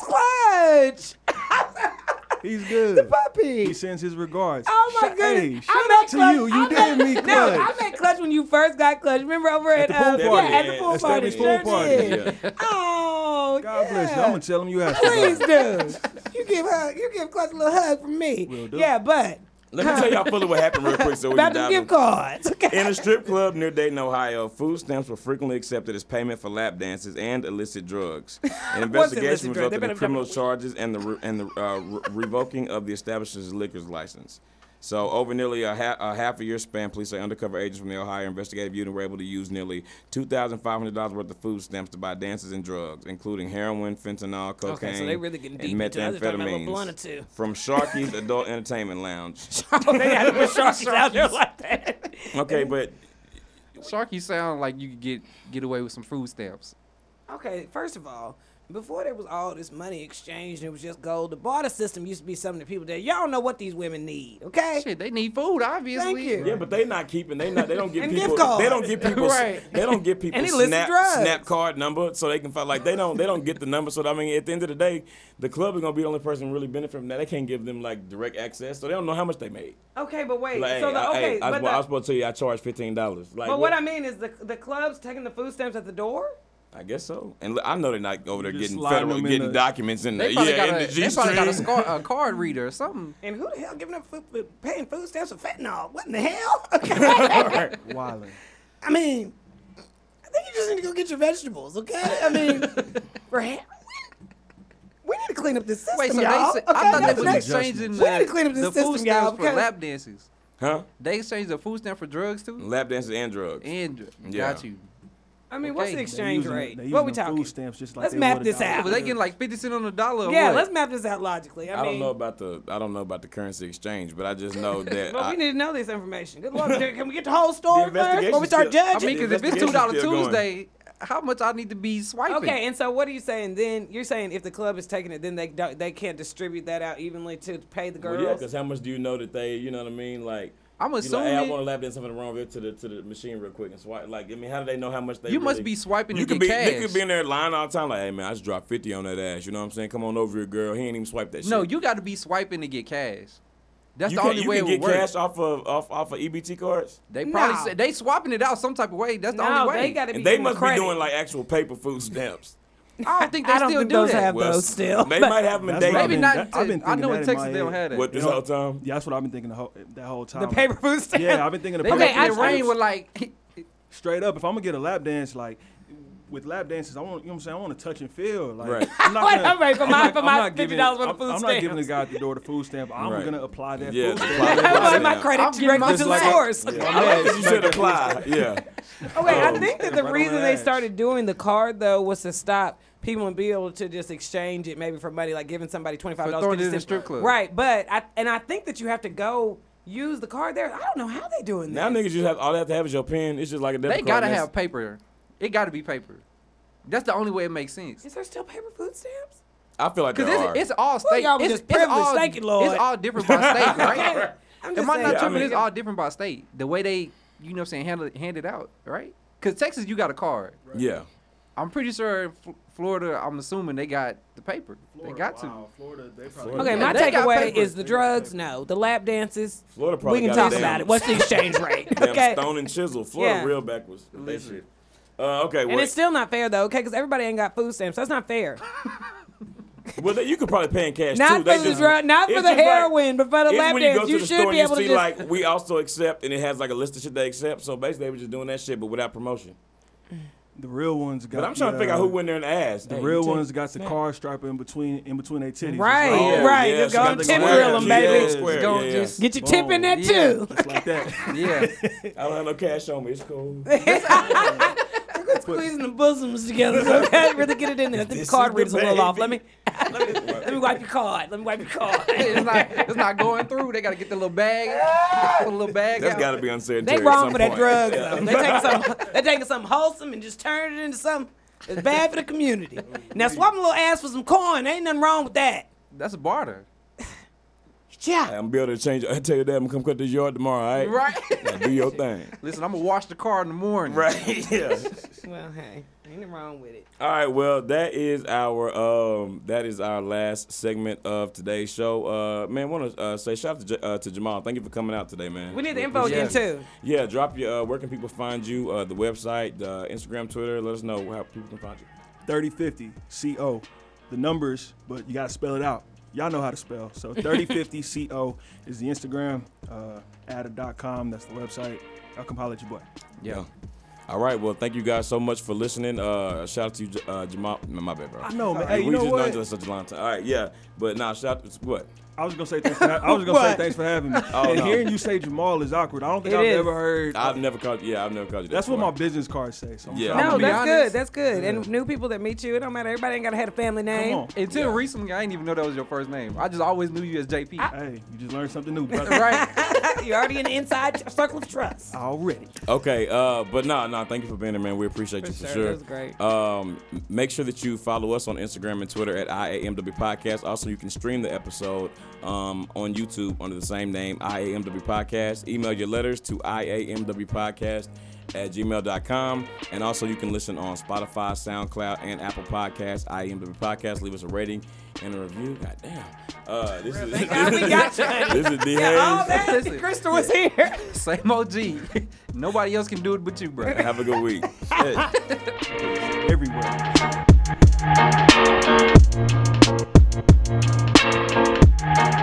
Speaker 2: Oh, that's clutch.
Speaker 4: He's
Speaker 2: the
Speaker 4: good. He
Speaker 2: puppy.
Speaker 4: sends his regards.
Speaker 2: Oh my
Speaker 4: Sh-
Speaker 2: goodness!
Speaker 4: Hey,
Speaker 2: I
Speaker 4: shout
Speaker 2: met
Speaker 4: out to
Speaker 2: Clutch-
Speaker 4: you. You
Speaker 2: I
Speaker 4: did
Speaker 2: met-
Speaker 4: me
Speaker 2: No, I
Speaker 4: clutch.
Speaker 2: met Clutch when you first got Clutch. Remember over at,
Speaker 4: the pool
Speaker 2: uh,
Speaker 4: party.
Speaker 2: Yeah, at the pool
Speaker 1: That's
Speaker 2: party.
Speaker 1: Debbie's pool
Speaker 2: Sure
Speaker 4: party.
Speaker 2: did.
Speaker 1: Yeah.
Speaker 2: Oh,
Speaker 4: God
Speaker 2: yeah.
Speaker 4: bless you. I'm gonna tell him you asked.
Speaker 2: Please
Speaker 4: about it.
Speaker 2: do. You give her, you give Clutch a little hug from me.
Speaker 4: Will do.
Speaker 2: Yeah, but
Speaker 1: Let me tell y'all fully what happened real quick. So we can
Speaker 2: about the
Speaker 1: dive
Speaker 2: gift
Speaker 1: in.
Speaker 2: cards. Okay.
Speaker 1: In a strip club near Dayton, Ohio, food stamps were frequently accepted as payment for lap dances and illicit drugs. An
Speaker 2: illicit
Speaker 1: investigation
Speaker 2: drug? They
Speaker 1: resulted
Speaker 2: better
Speaker 1: in
Speaker 2: be
Speaker 1: criminal
Speaker 2: talking-
Speaker 1: charges and the re- and the uh, re- revoking of the establishment's liquor's license. So, over nearly a, ha- a half a year span, police say undercover agents from the Ohio Investigative Unit were able to use nearly $2,500 worth of food stamps to buy dances and drugs, including heroin, fentanyl, cocaine,
Speaker 2: Okay, so they really getting deep
Speaker 1: and
Speaker 2: into it. I just talking about a little blunt or
Speaker 1: methamphetamines
Speaker 2: two.
Speaker 1: from Sharky's Adult Entertainment Lounge.
Speaker 2: Oh, they had to put sharks out there like that.
Speaker 1: Okay, but
Speaker 3: Sharky sound like you could get get away with some food stamps.
Speaker 2: Okay, first of all, before there was all this money exchanged and it was just gold, the barter system used to be something that people did. Y'all know what these women need, okay?
Speaker 3: Shit, they need food, obviously.
Speaker 2: Thank you.
Speaker 1: Yeah, but they not keeping. They not. They don't get
Speaker 2: And
Speaker 1: people.
Speaker 2: gift
Speaker 1: They don't get
Speaker 2: cards.
Speaker 1: people.
Speaker 3: Right.
Speaker 1: They don't get people
Speaker 2: And illicit
Speaker 1: snap
Speaker 2: drugs.
Speaker 1: snap card number so they can find like they don't they don't get the number. So I mean, at the end of the day, the club is gonna be the only person really benefiting from that. They can't give them like direct access, so they don't know how much they made.
Speaker 2: Okay, but wait.
Speaker 1: Like,
Speaker 2: so the,
Speaker 1: I,
Speaker 2: okay,
Speaker 1: hey, I, was,
Speaker 2: but,
Speaker 1: I was
Speaker 2: the,
Speaker 1: supposed to tell you I charge fifteen dollars. Like,
Speaker 2: but what I mean is the the clubs taking the food stamps at the door.
Speaker 1: I guess so. And look, I know they're not over there
Speaker 4: Just
Speaker 1: getting
Speaker 4: sliding
Speaker 1: federal,
Speaker 4: them in
Speaker 1: getting
Speaker 4: the-
Speaker 1: documents in there.
Speaker 3: They probably
Speaker 1: yeah, in
Speaker 3: got,
Speaker 1: the
Speaker 3: a,
Speaker 1: G
Speaker 3: they probably got a,
Speaker 1: string.
Speaker 3: scar, a card reader or something.
Speaker 2: And who the hell giving up food, food- paying food stamps for fentanyl? What in the hell? Okay.
Speaker 4: Wildin'.
Speaker 2: I mean, they
Speaker 8: think you just need to go get your vegetables, okay? I mean, for ha- we need to clean up this system,
Speaker 3: Wait, so
Speaker 8: y'all.
Speaker 3: they
Speaker 8: okay,
Speaker 3: said, I thought
Speaker 8: that's
Speaker 3: they
Speaker 8: next-
Speaker 3: was changing
Speaker 8: We need to
Speaker 3: the,
Speaker 8: clean up this
Speaker 3: the
Speaker 8: system,
Speaker 3: food stamps
Speaker 8: y'all,
Speaker 3: for
Speaker 8: okay?
Speaker 3: lap dances.
Speaker 1: Huh?
Speaker 3: They exchanged the food stamp for drugs too.
Speaker 1: Lap dances and drugs.
Speaker 3: And dr-
Speaker 1: Yeah.
Speaker 3: got you.
Speaker 2: I mean, what's
Speaker 3: Okay.
Speaker 2: the
Speaker 3: They
Speaker 2: exchange
Speaker 4: using-
Speaker 2: rate?
Speaker 4: they
Speaker 2: What
Speaker 4: using
Speaker 2: we
Speaker 4: them
Speaker 2: talking?
Speaker 4: Food stamps just like
Speaker 2: Let's
Speaker 4: they
Speaker 2: map
Speaker 4: would a
Speaker 2: this
Speaker 4: dollar.
Speaker 2: out.
Speaker 3: But they getting like fifty cent on the dollar. Or
Speaker 2: yeah,
Speaker 3: what?
Speaker 2: let's map this out logically. I,
Speaker 1: I don't
Speaker 2: mean,
Speaker 1: know about the I don't know about the currency exchange, but I just know that
Speaker 2: but
Speaker 1: I,
Speaker 2: we need to know this information. Good lord, can we get the whole story first before we
Speaker 4: investigation's
Speaker 2: start
Speaker 4: still- I
Speaker 2: judging?
Speaker 3: I mean,
Speaker 4: The
Speaker 3: because if it's two
Speaker 1: investigation's
Speaker 3: dollar
Speaker 1: still going.
Speaker 3: Tuesday, how much I need to be swiping?
Speaker 2: Okay, and so what are you saying? Then you're saying if the club is taking it, then they don't, they can't distribute that out evenly to pay the
Speaker 1: Well, yeah,
Speaker 2: girls.
Speaker 1: because how much do you know that they, you know what I mean? Like,
Speaker 3: I'm
Speaker 1: you like, hey, I
Speaker 3: assuming-
Speaker 1: want to lap dance something wrong real to the to the machine real quick and swipe. Like, I mean, how do they know how much they?
Speaker 3: You must
Speaker 1: really-
Speaker 3: be swiping
Speaker 1: You
Speaker 3: to
Speaker 1: could
Speaker 3: get
Speaker 1: be, They
Speaker 3: cash.
Speaker 1: could be in there lying all the time. Like, hey man, I just dropped fifty on that ass. You know what I'm saying? Come on over here, girl. He ain't even swiped that.
Speaker 3: no,
Speaker 1: shit.
Speaker 3: you got to be swiping to get cash. That's
Speaker 1: You
Speaker 3: the
Speaker 1: can,
Speaker 3: only
Speaker 1: you
Speaker 3: way
Speaker 1: can
Speaker 3: it
Speaker 1: get
Speaker 3: would work.
Speaker 1: cash off of off off of EBT cards.
Speaker 3: They probably
Speaker 2: No.
Speaker 3: said they swapping it out some type of way. That's the
Speaker 2: no,
Speaker 3: only way.
Speaker 2: they got to be.
Speaker 1: And they
Speaker 2: giving
Speaker 1: must
Speaker 2: credit.
Speaker 1: be doing like actual paper food stamps.
Speaker 3: I don't think they
Speaker 2: I don't
Speaker 3: still
Speaker 2: think
Speaker 3: do
Speaker 2: those
Speaker 3: that.
Speaker 2: have those still.
Speaker 1: They might have them in
Speaker 4: That's what I've
Speaker 1: Dayton.
Speaker 3: Maybe
Speaker 4: been-
Speaker 3: not.
Speaker 4: that- I've been
Speaker 3: I
Speaker 4: thinking
Speaker 3: know
Speaker 4: that
Speaker 3: in
Speaker 4: in
Speaker 3: Texas
Speaker 4: my
Speaker 3: they don't
Speaker 4: head.
Speaker 3: have that.
Speaker 1: What this
Speaker 4: know-
Speaker 1: whole time?
Speaker 4: Yeah, that's what I've been thinking the whole that whole time.
Speaker 2: the
Speaker 4: Like,
Speaker 2: paper food stamp.
Speaker 4: Yeah, I've been thinking
Speaker 3: They
Speaker 4: about
Speaker 2: Okay,
Speaker 3: okay,
Speaker 4: paper
Speaker 2: I-
Speaker 3: making
Speaker 4: food
Speaker 3: it rain
Speaker 4: stamps.
Speaker 3: with like
Speaker 4: straight up. If I'm gonna get a lap dance, like with lap dances, I want you know what I'm saying. I want to touch and feel. Like
Speaker 1: Right.
Speaker 4: I'm not
Speaker 2: Wait,
Speaker 4: gonna-
Speaker 2: I'm ready for my-
Speaker 4: I'm not-
Speaker 2: for
Speaker 4: I'm
Speaker 2: my
Speaker 4: not giving-
Speaker 2: $50 worth of
Speaker 4: I'm-
Speaker 2: food
Speaker 4: I'm not giving the
Speaker 2: stamps.
Speaker 4: guy at the door the food stamp. I'm
Speaker 1: Right.
Speaker 4: gonna apply that
Speaker 1: Yeah,
Speaker 4: food
Speaker 1: the
Speaker 4: stamp.
Speaker 1: apply that
Speaker 2: I want
Speaker 1: food
Speaker 2: my
Speaker 1: stamp.
Speaker 2: credit
Speaker 3: I'm getting
Speaker 2: directly
Speaker 3: my
Speaker 2: to the
Speaker 3: stamp.
Speaker 2: source.
Speaker 4: Yeah,
Speaker 1: I
Speaker 4: I'm
Speaker 1: like
Speaker 4: mad.
Speaker 1: that you should apply. Yeah.
Speaker 2: Okay, I
Speaker 1: Oh.
Speaker 2: think that the
Speaker 4: Right on
Speaker 2: reason
Speaker 4: the
Speaker 2: they
Speaker 4: edge.
Speaker 2: started doing the card though was to stop people and be able to just exchange it maybe for money, like giving somebody twenty five dollars
Speaker 3: throwing it in the strip club.
Speaker 2: Right, but I and I think that you have to go use the card there. I don't know how they doing
Speaker 1: Now
Speaker 2: that.
Speaker 1: niggas just have all they have to have is your pen. It's just like a debit
Speaker 3: they
Speaker 1: card.
Speaker 3: gotta
Speaker 1: and that's-
Speaker 3: have paper. It gotta be paper. That's the only way it makes sense.
Speaker 2: Is there still paper food stamps?
Speaker 1: I feel like
Speaker 3: Cause
Speaker 1: there are.
Speaker 3: it's, it's all state.
Speaker 2: y'all was
Speaker 3: it's,
Speaker 2: just
Speaker 3: it's
Speaker 2: privileged.
Speaker 3: all,
Speaker 2: Thank you, Lord.
Speaker 3: It's all different by state, right?
Speaker 2: I'm just
Speaker 3: Am I
Speaker 2: saying.
Speaker 3: not
Speaker 1: Yeah, I
Speaker 3: tripping?
Speaker 1: mean-
Speaker 3: it's all different by state. The way they, you know, what I'm saying handle it, hand it out, right? Cause Texas, you got a card.
Speaker 1: yeah.
Speaker 3: I'm pretty sure in F- Florida. I'm assuming they got the paper. they got to.
Speaker 4: Florida, they
Speaker 1: Florida.
Speaker 2: Okay,
Speaker 1: Yeah,
Speaker 2: my
Speaker 3: they got
Speaker 2: takeaway
Speaker 3: paper.
Speaker 2: is the drugs. No, the lap dances.
Speaker 1: Florida
Speaker 2: We
Speaker 1: probably
Speaker 2: can
Speaker 1: got
Speaker 2: talk
Speaker 1: a damn-
Speaker 2: about it. What's the exchange rate?
Speaker 1: Damn
Speaker 2: Okay.
Speaker 1: stone and chisel. Florida
Speaker 2: Yeah.
Speaker 1: real backwards. with that shit. Uh, okay,
Speaker 2: And
Speaker 1: well,
Speaker 2: it's still not fair though, okay? Because everybody ain't got food stamps. That's not fair.
Speaker 1: well, they- you could probably pay in cash
Speaker 2: Not
Speaker 1: too. They
Speaker 2: for the
Speaker 1: just-
Speaker 2: drug, not for
Speaker 1: it's
Speaker 2: the
Speaker 1: just like-
Speaker 2: heroin, but for the
Speaker 1: it's
Speaker 2: lap
Speaker 1: when you go
Speaker 2: dance.
Speaker 1: to
Speaker 2: You
Speaker 1: the
Speaker 2: should
Speaker 1: store
Speaker 2: be
Speaker 1: and
Speaker 2: able
Speaker 1: you see
Speaker 2: to just.
Speaker 1: like we also accept, and it has like a list of shit they accept. So basically, they were just doing that shit, but without promotion.
Speaker 4: The real ones got.
Speaker 1: But I'm trying to
Speaker 4: the,
Speaker 1: figure out
Speaker 4: uh,
Speaker 1: who went there and asked.
Speaker 4: The real ones got the car striper in between in between their titties. It's
Speaker 2: Right,
Speaker 4: like,
Speaker 2: Yeah.
Speaker 4: oh,
Speaker 2: right. Just go and tip grill 'em, baby.
Speaker 1: Square,
Speaker 3: Go
Speaker 1: yeah,
Speaker 3: just-
Speaker 2: Get your tip in there
Speaker 3: Yeah.
Speaker 2: too.
Speaker 4: It's like that.
Speaker 3: Yeah.
Speaker 1: yeah. I don't have no cash on me. It's cool.
Speaker 2: Squeezing the bosoms together. So okay, really get it in there. I think
Speaker 1: This
Speaker 2: the card
Speaker 1: is the
Speaker 2: reads a little off. Let me
Speaker 1: baby.
Speaker 2: let me wipe your card. Let me wipe your card.
Speaker 3: it's not. It's not going through. They gotta get the little bag. the little bag.
Speaker 1: That's
Speaker 3: out.
Speaker 1: got to be uncertain.
Speaker 2: They wrong for that drugs though. They taking some they taking something wholesome and just turn it into something that's bad for the community. Now swap a little ass for some corn. Ain't nothing wrong with that.
Speaker 3: That's barter.
Speaker 2: Yeah.
Speaker 1: I'm building to change. I tell you that I'm gonna come cut this yard tomorrow. All right.
Speaker 3: Right.
Speaker 1: Now do your thing.
Speaker 3: Listen, I'm gonna wash the car in the morning.
Speaker 1: Right. Yeah.
Speaker 2: Well, hey, ain't nothing wrong with it.
Speaker 1: All right, well, that is our um, that is our last segment of today's show. Uh, man, want to uh, say shout out to, J- uh, to Jamal. Thank you for coming out today, man.
Speaker 2: We need the info
Speaker 1: appreciate
Speaker 2: again
Speaker 1: it.
Speaker 2: too.
Speaker 1: Yeah, drop your. Uh, where can people find you? Uh, the website, the Instagram, Twitter. Let us know how people can find you.
Speaker 4: 3050 CO. The numbers, but you gotta spell it out. Y'all know how to spell. So 3050 CO is the Instagram, uh, adda.com, that's the website. I'll compile at your boy.
Speaker 1: Yeah. All right, well, thank you guys so much for listening. Uh, shout out to you, J- uh, Jamal. No, my bad, bro.
Speaker 4: I know, man.
Speaker 1: We
Speaker 4: Hey, you know
Speaker 1: just known each
Speaker 4: what?
Speaker 1: other such a long time. All right, yeah, but now nah, shout what?
Speaker 4: I was gonna say thanks for ha- I was gonna say
Speaker 2: What?
Speaker 4: thanks for having me.
Speaker 1: Oh,
Speaker 4: and
Speaker 1: no.
Speaker 4: hearing you say Jamal is awkward. I don't think
Speaker 2: It
Speaker 4: I've
Speaker 2: is.
Speaker 4: ever heard
Speaker 1: I've never called. Yeah, I've never called you. That
Speaker 4: that's what my
Speaker 1: before.
Speaker 4: business cards say. So I'm
Speaker 1: Yeah.
Speaker 4: sorry.
Speaker 2: No,
Speaker 3: be
Speaker 2: that's
Speaker 3: honest.
Speaker 2: good. That's good. And new people that meet you, it don't matter. Everybody ain't gotta have a family name.
Speaker 4: Come on.
Speaker 3: Until recently, I didn't even know that was your first name. I just always knew you as JP.
Speaker 4: Hey, you just learned something new, brother.
Speaker 3: right.
Speaker 2: You're already in the inside circle of trust.
Speaker 4: Already.
Speaker 1: Okay, uh, but no, no, thank you for being here, man. We appreciate you
Speaker 2: For
Speaker 1: for
Speaker 2: sure,
Speaker 1: sure.
Speaker 2: it was great.
Speaker 1: Um, make sure that you follow us on Instagram and Twitter at IAMW Podcast. Also, you can stream the episode um, on YouTube under the same name, IAMW Podcast. Email your letters to IAMW Podcast at gmail.com. And also, you can listen on Spotify, SoundCloud, and Apple Podcasts, IAMW Podcast. Leave us a rating and a review. God damn. Uh, this, is,
Speaker 2: God, we got you.
Speaker 1: this is D.
Speaker 2: All
Speaker 1: Hayes.
Speaker 2: that
Speaker 3: Listen.
Speaker 2: Crystal was here.
Speaker 3: Same OG. Nobody else can do it but you, bro.
Speaker 1: Have a good week. Shit.
Speaker 4: Everywhere.